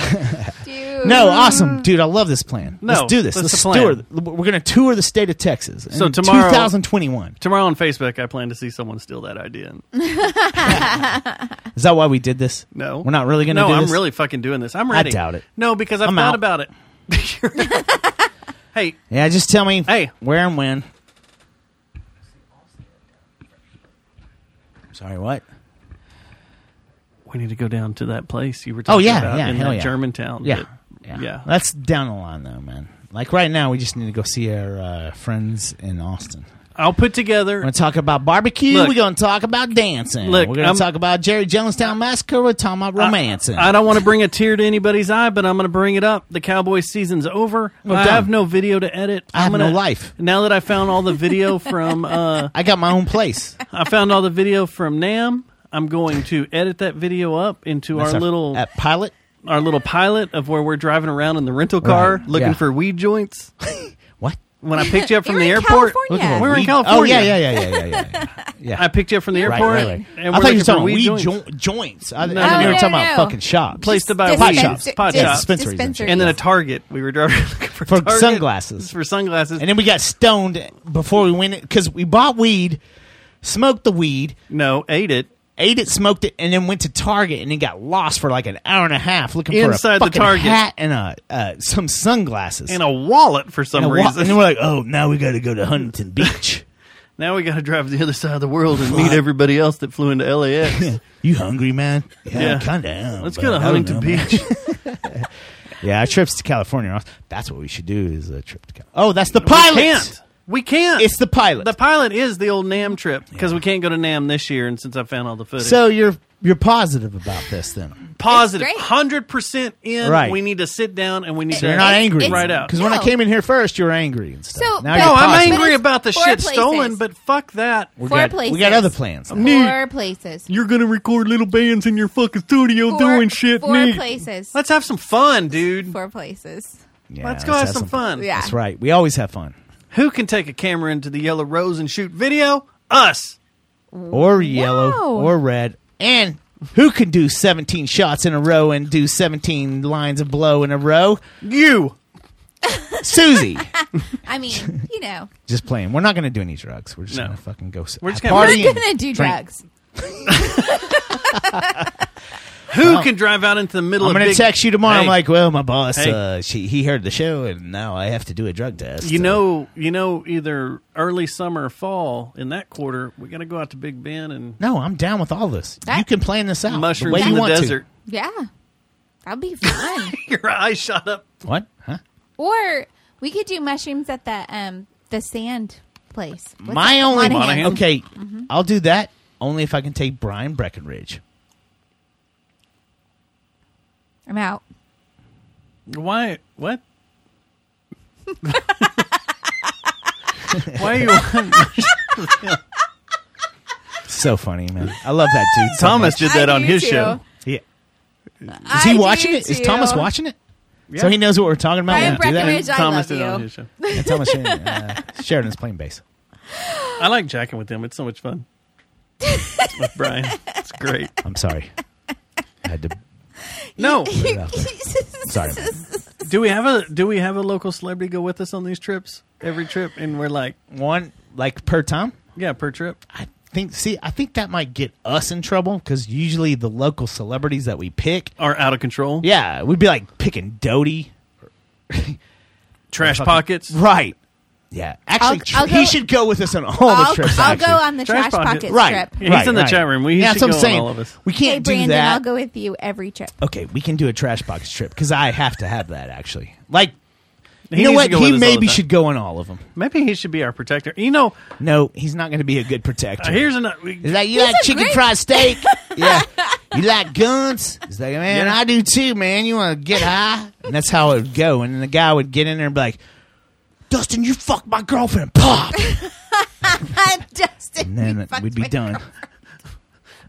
Dude.
No, awesome, dude! I love this plan.
No,
Let's do this.
that's
Let's
the
tour.
plan.
We're going to tour the state of Texas.
So
in
tomorrow-
2021.
Tomorrow on Facebook, I plan to see someone steal that idea.
Is that why we did this?
No,
we're not really going to.
No,
do
I'm
this?
really fucking doing this. I'm
I
ready.
doubt it.
No, because I've
I'm
thought
out.
about it. hey,
Yeah, just tell me.
Hey.
where and when? Sorry, what?
we need to go down to that place you were
Oh
talking
yeah,
about
yeah,
in
hell
that
yeah.
Germantown.
Yeah,
that-
yeah,
yeah.
That's down the line though, man. Like right now, we just need to go see our uh, friends in Austin.
I'll put together. We're
gonna talk about barbecue.
Look.
we're gonna talk about dancing.
Look,
we're gonna
I'm-
talk about Jerry Jonestown massacre. We're talking about romancing.
I don't want to bring a tear to anybody's eye, but I'm going to bring it up. The Cowboys season's over.
Well
I
Oh, done.
have no video to edit.
I have
I'm gonna,
no life.
Now that I found all the video from, uh,
I got my own place.
I found all the video from Nam. I'm going to edit that video up into
That's
our
our-
little
that pilot.
Our little pilot of where we're driving around in the rental car
Right,
looking
yeah.
for weed joints.
What?
When I picked you up
They
from
were
the
in
airport,
California. Looking for
we were in
weed-
California.
Oh, yeah, yeah, yeah, yeah, yeah, yeah, yeah.
I picked you up from the
Right,
airport.
right, right.
and we're
I thought
looking
you were
for
talking about weed
joints.
jo- joints. I, I
No,
didn't
no,
you were talking
no,
about
no.
fucking shops.
place to buy
Just
pot
weed.
shops.
dispensa-
pot
dis-
Yeah,
shops.
dispensaries. and shit.
and then a Target. We were driving looking for,
For
Target,
sunglasses.
for sunglasses.
And then we got stoned before we went because we bought weed, smoked the weed,
no, ate it
ate it, smoked it, and then went to Target and then got lost for like an hour and a half looking
Inside
for
the
a fucking
Target.
hat and a uh, some sunglasses
in a wallet for some
And a wa-
reason.
And then we're like, oh, now we got to go to Huntington Beach.
now we got to drive to the other side of the world and meet everybody else that flew into LAX.
you hungry, man?
Yeah.
kind of.
Let's go to Huntington Beach.
Yeah, our trips to California. That's what we should do is a trip to California. Oh, that's the pilot.
We can't. We can't.
It's the pilot.
the pilot is the old Nam trip because we can't go to Nam this year. And since I found all the footage,
so you're you're positive about this then?
positive,
It's great.
hundred percent in.
Right.
We need to sit down and we need
So
to
you're not angry
right out.
because when I
No.
came in here first, you were angry and stuff.
So-
now
but-
you're
No,
But
I'm
it's
positive.
angry about the
four
shit
places.
stolen, but fuck that.
We
Four
got,
places.
We got other plans. now.
Four places.
You're gonna record little bands in your fucking studio
Four- Four places.
Let's have some fun, dude.
Four places.
Yeah,
Let's go have some fun.
Yeah.
That's right. We always have fun.
Who can take a camera into the yellow rose and shoot video? Us.
Or yellow or red. And who can do 17 shots in a row and do 17 lines of blow in a row?
You.
Susie.
I mean, you know,
just playing. We're not going to do any drugs. We're just
No.
going to fucking go s-
We're just
uh,
gonna-
we're
party
not
and
gonna do
drink.
drugs.
Who can drive out into the middle
I'm
of
going to
big-
text you tomorrow. I'm
Hey,
like, well, my boss,
Hey.
uh, she, he heard the show, and now I have to do a drug test.
You
Uh,
know, you know, either early summer or fall in that quarter, we got to go out to Big Bend and
no, I'm down with all this.
That-
you can plan this out the
mushrooms
way you
in the
want
desert.
Yeah, that'd be fun.
Your eyes shot up.
to. What? Huh?
or we could do mushrooms at the um the sand place. What's
my
that?
only
Monahan.
okay.
Mm-hmm.
I'll do that only if I can take Brian Breckenridge.
I'm out.
Why? What? Why are you on
So funny, man. I love that dude. so
Thomas
much.
did that
I
on
do
his
too.
show.
Yeah. Is
I
he
do
watching it? Is
too.
Thomas watching it?
Yeah.
So he knows what we're talking about.
Brian
when we do that?
Breckenridge, I
Thomas
love
did it on
you.
his show.
Yeah, Thomas Sheridan, uh, Sheridan's playing bass.
I like jacking with him. It's so much fun. with Brian. It's great.
I'm sorry. I had to.
No.
put it out there. Sorry. man.
Do we have a do we have a local celebrity go with us on these trips? Every trip and we're like,
One like per time.
yeah, per trip.
I think. See, I think that might get us in trouble because usually the local celebrities that we pick,
Are out of control.
yeah, we'd be like picking Doty,
Trash
Fucking-
pockets.
right? Yeah, actually,
I'll- I'll
tr- he
go-
should go with us on all
I'll,
the trips.
I'll
actually.
go on the
Trash
trash,
Pocket.
pocket
Right,
trip.
He's
right,
in the
right.
chat room. We
yeah,
should go
that's what I'm
on
saying.
all of us.
We can't
Hey Brandon,
do that.
I'll go with you every trip.
okay, we can do a trash box trip because I have to have that actually. Like,
He
you know
needs
what?
to go with us
He
all
maybe
the time.
should go on all of them.
Maybe he should be our protector. You know,
No, he's not going to be a good
uh,
protector.
here's another
Is that you
He's
like
a
chicken
great-
fried steak? yeah. You like guns? He's like, man,
Yeah.
I do too, man. You want to get high? And that's how it would go. And then the guy would get in there and be like, Dustin, you fucked my girlfriend. Pop.
Justin,
And then
you fucked
we'd be
my
done.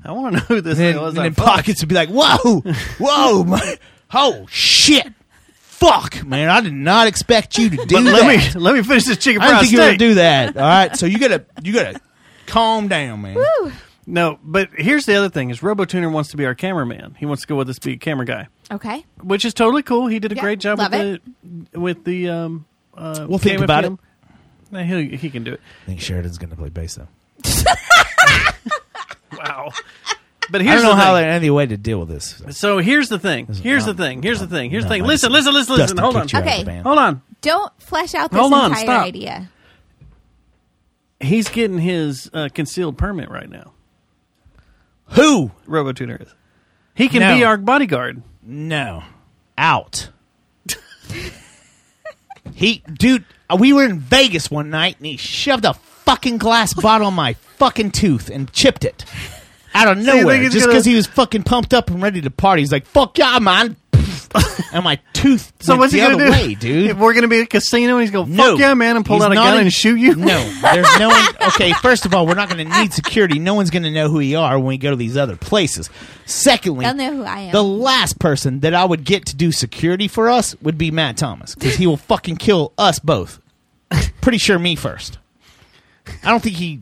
I want to know who this
And then,
was.
and
I
then
fucked.
pockets would be like, whoa, whoa, my, oh shit, fuck, man, I did not expect you to do
But
that.
let me let me finish this chicken
I didn't
fried
think you were gonna
steak.
do that. All right, so you gotta you gotta calm down, man.
No, but here's the other thing: is RoboTuner wants to be our cameraman. He wants to go with us, be a camera guy,
Okay.
which is totally cool. He did a
Yeah,
great job
love
with the with the. Um, uh,
We'll think about it.
He he can do it.
I think Sheridan's gonna play bass though.
Wow. But
I
here's
don't know
the
how
thing.
there's any way to deal with this.
So here's the thing. Here's
Um,
the thing. Here's the thing. Here's the thing. Listen, listen, listen, listen.
Dustin
Hold on.
kicked you out of the
Okay.
band.
Hold on.
Don't flesh out this
Hold on,
entire
stop.
idea.
He's getting his uh, concealed permit right now.
Who?
RoboTuner is. He can
No.
be our bodyguard.
No. Out. He, dude, uh, we were in Vegas one night and he shoved a fucking glass bottle on my fucking tooth and chipped it out of
So you think
nowhere
he's
just
gonna-
because he was fucking pumped up and ready to party. He's like, "Fuck yeah, man!" and my tooth
So
went
what's
the
he gonna
other
do?
way, dude.
We're gonna be at a casino and he's gonna fuck
No.
yeah, man, and pull
He's
out a
not
gun
in-
and shoot you.
No, there's no one. Okay, first of all, we're not going to need security. No one's going to know who we are when we go to these other places. Secondly,
They'll know who I am.
the last person that I would get to do security for us would be Matt Thomas because he will fucking kill us both. Pretty sure me first. I don't think he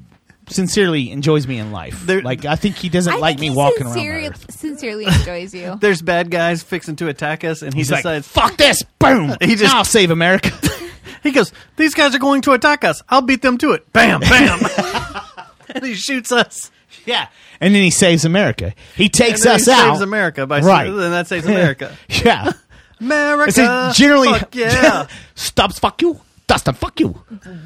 sincerely enjoys me in life. like I think he doesn't like me walking around.
Sincere- sincerely enjoys you.
There's bad guys fixing to attack us, and he
He's like,
decides,
"Fuck this!" Boom.
He just,
Now I'll save America.
he goes, "These guys are going to attack us. I'll beat them to it." Bam, bam, and he shoots us.
Yeah, And then he saves America. He takes
and then
us
he
out.
Saves America by
right.
and that saves America.
yeah.
America.
It says generally,
Fuck yeah.
Stubbs, fuck you. Dustin, fuck you.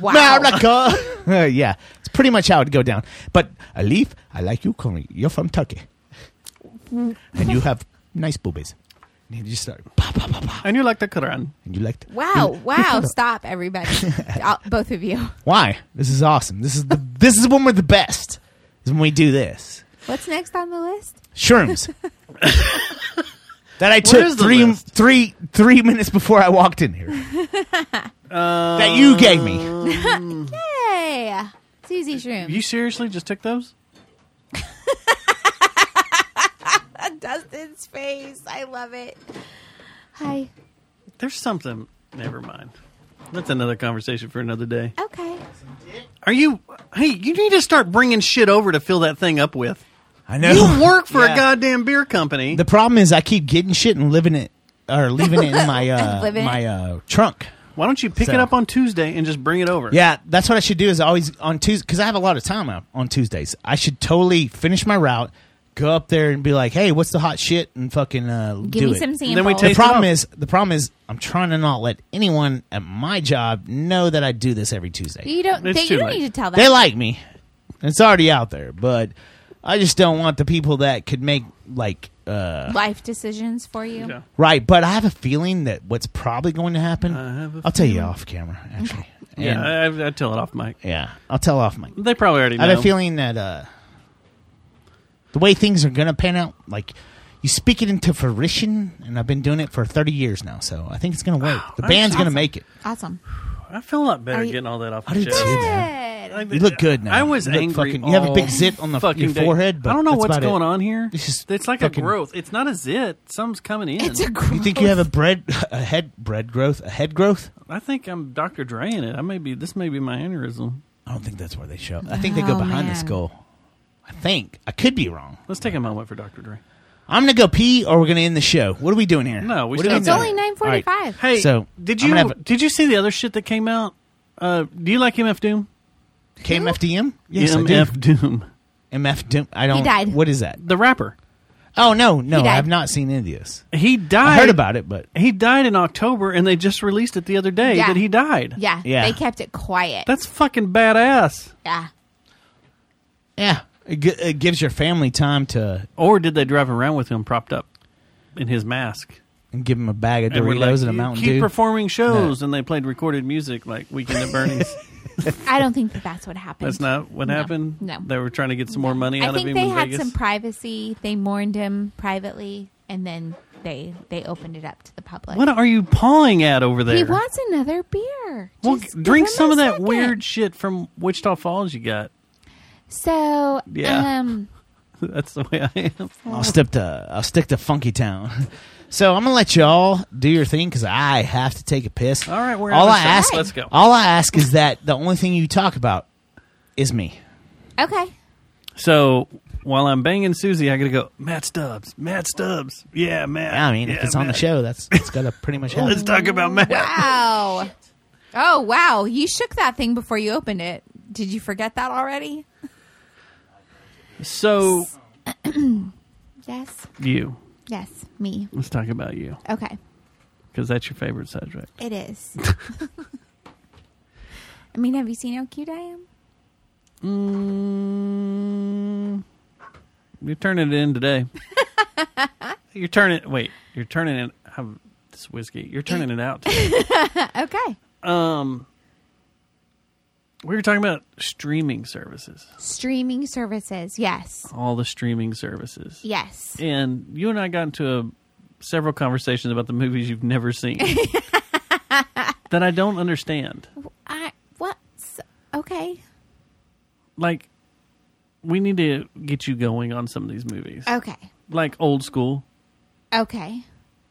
Wow.
America. Uh, yeah, it's pretty much how it go down. But Alif, I like you, Corey. You're from Turkey, and you have nice boobies. And you just start, "Pop,"
and you like the Quran.
and you like. to-
Wow,
you-
wow, stop everybody. I'll- both of you.
Why? This is awesome. This is the this is when we're the best. Is when we do this.
What's next on the list?
Shrooms. that I
What
took
is the
three three three minutes before I walked in here. that you gave me.
Uh,
Yay! Susie Shroom.
You seriously just took those?
Dustin's face. I love it. Hi.
There's something. Never mind. That's another conversation for another day.
Okay.
Are you? Hey, you need to start bringing shit over to fill that thing up with.
I know.
You work for
Yeah.
a goddamn beer company.
The problem is I keep getting shit and living it or leaving it in my uh,
Living it.
my uh, trunk.
Why don't you pick it
So-
up on Tuesday and just bring it over?
Yeah, that's what I should do. Is always on Tuesday because I have a lot of time out on Tuesdays. I should totally finish my route, go up there and be like, "Hey, what's the hot shit?" and fucking uh,
Give
do
me
it.
some Then we samples.
the
taste it
problem
up.
is the problem is I'm trying to not let anyone at my job know that I do this every Tuesday.
You don't. They, you don't need to tell that.
They like me. It's already out there, but I just don't want the people that could make like uh,
life decisions for you.
Right, but I have a feeling that what's probably going to happen.
have a
I'll tell you
feeling.
off camera, actually.
Yeah,
And
I, I tell it off, Mike.
Yeah, I'll tell off Mike.
They probably already.
I
know.
have a feeling that uh, the way things are going to pan out, like you speak it into fruition, and I've been doing it for 30 years now, so I think it's going to work. The
that's
band's going to
awesome.
make it.
Awesome.
I feel a lot better
Are you-
getting all that off.
I
my
do
chest.
too,
Like,
You look good now.
I was
You look
angry.
fucking- you have a big
all
zit on the-
fucking
your
day.
forehead, but
I don't know
that's
what's
about it.
going on here.
It's just
it's like
fucking-
a growth. It's not a zit. Something's coming in.
It's a
You think you have a bread, a head bread growth, a head growth?
I think I'm Dr. Dre in it. I may be. This may be my aneurysm.
I don't think that's where they show. I think they go
Oh,
behind
man.
the skull. I think I could be wrong.
Let's take a moment for Dr. Dre.
I'm gonna go pee, or we're gonna end the show. What are we doing here?
No, we
What are
still- It's
doing?
only
9:45.
All right.
Hey,
so
did
I'm
you
gonna have
did you see the other shit that came out? Uh, do you like MF Doom?
KMF Doom? Yes, I do.
MF Doom.
MF Doom? I don't.
died.
What is that?
The rapper.
Oh no, no,
He died.
I've not seen any of this.
He died.
I heard about it, but
He died in October, and they just released it the other day
Yeah.
that he died.
Yeah.
Yeah.
They kept it quiet.
That's fucking badass.
yeah.
yeah, it, gi- it gives your family time to
Or did they drive around with him propped up in his mask?
and give them a bag of
And we're
Doritos
like,
and a
"You
Mountain
keep
Dew.
performing shows, and they played recorded music like Weekend at Bernie's.
I don't think that that's what happened.
That's not what
No.
happened.
No.
they were trying to get some more money
I
out of
think
him
they
in
had
Vegas.
some privacy. They mourned him privately, and then they they opened it up to the public.
what are you pawing at over there?
He wants another beer.
Well,
Just
drink
give him
some
a
of that
second.
weird shit from Wichita Falls you got.
So,
Yeah.
um,
That's the way I am.
I'll stick to I'll stick to Funky Town. So I'm gonna let y'all do your thing because I have to take a piss. All
right, we're
all
out of
I
time.
ask.
Let's go.
All I ask is that the only thing you talk about is me.
okay.
So while I'm banging Susie, I gotta go. Matt Stubbs. Matt Stubbs. Yeah, Matt.
Yeah, I mean, if
Yeah,
it's on the
Matt.
show, that's it's gotta pretty much happen.
Let's talk about Matt.
Wow. Oh, wow. You shook that thing before you opened it. Did you forget that already?
So
yes.
you.
Yes. Me.
Let's talk about you
Okay.
because that's your favorite subject.
It is. I mean, have you seen how cute I am?
Mm, you're turning it in today. you're turning. Wait. You're turning it. Have this whiskey. You're turning it out. Today.
okay.
Um, we were talking about streaming services,
Streaming services. Yes.
all the streaming services.
Yes.
And you and I got into a, several conversations about the movies you've never seen that I don't understand.
I what? S- Okay.
Like, we need to get you going on some of these movies,
Okay.
like old school.
Okay.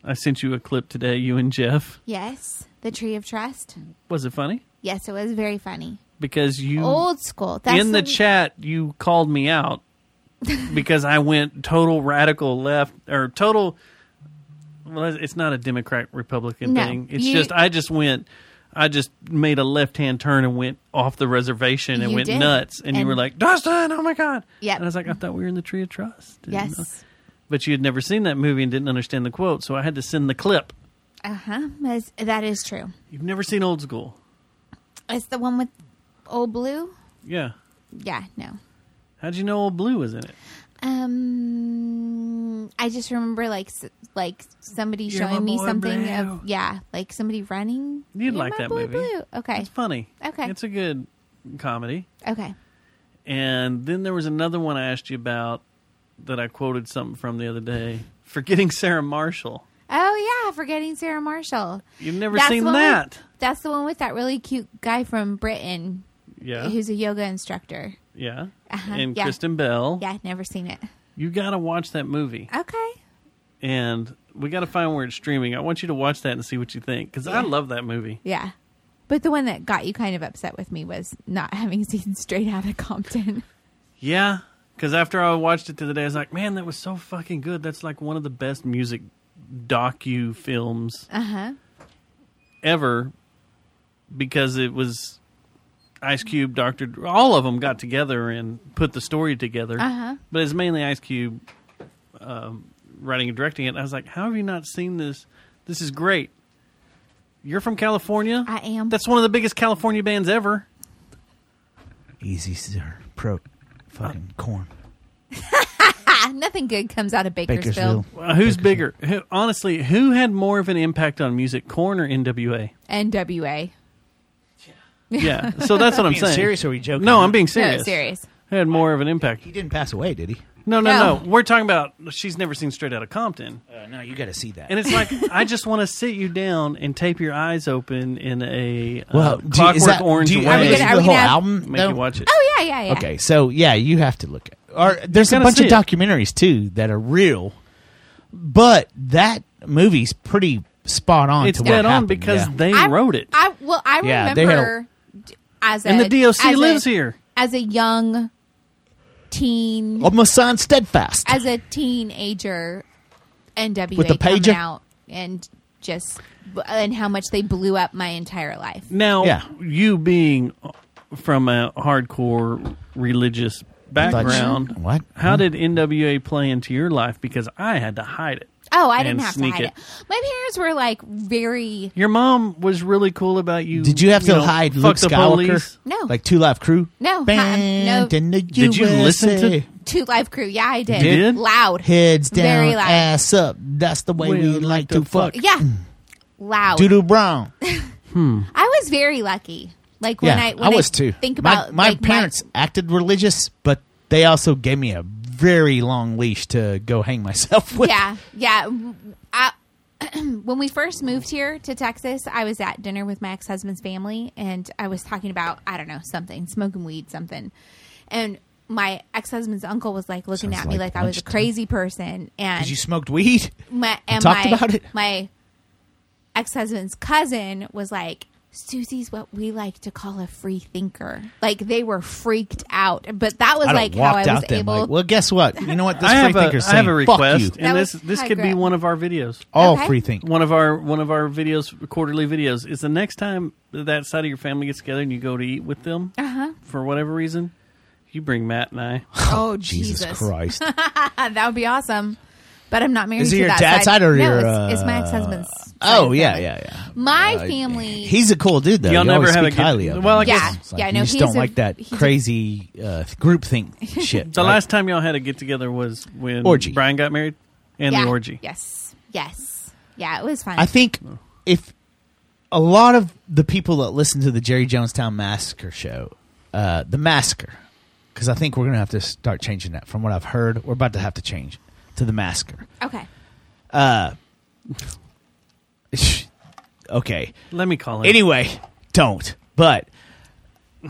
I sent you a clip today, you and Jeff.
Yes. The tree of trust.
Was it funny?
Yes, it was very funny.
Because you
Old school.
Mm. in the chat you called me out because I went total radical left or total. Well, it's not a Democrat Republican
No,
thing. It's
you-
just I just went. I just made a left hand turn and went off the reservation and
You
went
did.
nuts. And, you
And-
were like, Dustin, oh my God.
Yep.
And I was like, I thought we were in the Tree of Trust. didn't
Yes.
know. But you had never seen that movie and didn't understand the quote. So I had to send the clip.
Uh huh. That's- That is true.
You've never seen Old School.
It's the one with old blue.
Yeah.
Yeah. No.
How'd you know Old Blue was in it?
Um, I just remember like s- like somebody
You're my
showing me
boy
something
Blue.
of yeah, like somebody running.
You'd like
my
that
boy
movie.
Blue. Okay.
It's funny.
Okay.
It's a good comedy.
okay.
And then there was another one I asked you about that I quoted something from the other day. Forgetting Sarah Marshall.
Oh yeah, forgetting Sarah Marshall.
You've never
That's
seen
the one
that.
with- that's the one with that really cute guy from Britain.
Yeah.
Who's a yoga instructor.
Yeah.
Uh-huh,
And
yeah.
Kristen Bell.
Yeah, never seen it.
You got to watch that movie.
Okay.
And we got to find where it's streaming. I want you to watch that and see what you think because I
Yeah.
love that movie.
Yeah. But the one that got you kind of upset with me was not having seen Straight Out of Compton.
Yeah. Because after I watched it the other day, I was like, man, that was so fucking good. That's like one of the best music docu films
Uh huh.
ever because it was Ice Cube, Doctor, all of them got together and put the story together.
Uh-huh.
But it's mainly Ice Cube um, writing and directing it. I was like, how have you not seen this? This is great. You're from California.
I am.
That's one of the biggest California bands ever.
Easy, sir. Pro fucking corn.
Ah, nothing good comes out of Bakersfield.
Uh, who's bigger? Who, honestly, who had more of an impact on music, Korn or NWA?
NWA.
Yeah. So that's what I'm
Being
saying.
serious or are we joking?
No, I'm being
No,
serious.
serious.
Who had more of an impact?
He didn't pass away, did he?
No, no, no,
No.
We're talking about she's never seen Straight Out of Compton.
Uh, no, you got to see that.
And it's like I just want to sit you down and tape your eyes open in a uh,
well, do,
clockwork
is that,
orange
do you
way.
ever see
Are we gonna- are
the whole
we gonna-
album?
Make
though?
you watch it.
Oh yeah, yeah, yeah.
Okay, so yeah, you have to look at. Or there's a
gotta
bunch
see it.
of documentaries too that are real, but that movie's pretty spot on.
It's
to
dead
what
on
happened,
because
yeah.
they
I
wrote it,
I well, I
Yeah, they had a-
remember d- as a
and the DOC
as a-
lives here.
as a young teen,
almost signed steadfast.
as a teenager, NWA
With the
coming
pager?
out and just and how much they blew up my entire life.
Now,
Yeah.
you being from a hardcore religious background,
what?
How did NWA play into your life? Because I had to hide it.
Oh, I
And
didn't have to
sneak
hide
it.
it. My parents were like very
Your mom was really cool about you.
Did you have to
know,
hide
fuck
Luke
the
Skywalker?
police.
No.
like Two Live Crew.
No, uh-uh,
Band
no.
in the
Did you listen to-
USA.
two live crew. Yeah, I did.
You did?
Loud.
heads down,
Very loud.
ass up? That's the way we,
We
like to fuck.
Yeah. Loud.
Doodoo Brown.
I was very lucky. Like when I when
was too.
think
My-
about
my,
like,
parents acted religious, but they also gave me a very long leash to go hang myself with.
yeah, yeah. I, when we first moved here to Texas, I was at dinner with my ex husband's family, and I was talking about I don't know something, smoking weed, something, and my ex husband's uncle was like looking
Sounds
at me
like
like I was a
lunchtime.
crazy person, and
Because you smoked weed.
my and
talked
my,
about it?
My ex husband's cousin was like, Susie's what we like to call a free thinker. Like they were freaked out, but that was
I done
like how
walked
I was
out there.
able.
Like, well, guess what? You know what? This
I
free
have, a,
thinker's
I have
saying,
a
Fuck
request,
you.
That
and this
was
this
high
could be
grip.
one of our videos.
All
Okay.
free think.
One of our one of our videos, quarterly videos, is the next time that side of your family gets together and you go to eat with them
Uh-huh.
for whatever reason, you bring Matt and I.
oh
Jesus, Christ.
that would be awesome. But I'm not married
Is it
to
your
that
dad's
side.
side or
no,
your,
it's, it's my
uh,
ex-husband's. side
oh,
of
yeah,
family.
yeah, yeah.
My family.
He's a cool dude, though.
Y'all
You
never
always
have a
speak
good-
highly of him.
well, I
Yeah,
guess-
It's like,
yeah.
you
No,
just
he's
don't
a-
like that
he's a-
crazy uh, groupthink shit.
The
right?
last time y'all had a get together was when
Orgy.
Brian got married and
yeah,
the orgy.
Yes, yes, yeah. It was fun.
I think if a lot of the people that listen to the Jerry Jonestown Massacre show, uh, the Massacre, because I think we're going to have to start changing that. From what I've heard, we're about to have to change to the Massacre.
Okay.
Uh, okay.
Let me call it.
Anyway, don't. But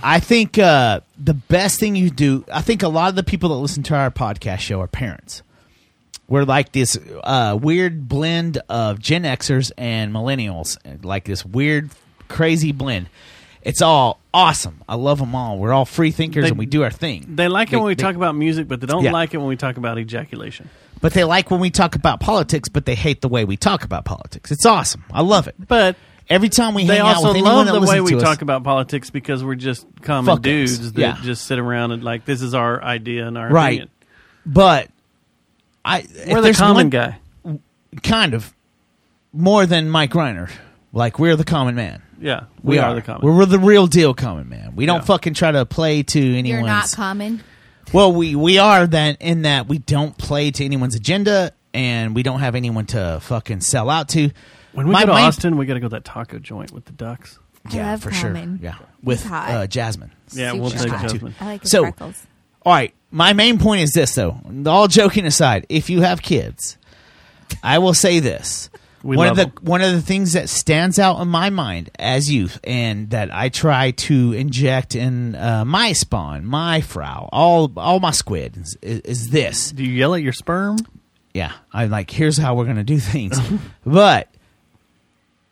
I think uh, the best thing you do, I think a lot of the people that listen to our podcast show are parents. We're like this uh, weird blend of Gen Xers and millennials, like this weird, crazy blend. It's all awesome. I love them all. We're all free thinkers
They-
and we do our thing.
They like it
They-
when we
they-
talk about music, but they don't
Yeah.
like it when we talk about ejaculation.
But they like when we talk about politics, but they hate the way we talk about politics. It's awesome. I love it.
But
every time we
they
hang out
also
with anyone
love
that
the way
listens
we
to us-
talk about politics because we're just common
Fuck
dudes
ups.
that
Yeah.
just sit around and like this is our idea and our
right.
opinion.
But I if
We're the
there's
common
one-
guy.
kind of more than Mike Reiner. Like we're the common man.
Yeah, we are the common.
We're, we're the real deal common man. We don't
Yeah.
fucking try to play to anyone's.
You're not common.
well, we we are that in that we don't play to anyone's agenda, and we don't have anyone to fucking sell out to.
When we
My
go to
main-
Austin, we got to go to that taco joint with the ducks.
I
yeah,
love
for
Common.
sure, yeah,
He's
with
hot.
uh, Jasmine.
Yeah, we'll
She's
take
hot, too.
Jasmine.
I like his
so,
freckles.
all right. My main point is this, though. All joking aside, if you have kids, I will say this:
We
one
love
of the
'em.
one of the things that stands out in my mind as youth, and that I try to inject in uh, my spawn, my frau, all all my squid, is, is this.
Do you yell at your sperm?
Yeah, I'm like, here's how we're gonna do things, but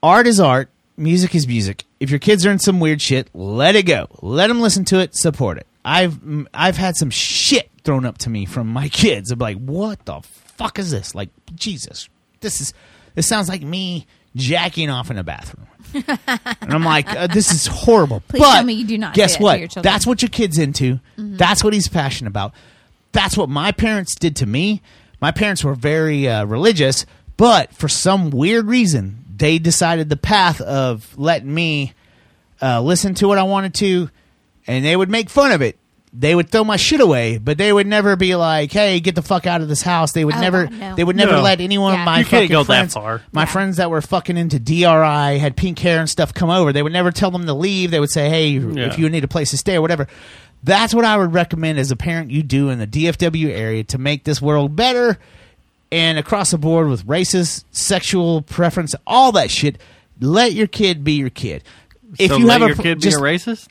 art is art, music is music. If your kids are in some weird shit, let it go. Let them listen to it, support it. I've mm, I've had some shit thrown up to me from my kids. I'm like, what the fuck is this? Like, Jesus, this is this sounds like me jacking off in a bathroom. and I'm like, uh, this is horrible.
Please
but
tell me you do not say
Guess
that to
what?
your children. Mm-hmm.
That's what your kid's into. That's what he's passionate about. That's what my parents did to me. My parents were very uh, religious, but for some weird reason, they decided the path of letting me uh, listen to what I wanted to, and they would make fun of it. They would throw my shit away, but they would never be like, "Hey, get the fuck out of this house." They would
Oh,
never.
God, no.
They would never
No.
let anyone.
Yeah.
of My
You can't
fucking
go that
friends,
far.
My friends that were fucking into DRI had pink hair and stuff come over. They would never tell them to leave. They would say, "Hey,
Yeah.
if you need a place to stay or whatever." That's what I would recommend as a parent you do in the DFW area to make this world better and across the board with races, sexual preference, all that shit. Let your kid be your kid. If
so
you
let
have
your
a, pr-
kid
just, uh,
be a racist,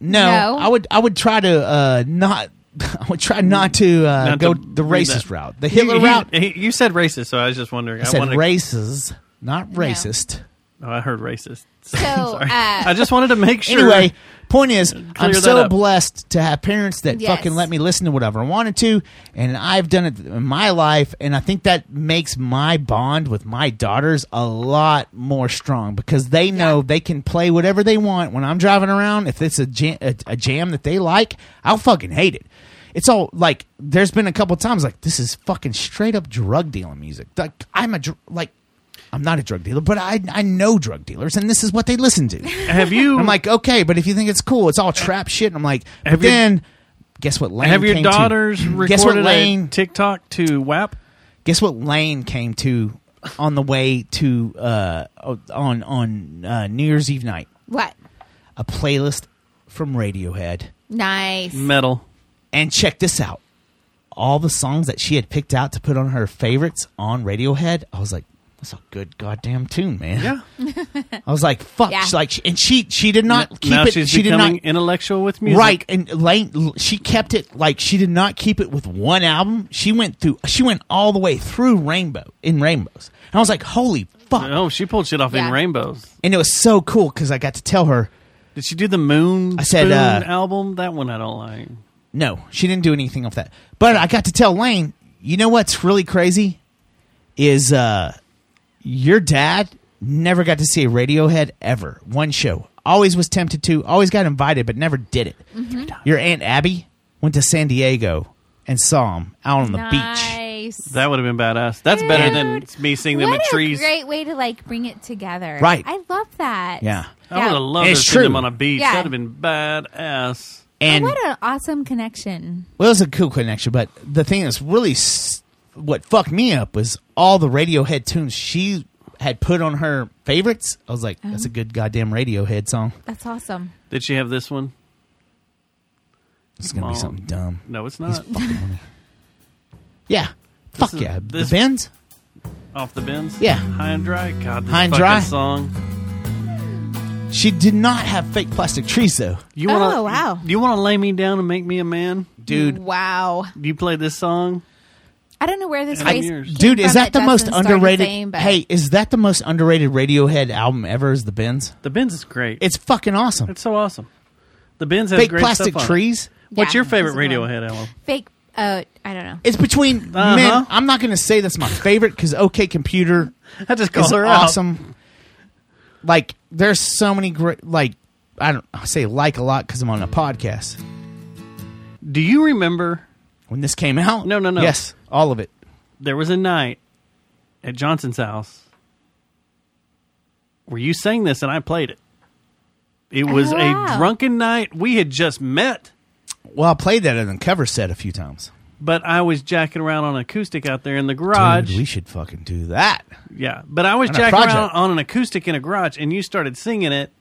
no,
No.
I would I would try to uh, not I would try not to uh,
Not
go
to do
the racist
that.
route, the Hitler
You- he-
route.
he- you said racist, so I was just wondering.
I said
wanted-
races, not racist.
Oh, I heard racist.
So, uh,
Sorry. I just wanted to make sure.
Anyway, point is, I'm
that
so
up.
blessed to have parents that
Yes.
fucking let me listen to whatever I wanted to, and I've done it in my life, and I think that makes my bond with my daughters a lot more strong because they know they can play whatever they want when I'm driving around. If it's a jam, a, a jam that they like, I'll fucking hate it. It's all like there's been a couple times like this is fucking straight up drug dealing music. Like I'm a dr- like I'm not a drug dealer, but I I know drug dealers, and this is what they listen to.
have you?
And I'm like, okay, but if you think it's cool, it's all trap shit. And I'm like, but
Have your-
then guess what? Lane
have your
came to?
daughters
Guess what
recorded a
Lane?
TikTok to WAP?
guess what Lane came to on the way to uh, on on uh, New Year's Eve night?
What?
A playlist from Radiohead.
Nice.
Metal.
And check this out. All the songs that she had picked out to put on her favorites on Radiohead, I was like, that's a good goddamn tune, man.
Yeah.
I was like, fuck.
Yeah.
She's like, and she she did not keep
now
it.
she's
she did
becoming
not
intellectual with music.
Right, and Lane, she kept it like she did not keep it with one album. She went through, she went all the way through Rainbow in Rainbows, and I was like, "Holy fuck!"
Oh, she pulled shit off
Yeah.
in rainbows.
And it was so cool because I got to tell her,
Did she do the Moon?
I said,
Spoon
uh,
album. That one I don't like.
no, she didn't do anything off that. But I got to tell Lane, you know what's really crazy is uh, your dad never got to see a Radiohead ever one show. Always was tempted to, always got invited, but never did it. Your aunt Abby went to San Diego and saw him out on the beach.
nice.
That would have been badass. That's better than me seeing them
what
at
a
trees.
great way to like bring it together.
Right.
I love that.
Yeah.
I would have loved
It's
to see them
true.
on a beach.
Yeah.
That'd have been badass.
And
what an awesome connection.
Well, it was a cool connection, but the thing that's really s- what fucked me up was all the Radiohead tunes she had put on her favorites. I was like,
Oh.
that's a good goddamn Radiohead song.
That's awesome.
Did she have this one?
It's gonna
Mom.
be something dumb.
No, it's not.
Yeah. Fuck
is-
yeah.
this-
the Benz?
Off the bins.
Yeah.
High and dry. God, this
High and
fucking
Dry?
song.
She did not have fake plastic trees though.
You wanna,
Oh, wow.
You want to lay me down and make me a man,
Dude.
Wow.
You play this song.
I don't know where this
Ten
phrase
years.
came
Dude, is
from
that the most
Dustin started
underrated?
saying, but-
hey, is that the most underrated Radiohead album ever? Is the Benz?
The bins is great.
It's fucking awesome.
It's so awesome. The bins has
Fake
great
plastic
stuff on it.
trees.
What's
Yeah,
your favorite
that's a good one.
Radiohead album?
fake. Uh, I don't know.
It's between
Uh-huh.
man. I'm not gonna say that's my favorite because OK Computer
I just call
is
her out.
awesome. Like there's so many great like I don't I say like a lot because I'm on a podcast.
Do you remember
When this came out,
No, no, no.
yes, all of it.
there was a night at Johnson's house where you sang this and I played it. It was
Oh, wow.
a drunken night. We had just met,
Well, I played that in a cover set a few times.
but I was jacking around on acoustic out there in the garage.
Dude, we should fucking do that.
yeah, but I was
On a
jacking around
project.
on an acoustic in a garage, and you started singing it,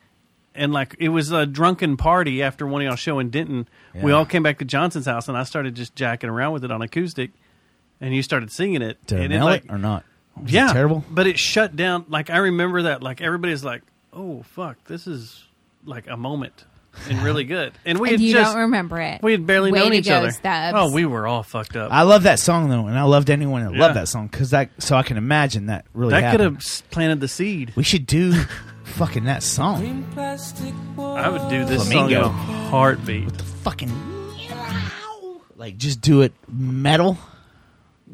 and like it was a drunken party after one of y'all show in Denton. We
Yeah.
all came back to Johnson's house, and I started just jacking around with it on acoustic, and you started singing it.
Did I
and
nail
like,
it or not? Was it
yeah,
terrible.
But it shut down. Like I remember that. Like everybody's like, "Oh fuck, this is like a moment and really good." And we
And
had
you
just
don't remember it.
we had barely
Way
known
to
each
go,
other.
Stubbs.
Oh, we were all fucked up.
I love that song though, and I loved anyone that
Yeah.
loved that song because that. So I can imagine that really.
that could have
happened.
s- planted the seed.
We should do fucking that song.
I would do this
Flamingo.
song in a heartbeat.
Fucking like just do it metal.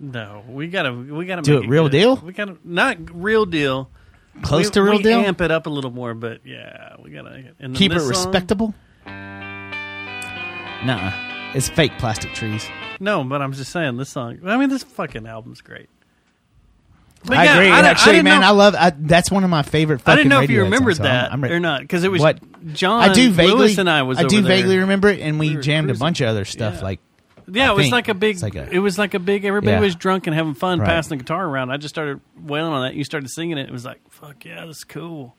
No, we gotta we gotta
Do
make
it real
good.
deal?
We gotta not real deal.
Close
We-
to real
we
deal?
Amp it up a little more, but yeah, we gotta and then
Keep it
this song-
respectable. Nah, it's fake plastic trees.
No, but I'm just saying this song. I mean, this fucking album's great. But
I
yeah,
agree.
I, don't- I
actually,
didn't
man,
know-
I love. I, that's one of my favorite. Fucking
I didn't know if
Radiohead
you remembered
songs, so I'm-
that
I'm re-
or not because it was
What?
John.
I do vaguely.
Lewis and I was.
I do
over there.
vaguely remember it, and we,
We were
jammed
cruising.
a bunch of other stuff
Yeah.
like
Yeah,
I
it was
think.
like a big.
It's like a-
it was like a big. Everybody
Yeah.
was drunk and having fun,
Right.
passing the guitar around. I just started wailing on that. You started singing it. It was like, fuck yeah, this is cool.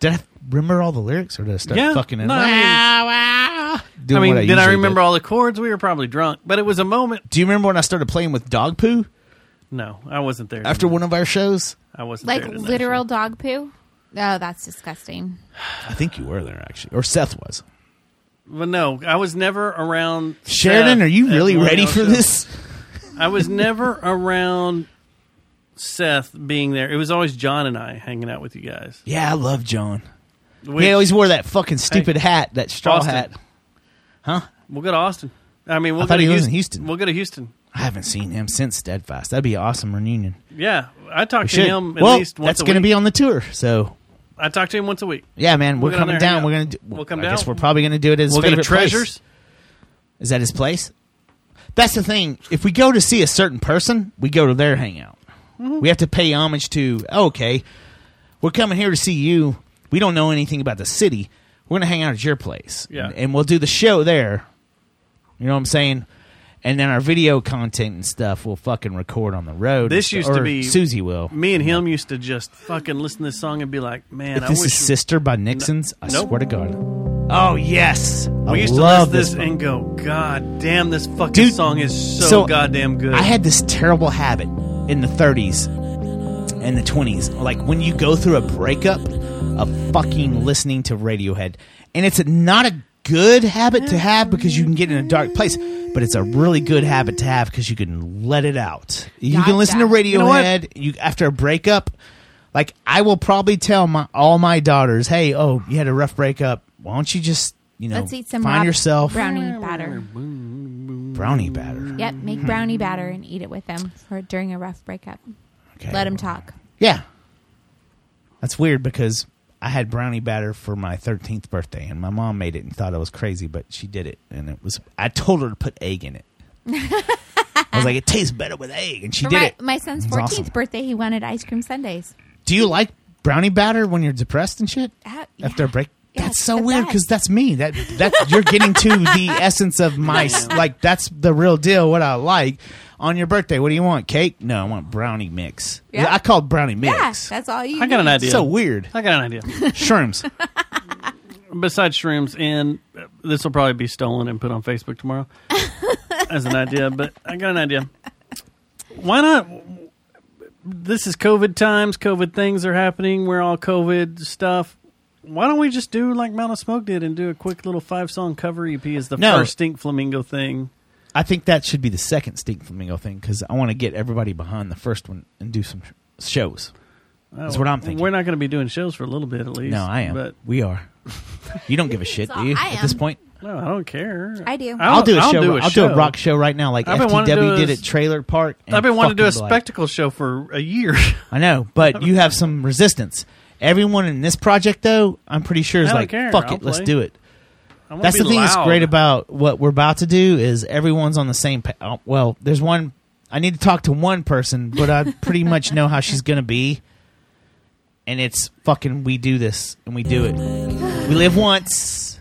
Did I remember all the lyrics, or did I start
Yeah,
fucking it?
no,
up?
I mean-
Doing
I mean,
what
did I
usually
remember
did.
all the chords? We were probably drunk, but it was a moment.
Do you remember when I started playing with dog poo
No, I wasn't there.
after one of our shows?
I wasn't
like
there to that
literal dog poo. Oh, that's disgusting.
I think you were there actually, or Seth was.
show. But no, I was never around.
Sheridan,
Seth
are you
at
really
one of
ready
y'all's
for
shows.
this?
I was never around Seth being there. It was always John and I hanging out with you guys.
Yeah, I love John.
Which-
he always wore that fucking stupid hat, that straw
Austin.
hat.
We'll go to Austin. I mean, we'll
I
go
thought
to
he was
Houston.
in Houston.
We'll go to Houston.
I haven't seen him since Steadfast. That'd be an awesome reunion.
Yeah, I talk
We
to
should.
him at
well,
least once
that's
a
gonna
week.
be on the tour. So
I talk to him once a week.
yeah, man,
We'll
we're
get on there
coming
and
down.
hang
We're
out.
gonna. Do,
We'll come
I
down.
guess we're probably gonna do it as
We'll go to
favorite place.
Treasures.
Is that his place? That's the thing. If we go to see a certain person, we go to their hangout.
Mm-hmm.
We have to pay homage to, "Oh, okay, we're coming here to see you. We don't know anything about the city. We're going to hang out at your place.
Yeah.
And, and we'll do the show there. You know what I'm saying? And then our video content and stuff we'll fucking record on the road. and
This
stu-
used to
or
be-
Susie will.
Me and him used to just fucking listen to this song and be like, man,
If
I
this
wish
is Sister by Nixon's, I
Nope.
swear to God. Oh, yes. I
we used to
love
listen to this
one.
and go, God damn, this fucking
Dude,
song is so,
so
goddamn good.
I had this terrible habit in the 30s and the 20s. Like when you go through a breakup of fucking listening to Radiohead. And it's not a good habit to have because you can get in a dark place, but it's a really good habit to have because you can let it out. You
Gotcha.
can listen to Radiohead
You know
what?
you after a breakup. Like I will probably tell my all my daughters, "Hey, oh, you had a rough breakup. Why don't you just, you know,
Let's eat some
find
raw
yourself
brownie batter.
brownie batter."
Yep,
Hmm.
make brownie batter and eat it with them for during a rough breakup.
Okay.
Let them talk.
Yeah. That's weird because I had brownie batter for my 13th birthday and my mom made it and thought I was crazy, but she did it. And it was, I told her to put egg in it. I was like, it tastes better with egg. And she
for
did
my,
it.
my son's
It's
14th
awesome.
birthday, he wanted ice cream sundaes.
Do you like brownie batter when you're depressed and shit?
Ah,
After a
yeah.
break?
Yeah,
that's
it's
so
the
weird
best.
because that's me. That that you're getting to the essence of my s- like that's the real deal. What I like. on your birthday, what do you want? Cake? No, I want brownie mix.
Yeah.
I called brownie mix.
Yeah, that's all you.
I got an
need.
idea.
So weird.
I got an idea.
Shrooms.
Besides shrooms, and uh, this will probably be stolen and put on Facebook tomorrow as an idea, but I got an idea. Why not? This is COVID times. COVID things are happening. We're all COVID stuff. Why don't we just do like Mountain Smoke did and do a quick little five song cover EP as the
No.
first Stink Flamingo thing?
I think that should be the second Stink Flamingo thing because I want to get everybody behind the first one and do some sh- shows. That's what I'm thinking.
We're not going to be doing shows for a little bit at least.
No, I am.
But
we are. You don't give a shit, do you?
I
At this
am.
point,
no, I don't care.
I do.
I'll, do a show.
do a
I'll do
show.
a rock show right now, like
I've been wanting to
FTW
do a
did
s-
at Trailer Park. and
I've been wanting to do a
fucking Black.
spectacle show for a year.
I know, but you have some resistance. Everyone in this project, though, I'm pretty sure is
I don't
like,
care.
fuck
I'll
it, let's
play.
do it.
I wanna
That's the
be
thing that's
loud.
great about what we're about to do is everyone's on the same. Pa- oh, well, there's one. I need to talk to one person, but I pretty much know how she's gonna be. And it's fucking. We do this and we do it. We live once.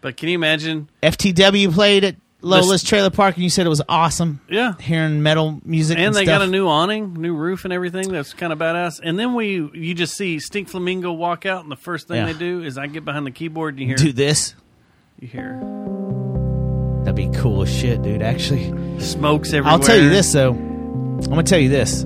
But can you imagine?
FTW played at Lola's
This-
Trailer Park, and you said it was awesome.
Yeah.
hearing metal music and,
And they
stuff.
got a new awning, new roof, and everything. That's kind of badass. And then we, you just see Stink Flamingo walk out, and the first thing
Yeah.
they do is I get behind the keyboard and you hear,
do this.
you hear
That'd be cool as shit, dude. Actually.
smokes everywhere.
I'll tell you this though. I'm gonna tell you this.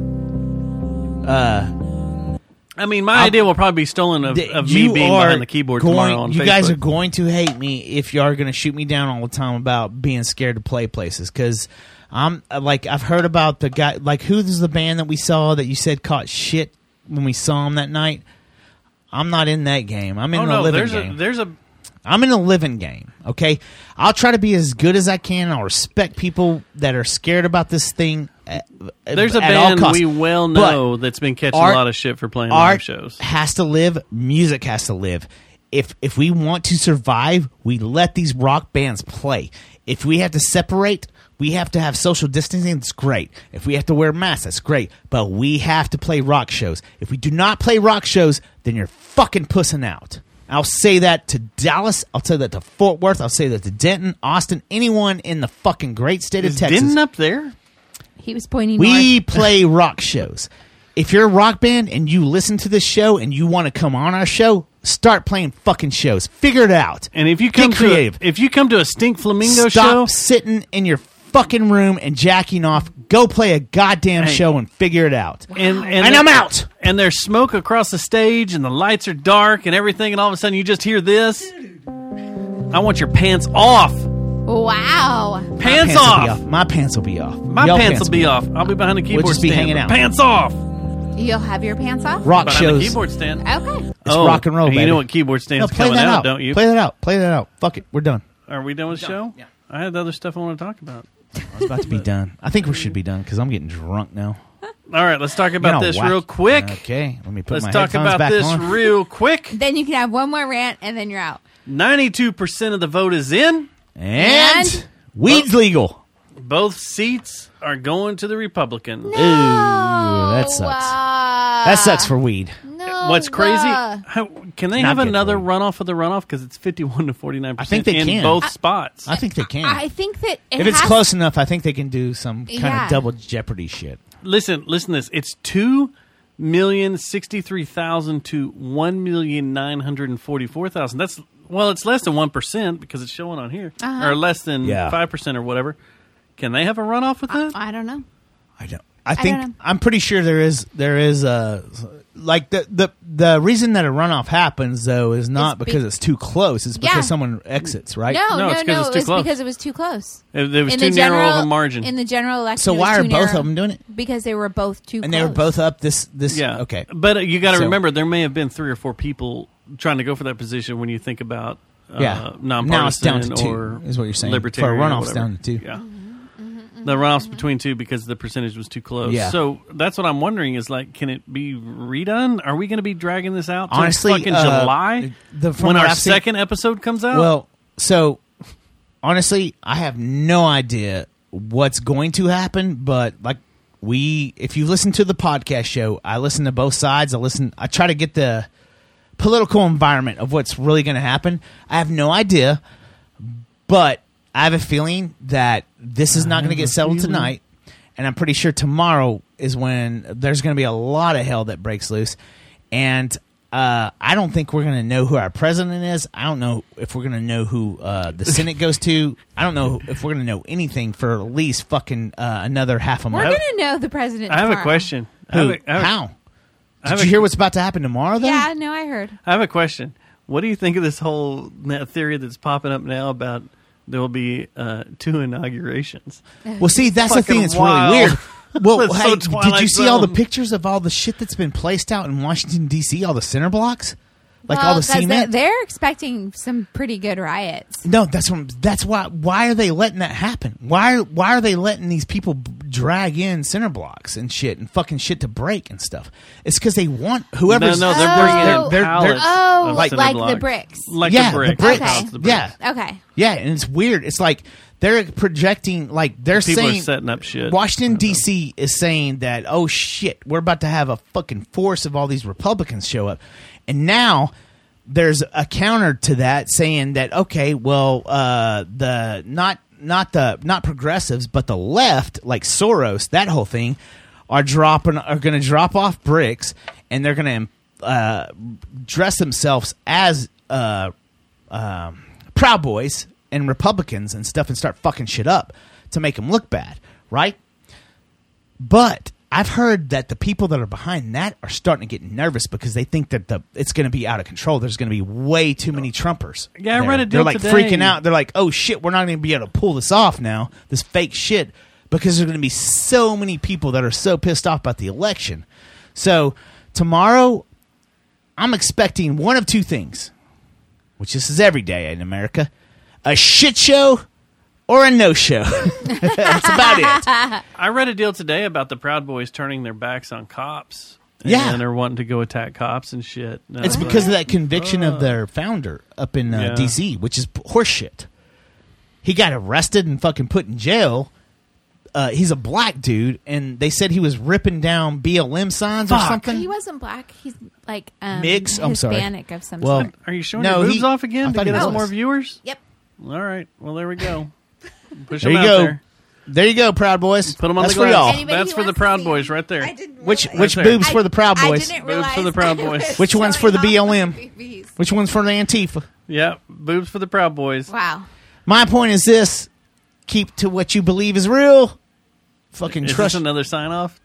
Uh,
I mean, my
I'll-
idea will probably be stolen of,
th-
of me being
are
behind the keyboard
going-
tomorrow on
you
Facebook.
guys are going to hate me if you are going to shoot me down all the time about being scared to play places because I'm uh, like I've heard about the guy like who's the band that we saw that you said caught shit when we saw him that night. I'm not in that game. I'm in
oh
the
no,
living
there's
game.
a there's a
I'm in a living game, okay? I'll try to be as good as I can. I'll respect people that are scared about this thing. At,
there's a
at all
band
costs.
we well
But
know that's been catching
art-
a lot of shit for playing live
art
shows.
has to live. Music has to live. If if we want to survive, we let these rock bands play. If we have to separate, we have to have social distancing. That's great. If we have to wear masks, that's great. But we have to play rock shows. If we do not play rock shows, then you're fucking pussing out. I'll say that to Dallas. I'll say that to Fort Worth. I'll say that to Denton, Austin, anyone in the fucking great state of
Is
Texas.
Denton up there?
He was pointing.
We
north.
play rock shows. If you're a rock band and you listen to this show and you want to come on our show, start playing fucking shows. Figure it out.
And if you
Get
come to a,
creative.
if you come to a Stink Flamingo show,
Stop sitting in your fucking room and jacking off. Go play a goddamn
Hey.
show and figure it out.
and and,
And
there-
I'm out.
And there's smoke across the stage, and the lights are dark, and everything, and all of a sudden you just hear this. I want your pants off.
Wow.
Pants,
will
off.
be My pants will be off.
My
Y'all
pants, will be off. I'll be behind the keyboard
just be
stand.
hanging
but
out.
Pants off.
You'll have your pants off.
Rock
behind the
shows.
keyboard stand. Oh,
Okay.
It's rock and roll,
You
baby.
know what keyboard
No,
stand's
play
coming
that
out,
out.
don't you?
Play that out. Play that out. Fuck it. We're done.
Are we done with the show? Yeah. I had other stuff I want to talk about.
I was about to be done. I think we should be done because I'm getting drunk now.
All right, let's talk
You're
about
not
this
whack.
real quick.
Okay, let me put
Let's
my
talk
headphones
about
back
this
on.
real quick.
Then you can have one more rant, and then you're out.
Ninety-two percent of the vote is in.
And,
And-
oh.
weed's legal.
Both seats are going to the Republican.
Ooh, that
Oh,
sucks. that sucks for weed.
Uh, No.
What's crazy?
uh,
How, can they
Not
have
good
another
for you.
runoff of the runoff because it's fifty-one to forty-nine percent?
I think they
in
can.
both
I-
spots.
I think they can.
I think that it
if it's
has-
close enough, I think they can do some kind
Yeah.
of double jeopardy shit.
listen, listen. to This it's two million sixty-three thousand to one million nine hundred and forty-four thousand. That's well, it's less than one percent because it's showing on here,
Uh-huh.
or less than
Yeah.
five percent or whatever. Can they have a runoff with that?
I don't know.
I don't. I think
don't know.
I'm pretty sure there is there is a like the the the reason that a runoff happens though is not
It's be-
because it's too close. It's because
Yeah.
someone exits right.
No,
No,
no,
it's
no.
'cause it's
it
too
was
close.
because it was too close.
It, it was
in
too
the
narrow
general
of a margin.
in the general election.
So
it was
why are
too
both
narrow
of them doing it?
Because they were both too.
And they were
close.
both up this this.
yeah.
Okay.
But uh, you got to
So-
remember, there may have been three or four people trying to go for that position when you think about uh,
Yeah.
nonpartisan
Now it's down to two,
or
is what you're saying. For a
Libertarian or
runoff's
whatever.
down to two.
Yeah. The runoffs between two because the percentage was too close.
Yeah.
So that's what I'm wondering is like, can it be redone? Are we going to be dragging this out? till
Honestly,
fucking
uh,
July
the- from
when
what
our
I've seen-
second episode comes out.
Well, so honestly, I have no idea what's going to happen, but like we if you listen to the podcast show, I listen to both sides. I listen I try to get the political environment of what's really going to happen. I have no idea, but I have a feeling that this is not going to get settled tonight. and I'm pretty sure tomorrow is when there's going to be a lot of hell that breaks loose, and uh, I don't think we're going to know who our president is. I don't know if we're going to know who uh, the Senate goes to. I don't know if we're going to know anything for at least fucking uh, another half a
We're
month.
gonna know the president.
I have a
tomorrow.
question. I
Who?
have a- I have a-
How?
I
Did
have
you
a-
hear what's about to happen tomorrow? Though,
Yeah, no, I heard.
I have a question. What do you think of this whole na- theory that's popping up now about there will be uh, two inaugurations?
Well, see, that's the
Fucking
thing that's
wild.
really weird. Well,
That's so
hey, did you
Twilight
see all the
Zone.
pictures of all the shit that's been placed out in Washington D.C. All the center blocks, like all the
'cause they-
cement.
They're expecting some pretty good riots.
no, that's what, that's why. Why are they letting that happen? Why are- why are they letting these people b- drag in center blocks and shit and fucking shit to break and stuff? It's because they want whoever's
No, no,
Uh,
they're bringing in pallets
Oh,
of
like,
cinder blocks.
the bricks.
Like
yeah,
the brick.
Okay.
The bricks.
Yeah,
Okay.
Yeah, and it's weird. It's like they're projecting, like they're
People are
saying,
setting up shit.
Washington D.C. is saying that, oh shit, we're about to have a fucking force of all these Republicans show up, and now there's a counter to that saying that okay, well, uh, the not not the not progressives, but the left, like Soros, that whole thing, are dropping are going to drop off bricks, and they're going to uh, dress themselves as uh, um, Proud Boys and Republicans and stuff and start fucking shit up to make them look bad, right? But I've heard that the people that are behind that are starting to get nervous because they think that the it's going to be out of control. There's going to be way too many Trumpers.
Yeah, I
there.
read a deal
They're like
today.
freaking out. They're like, "Oh shit, we're not going to be able to pull this off now. This fake shit." Because there's going to be so many people that are so pissed off about the election. So tomorrow, I'm expecting one of two things, which this is every day in America a shit show or a no show. That's about it.
I read a deal today about the Proud Boys turning their backs on cops.
Yeah.
And they're wanting to go attack cops and shit. And I
It's
was
because of
like,
that conviction of their founder up in uh,
Yeah.
D.C., which is p- horseshit. He got arrested and fucking put in jail. Uh, he's a black dude, and they said he was ripping down BLM signs or
Fuck.
something.
He wasn't black. He's like um,
Mix? I'm sorry.
Hispanic of some
Well,
sort.
Are you showing
No,
your boobs
he-
off
I
again to
thought
get
he
us
Oh.
was.
more viewers?
Yep.
All right. Well, there we go. Push them
there you
out
go.
there.
There you go, Proud Boys.
Put them on
That's
the
for
glass.
y'all.
Anybody
Oh, That's
who
for the
wants to
Proud
see
boys
them.
right there.
Which
Right
which
there.
boobs for the Proud
I
Boys?
didn't
Boobs for
realize
the Proud
I was
Boys.
Which one's for the
showing off my
BLM?
boobies.
Which one's for the Antifa?
Yeah. Boobs for the Proud Boys.
Wow.
My point is this: keep to what you believe is real. Fucking
Is
trust.
this another sign off?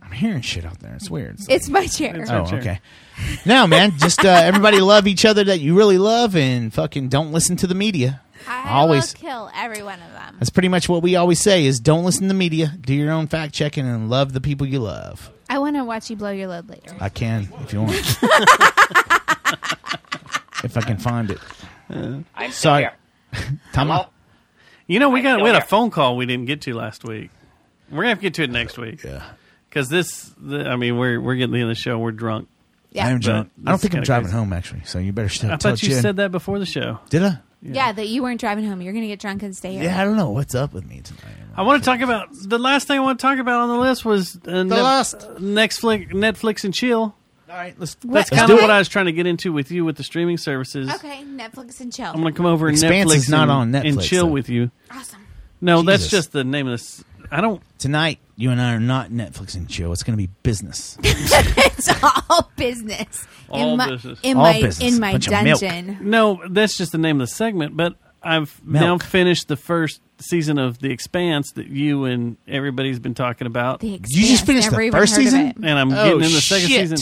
I'm hearing shit out there. It's weird. It's
It's my chair.
oh,
chair.
okay. No, man. Just uh, everybody love each other that you really love, and fucking don't listen to the media.
I
always.
will kill every one of them.
That's pretty much what we always say: is don't listen to the media. Do your own fact checking and love the people you love.
I want to watch you blow your load later.
I can if you want. if I can find it. I'm sorry. Time out.
You know, we got we had a phone call we didn't get to last week. We're gonna have to get to it next week.
Yeah.
Because this, the, I mean, we're we're getting to the end of the show. We're drunk.
Yeah.
I am drunk.
But
I don't
this
think
is
I'm
kinda
driving
crazy.
home actually, so you better still
I
tell
thought you
Jen.
said that before the show.
Did I?
yeah. that you weren't driving home. You're gonna get drunk and stay here.
Yeah, I don't know what's up with me tonight.
I want to talk about the last thing I want to talk about on the list was uh, the
last.
next flick, Netflix and chill.
All right, let's
That's
let's
kind of
do
what
it.
I was trying to get into with you with the streaming services.
Okay, Netflix and chill.
I'm gonna come over and
Expanse
Netflix
is not
and,
on Netflix,
and chill
though.
with you.
awesome.
No, that's
Jesus.
just the name of this. I don't.
Tonight, you and I are not Netflix and chill. It's going to be business.
It's all business.
All
in my,
business.
In
All
my
business.
in my
Bunch of milk.
dungeon.
No, that's just the name of the segment. But I've now
Milk.
finished the first season of The Expanse that you and everybody's been talking about,
The
You just
Expanse.
finished the
Never even
first
heard of
season? Oh,
it.
and I'm getting into the second
shit.
season.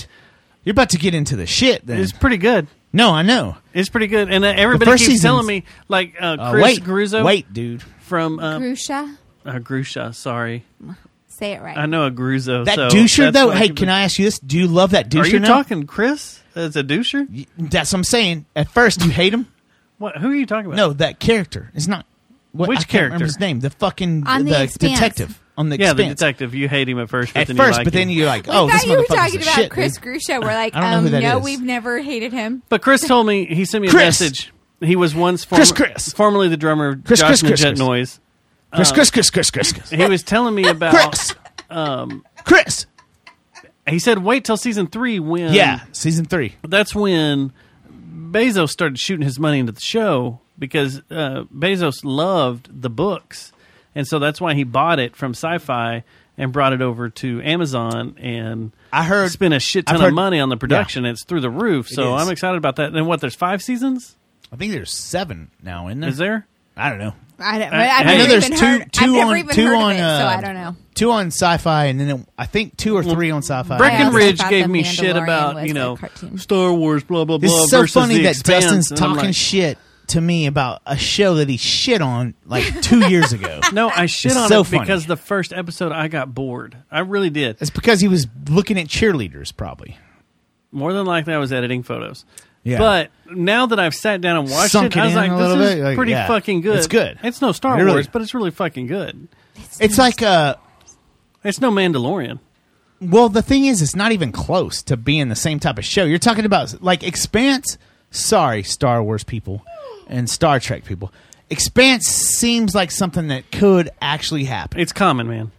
You're about to get into the shit then.
It's pretty good.
no, I know.
It's pretty good, and uh, everybody
first
keeps
season's-
telling me like uh,
Uh,
Chris
wait,
Gruzzo
wait, dude.
from uh,
Grusha,
uh, Grusha. Sorry,
say it right.
I know a Gruzzo.
That
so
doucher
that's
though.
why
Hey,
keep-
can I ask you this? Do you love that doucher?
Are you
now?
talking Chris as a doucher?
Y- That's what I'm saying. At first, you hate him.
What? Who are you talking about?
No, that character. It's not. What,
Which
I can't remember
character?
his name. The fucking
On The
the,
Expanse.
detective on the
yeah, the
Expanse.
detective. You hate him at first, but
At
then you
first,
like
but then
him.
you're like,
we
oh,
thought
this
you were
motherfucker's
talking
the
about
shit,
Chris
dude.
Grusha. We're like,
I don't know
um,
who that
no,
is.
we've never hated him.
But Chris told me he sent me a
Chris.
message. He was once former,
Chris, Chris.
formerly the drummer of
Chris,
Josh
Chris,
and the
Chris,
Jet
Chris.
Noise.
Chris, Chris, Chris, Chris, Chris, Chris,
He was telling me about.
Chris,
um,
Chris.
He said, "Wait till season three when
Yeah, season three.
that's when Bezos started shooting his money into the show because uh, Bezos loved the books and so that's why he bought it from Sci-Fi and brought it over to Amazon and
I heard
spent a shit ton
I've
of
heard-
money on the production. It's through the roof,
It
so
is.
I'm excited about that. And what? There's five seasons.
I think there's seven now, isn't there?
Is there?
I don't know.
I don't.
Uh,
I've never
hey. I know
even
there's two-
heard-
two
I've never
on-
even
two
heard of
on,
it, so
uh,
I don't know.
Two on sci-fi, and then it, I think two or three on sci-fi.
Breckenridge
thought
gave
The
me shit
Mandalorian
about
was
you
a
know Star Wars blah blah blah.
It's so
versus
funny
The
that
Expanse,
Dustin's
and I'm
talking
like,
shit to me about a show that he shit on like two years ago.
No, I shit
It's
on
so
it
funny.
because the first episode I got bored. I really did.
It's because he was looking at cheerleaders, probably.
More than likely, I was editing photos.
Yeah.
But now that I've sat down and watched
Sunk
it,
it
I was
in
like,
a
"This
little
is
bit, like,
pretty
yeah.
fucking good."
It's good.
It's no Star
It really-
Wars, but it's really fucking good.
It's like uh
It's no Mandalorian.
well, the thing is, it's not even close to being the same type of show. You're talking about like Expanse. Sorry, Star Wars people and Star Trek people. Expanse seems like something that could actually happen.
It's common man.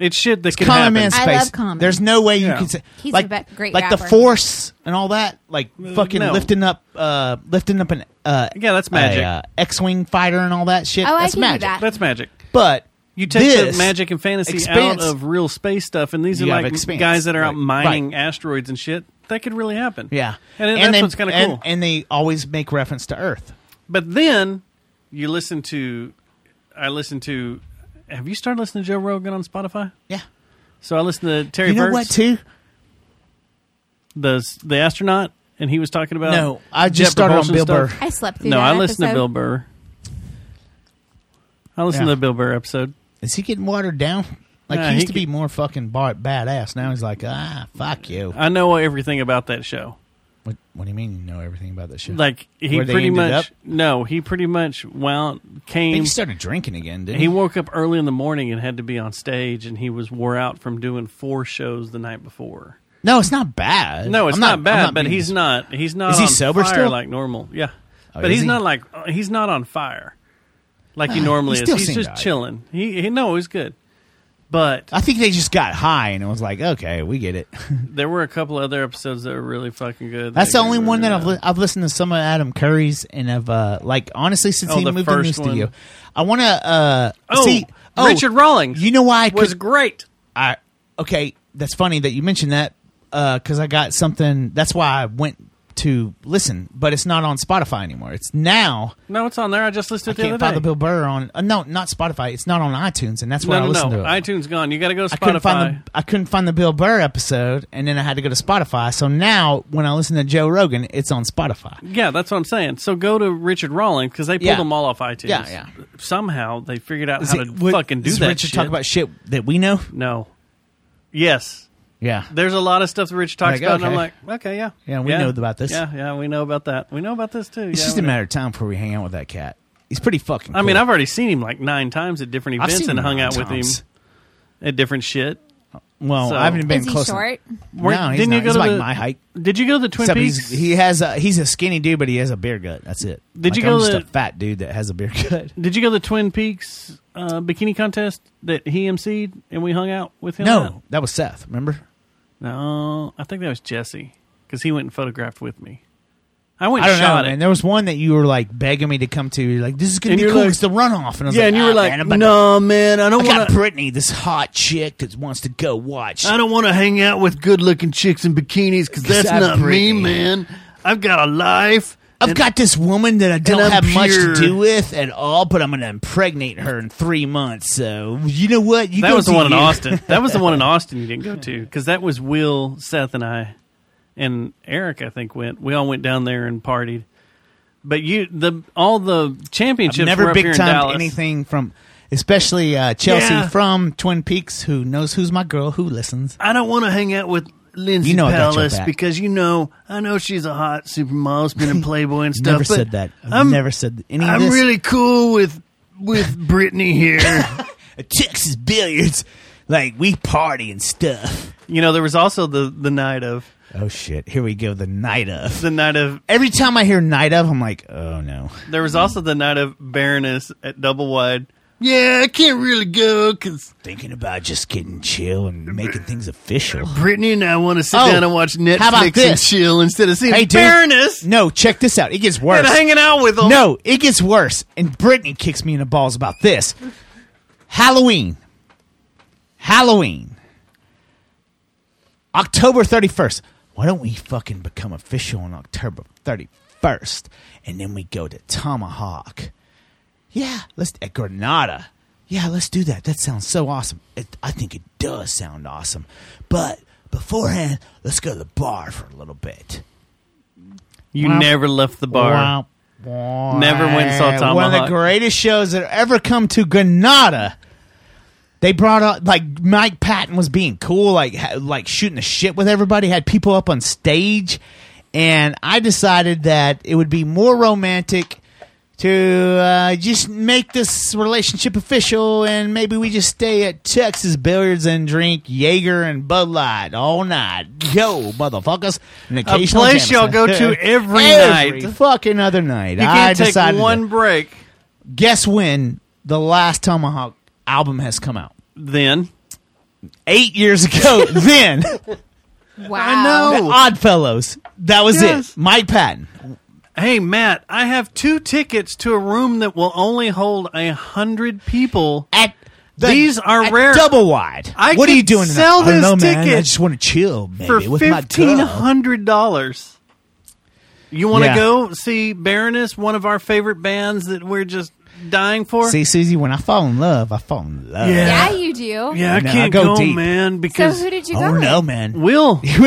It's shit that can
Common
happen.
man space.
I love Common.
There's no way you
Yeah.
can say
He's
like
a ve- great
like the
rapper.
Force and all that. Like
Uh,
fucking
no.
lifting up, uh, lifting up an uh,
Yeah, that's magic.
a, uh, X-wing fighter and all that shit.
Oh, I
that's
can do
magic.
that.
That's magic.
But
You take
this
the magic and fantasy
Expanse-
out of real space stuff, and these are
You have
like
Expanse,
guys that are out
like-
mining
right.
asteroids and shit. That could really happen.
Yeah,
and, it- that's
they-
what's kind of
and-
cool.
And they always make reference to Earth.
But then you listen to, I listen to. Have you started listening to Joe Rogan on Spotify?
Yeah.
So I listened to Terry
You know
Virts,
what? Too
the the astronaut, and he was talking about.
No, I just
jet
started on
propulsion
Bill
stuff.
Burr.
I slept through
No,
that
I listened to
episode.
Bill Burr. I listened
Yeah.
to the Bill Burr episode.
is he getting watered down? Like
Nah,
he
he
used to be
could-
more fucking bar- badass. Now he's like, ah, fuck you.
I know everything about that show.
What, what do you mean you know everything about this shit?
Like he
Where they
pretty
ended
much
up?
no, he pretty much wound
I
came.
think he started drinking again, didn't
He
he?
woke up early in the morning and had to be on stage, and he was wore out from doing four shows the night before.
No, it's not bad.
No, it's
I'm
not,
I'm
bad, but
being-
he's not. He's not.
Is he
on
sober
fire
still?
Like normal, yeah.
Oh,
but
is
he's
he?
not like uh, he's not on fire, like he normally
he
is.
still
He's
seemed
just
all right.
chilling. He, he no, he's good. But
I think they just got high and it was like, okay, we get it.
there were a couple other episodes that were really fucking good.
That's the
that
only
were-
one that I've li- I've listened to some of Adam Curry's and I've uh, like honestly since
Oh,
he
the
moved to the new
first one.
studio, I want to uh,
Oh,
see oh,
Richard Rawlings.
You know why I
was
could,
great.
I okay. That's funny that you mentioned that because I got something. That's why I went to listen, but it's not on Spotify anymore. It's now.
No, it's on there. I just listed
I
it the
can't find
other
the
day.
Bill Burr on. Uh, no, not Spotify. It's not on iTunes, and that's where I
no, no,
listen
no.
to it.
iTunes gone. You got to go to
I couldn't
Spotify.
find the I couldn't find the Bill Burr episode, and then I had to go to Spotify. So now, when I listen to Joe Rogan, it's on Spotify.
Yeah, that's what I'm saying. So go to Richard Rawlings because they pulled
Yeah.
them all off iTunes.
Yeah, yeah.
Somehow they figured out
Is
how
it-
to
what-
fucking do
does
that.
Richard
shit.
talk about shit that we know?
no. Yes,
Yeah,
there's a lot of stuff that Rich talks
Like,
about, and I'm
okay.
like, okay, yeah,
Yeah, we know about this.
Yeah, yeah, we know about that. We know about this too.
it's
yeah,
just
we
a
know.
matter of time before we hang out with that cat. He's pretty fucking.
I mean,
cool.
I've already seen him like nine times at different
I've
events
seen
and
him
hung
nine
out with
times.
him at different shit.
well,
so-
I haven't been
Is he
close. en-
short?
Weren't-
No, he's
didn't
not.
you go
He's
to
like
the-
my height.
Did you go to the Twin
Except
Peaks?
he's, he has a he's a skinny dude, but he has a beer gut. That's it.
Did
Like,
you go
I'm just
to-
a fat dude that has a beer gut?
Did you go to the Twin Peaks uh, bikini contest that he emceed and we hung out with him? at?
No, that was Seth. Remember?
No, I think that was Jesse because he went and photographed with me. I went
I
and
don't know.
shot it.
And there was one that you were like begging me to come to. You're like, this is gonna
And
be
you're
cool.
like-
it's the runoff. And I was
yeah,
like,
and you were
"Ah,
like,
man, I'm about to-
"No, man, I
I
don't want
got
to.
Brittany, this hot chick that wants to go watch.
I don't want to hang out with good-looking chicks in bikinis because
'Cause
that's
I'm
not
pretty.
me, man. I've got a life.
I've
and-
got this woman that I don't
I'm
have much to
pure.
do with at all, but I'm going to impregnate her in three months. So you know what? You
That
go
was the
do
one in
you.
Austin. That was the one in Austin you didn't go to because that was Will, Seth, and I, and Eric. I think went. We all went down there and partied. But you, the all the championships
I've
were
never
up here
big
in
timed
Dallas.
anything from, especially uh, Chelsea
Yeah.
from Twin Peaks, who knows who's my girl, who listens.
I don't want to hang out with Lindsay
You know I got your
Palace
back.
because you know I know she's a hot supermodel, has been in Playboy and stuff.
Never
but
said that. I've
I'm-
never said any of
I'm
this.
really cool with with Brittany here.
Uh, Texas billiards, like we party and stuff.
you know, there was also the the night of
Oh shit! Here we go. The night of.
the night of
Every time I hear night of, I'm like, oh no.
there was also the night of Baroness at Double Wide. Yeah, I can't really go because
Thinking about just getting chill and making things official.
Brittany and I want to sit
Oh,
down and watch Netflix
how about
and
this?
chill instead of seeing
Hey, dude.
Baroness
No, check this out. It gets worse.
and hanging out with them.
No, it gets worse. And Brittany kicks me in the balls about this. Halloween. Halloween. October 31st. Why don't we fucking become official on October 31st? And then we go to Tomahawk. Yeah, let's at Granada. Yeah, let's do that. That sounds so awesome. It, I think it does sound awesome. But beforehand, let's go to the bar for a little bit.
You
Wow.
never left the bar.
Wow.
Never went and saw Tomahawk.
One of the greatest shows that ever come to Granada. They brought up like Mike Patton was being cool, like ha- like shooting the shit with everybody. Had people up on stage, and I decided that it would be more romantic to uh, just make this relationship official, and maybe we just stay at Texas Billiards and drink Jaeger and Bud Light all night. Go, motherfuckers! And occasional
place y'all go
Jameson.
to every
Every
night.
fucking other night.
You can't
I
take
decided
one
to-
break.
Guess when the last Tomahawk album has come out?
Then
eight years ago. then
Wow.
I know.
Odd Fellows. That was
Yes.
it. Mike Patton.
Hey Matt, I have two tickets to a room that will only hold a hundred people.
At The-
these are
at
rare.
Double wide.
I
what are
could
you doing? tonight?
sell
I don't
this
know, man. I
ticket
just want to chill, baby,
for
with my
fifteen
girl.
hundred dollars. You want to
Yeah.
go see Baroness, one of our favorite bands that we're just dying for?
See, Susie, when I fall in love, I fall in love.
Yeah, you do.
yeah, I
No, I
can't
go
go,
deep.
man.
So
Because Oh,
who did you
I
go
don't
with?
know, Oh, man.
Will
yeah,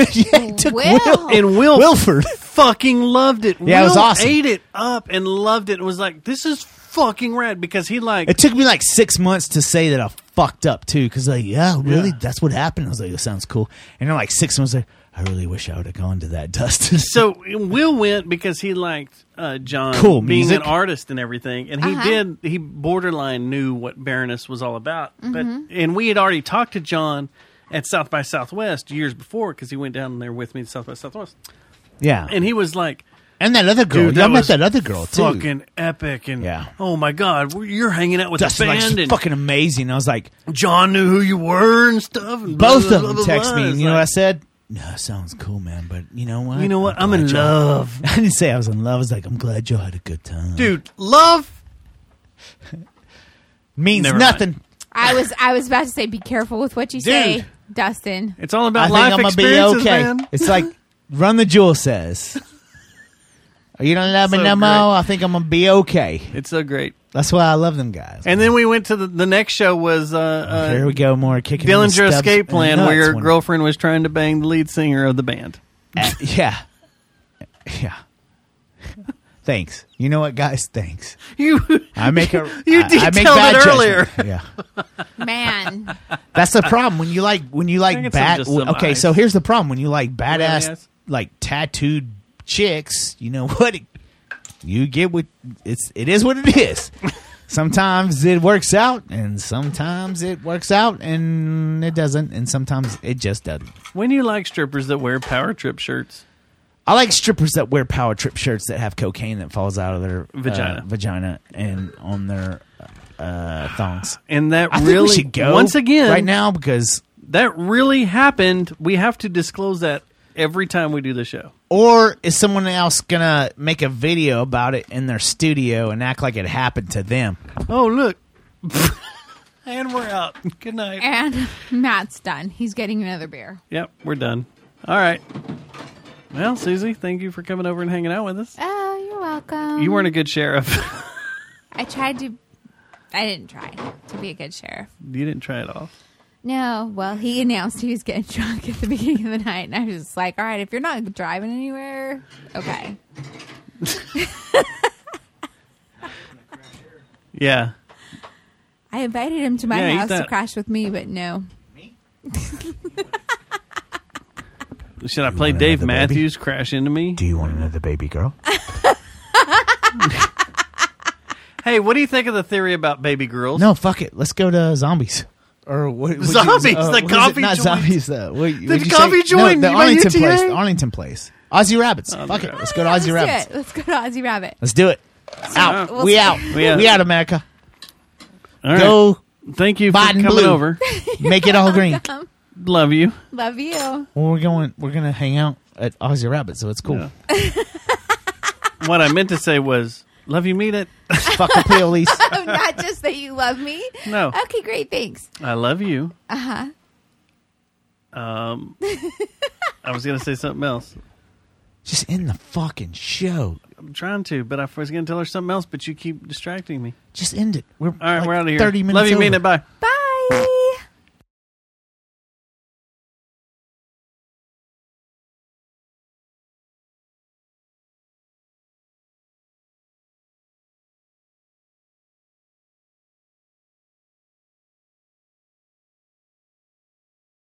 took
Will.
Will.
and Will
Wilford.
fucking loved it.
Yeah, it
Will
was awesome.
Ate it up and loved it. and Was like, this is fucking rad because he like
It took me like six months to say that I fucked up too, because like, yeah, really,
Yeah.
that's what happened. I was like, that sounds cool, and then like six months later, I really wish I would have gone to that, Dustin.
so Will went because he liked uh, John
Cool
being
music.
an artist and everything, and he did. He borderline knew what Baroness was all about, but and we had already talked to John at South by Southwest years before because he went down there with me to South by Southwest,
yeah,
and he was like.
and that other girl,
Dude,
yeah, I
that
met
was
that other girl too.
Fucking epic and
Yeah.
oh my god, we're- you're hanging out with
Dustin,
the
like,
band
she's
and
fucking amazing. I was like,
John knew who you were and stuff. And blah,
both
blah,
of
blah,
them
blah,
text
blah.
me, and
It's
you know what I
like,
said? No, it sounds cool, man, but you know what?
You know what? I'm
glad
in
y'all-
love.
I didn't say I was in love. I was like, I'm glad y'all had a good time.
dude, love.
means
never mind.
nothing.
I was I was about to say, be careful with what you say,
Dude.
Dustin.
It's all
I
about
think
life
I'm gonna be
experiences,
okay.
man.
It's like Run the Jewel says. You don't love me
So
no more.
great.
I think I'm gonna be okay.
It's so great.
That's why I love them guys.
And then we went to the, the next show was uh, uh,
Here we go, more kicking. in the
Dillinger
stubs
Escape
and
Plan,
nuts
where your
when-
girlfriend was trying to bang the lead singer of the band.
Uh, yeah, yeah. Thanks. You know what, guys? Thanks.
You
I make a.
You
I- I make
detailed
bad
it
judgment.
earlier.
Yeah.
Man,
That's the problem when you like when you
I
like
think it's
bad.
just some
Okay,
eyes.
so here's the problem when you like badass,
eyes.
like tattooed chicks. You know what? It, you get what it's. It is what it is. sometimes it works out, and sometimes it works out, and it doesn't, and sometimes it just doesn't.
when do you like strippers that wear power trip shirts?
I like strippers that wear power trip shirts that have cocaine that falls out of their uh,
Vagina.
vagina, and on their uh, thongs.
And that
I think
really
we should go
once again
right now because
That really happened. We have to disclose that every time we do the show.
Or is someone else gonna make a video about it in their studio and act like it happened to them?
Oh look. and we're out. Good night.
and Matt's done. He's getting another beer.
Yep, we're done. All right. Well, Susie, thank you for coming over and hanging out with us.
Oh, you're welcome.
You weren't a good sheriff.
I tried to. I didn't try to be a good sheriff.
you didn't try it all.
No, well, he announced he was getting drunk at the beginning of the night, and I was just like, "All right, if you're not driving anywhere, okay."
Yeah.
I invited him to my
Yeah, he's
house to
not-
crash with me, but no.
Should I play
want
Dave
another baby?
Matthews crash into me?
Do you want another baby girl?
Hey, what do you think of the theory about baby girls?
no, fuck it. Let's go to zombies. Or what, what
Zombies,
you- uh,
the
what is it?
coffee
Not
joint.
zombies though. What, the
coffee joint
No, the
by
Arlington
UTA?
place. The Arlington place. Aussie rabbits.
Oh,
fuck it. Let's go to Aussie
Let's do
rabbits.
it. Let's go to Ozzy Rabbit.
Let's do it. Out.
We'll
we
see.
out.
We out.
We out. America.
All right.
Go
Thank you for
Biden
coming
blue.
over.
make it all green.
Love you.
Love you. Oh,
Well, we're going. We're gonna hang out at Aussie Rabbit, so it's cool.
What I meant to say was Love you, mean it.
Fuck the police.
Oh, not just that you love me.
No.
Okay, great. Thanks.
I love you.
Uh huh.
Um, I was gonna say something else.
Just end the fucking show.
I'm trying to, but I was gonna tell her something else, but you keep distracting me.
Just end it. We're
all right.
like
we're out of here.
30 minutes
Love you, mean
over.
it. Bye.
Bye.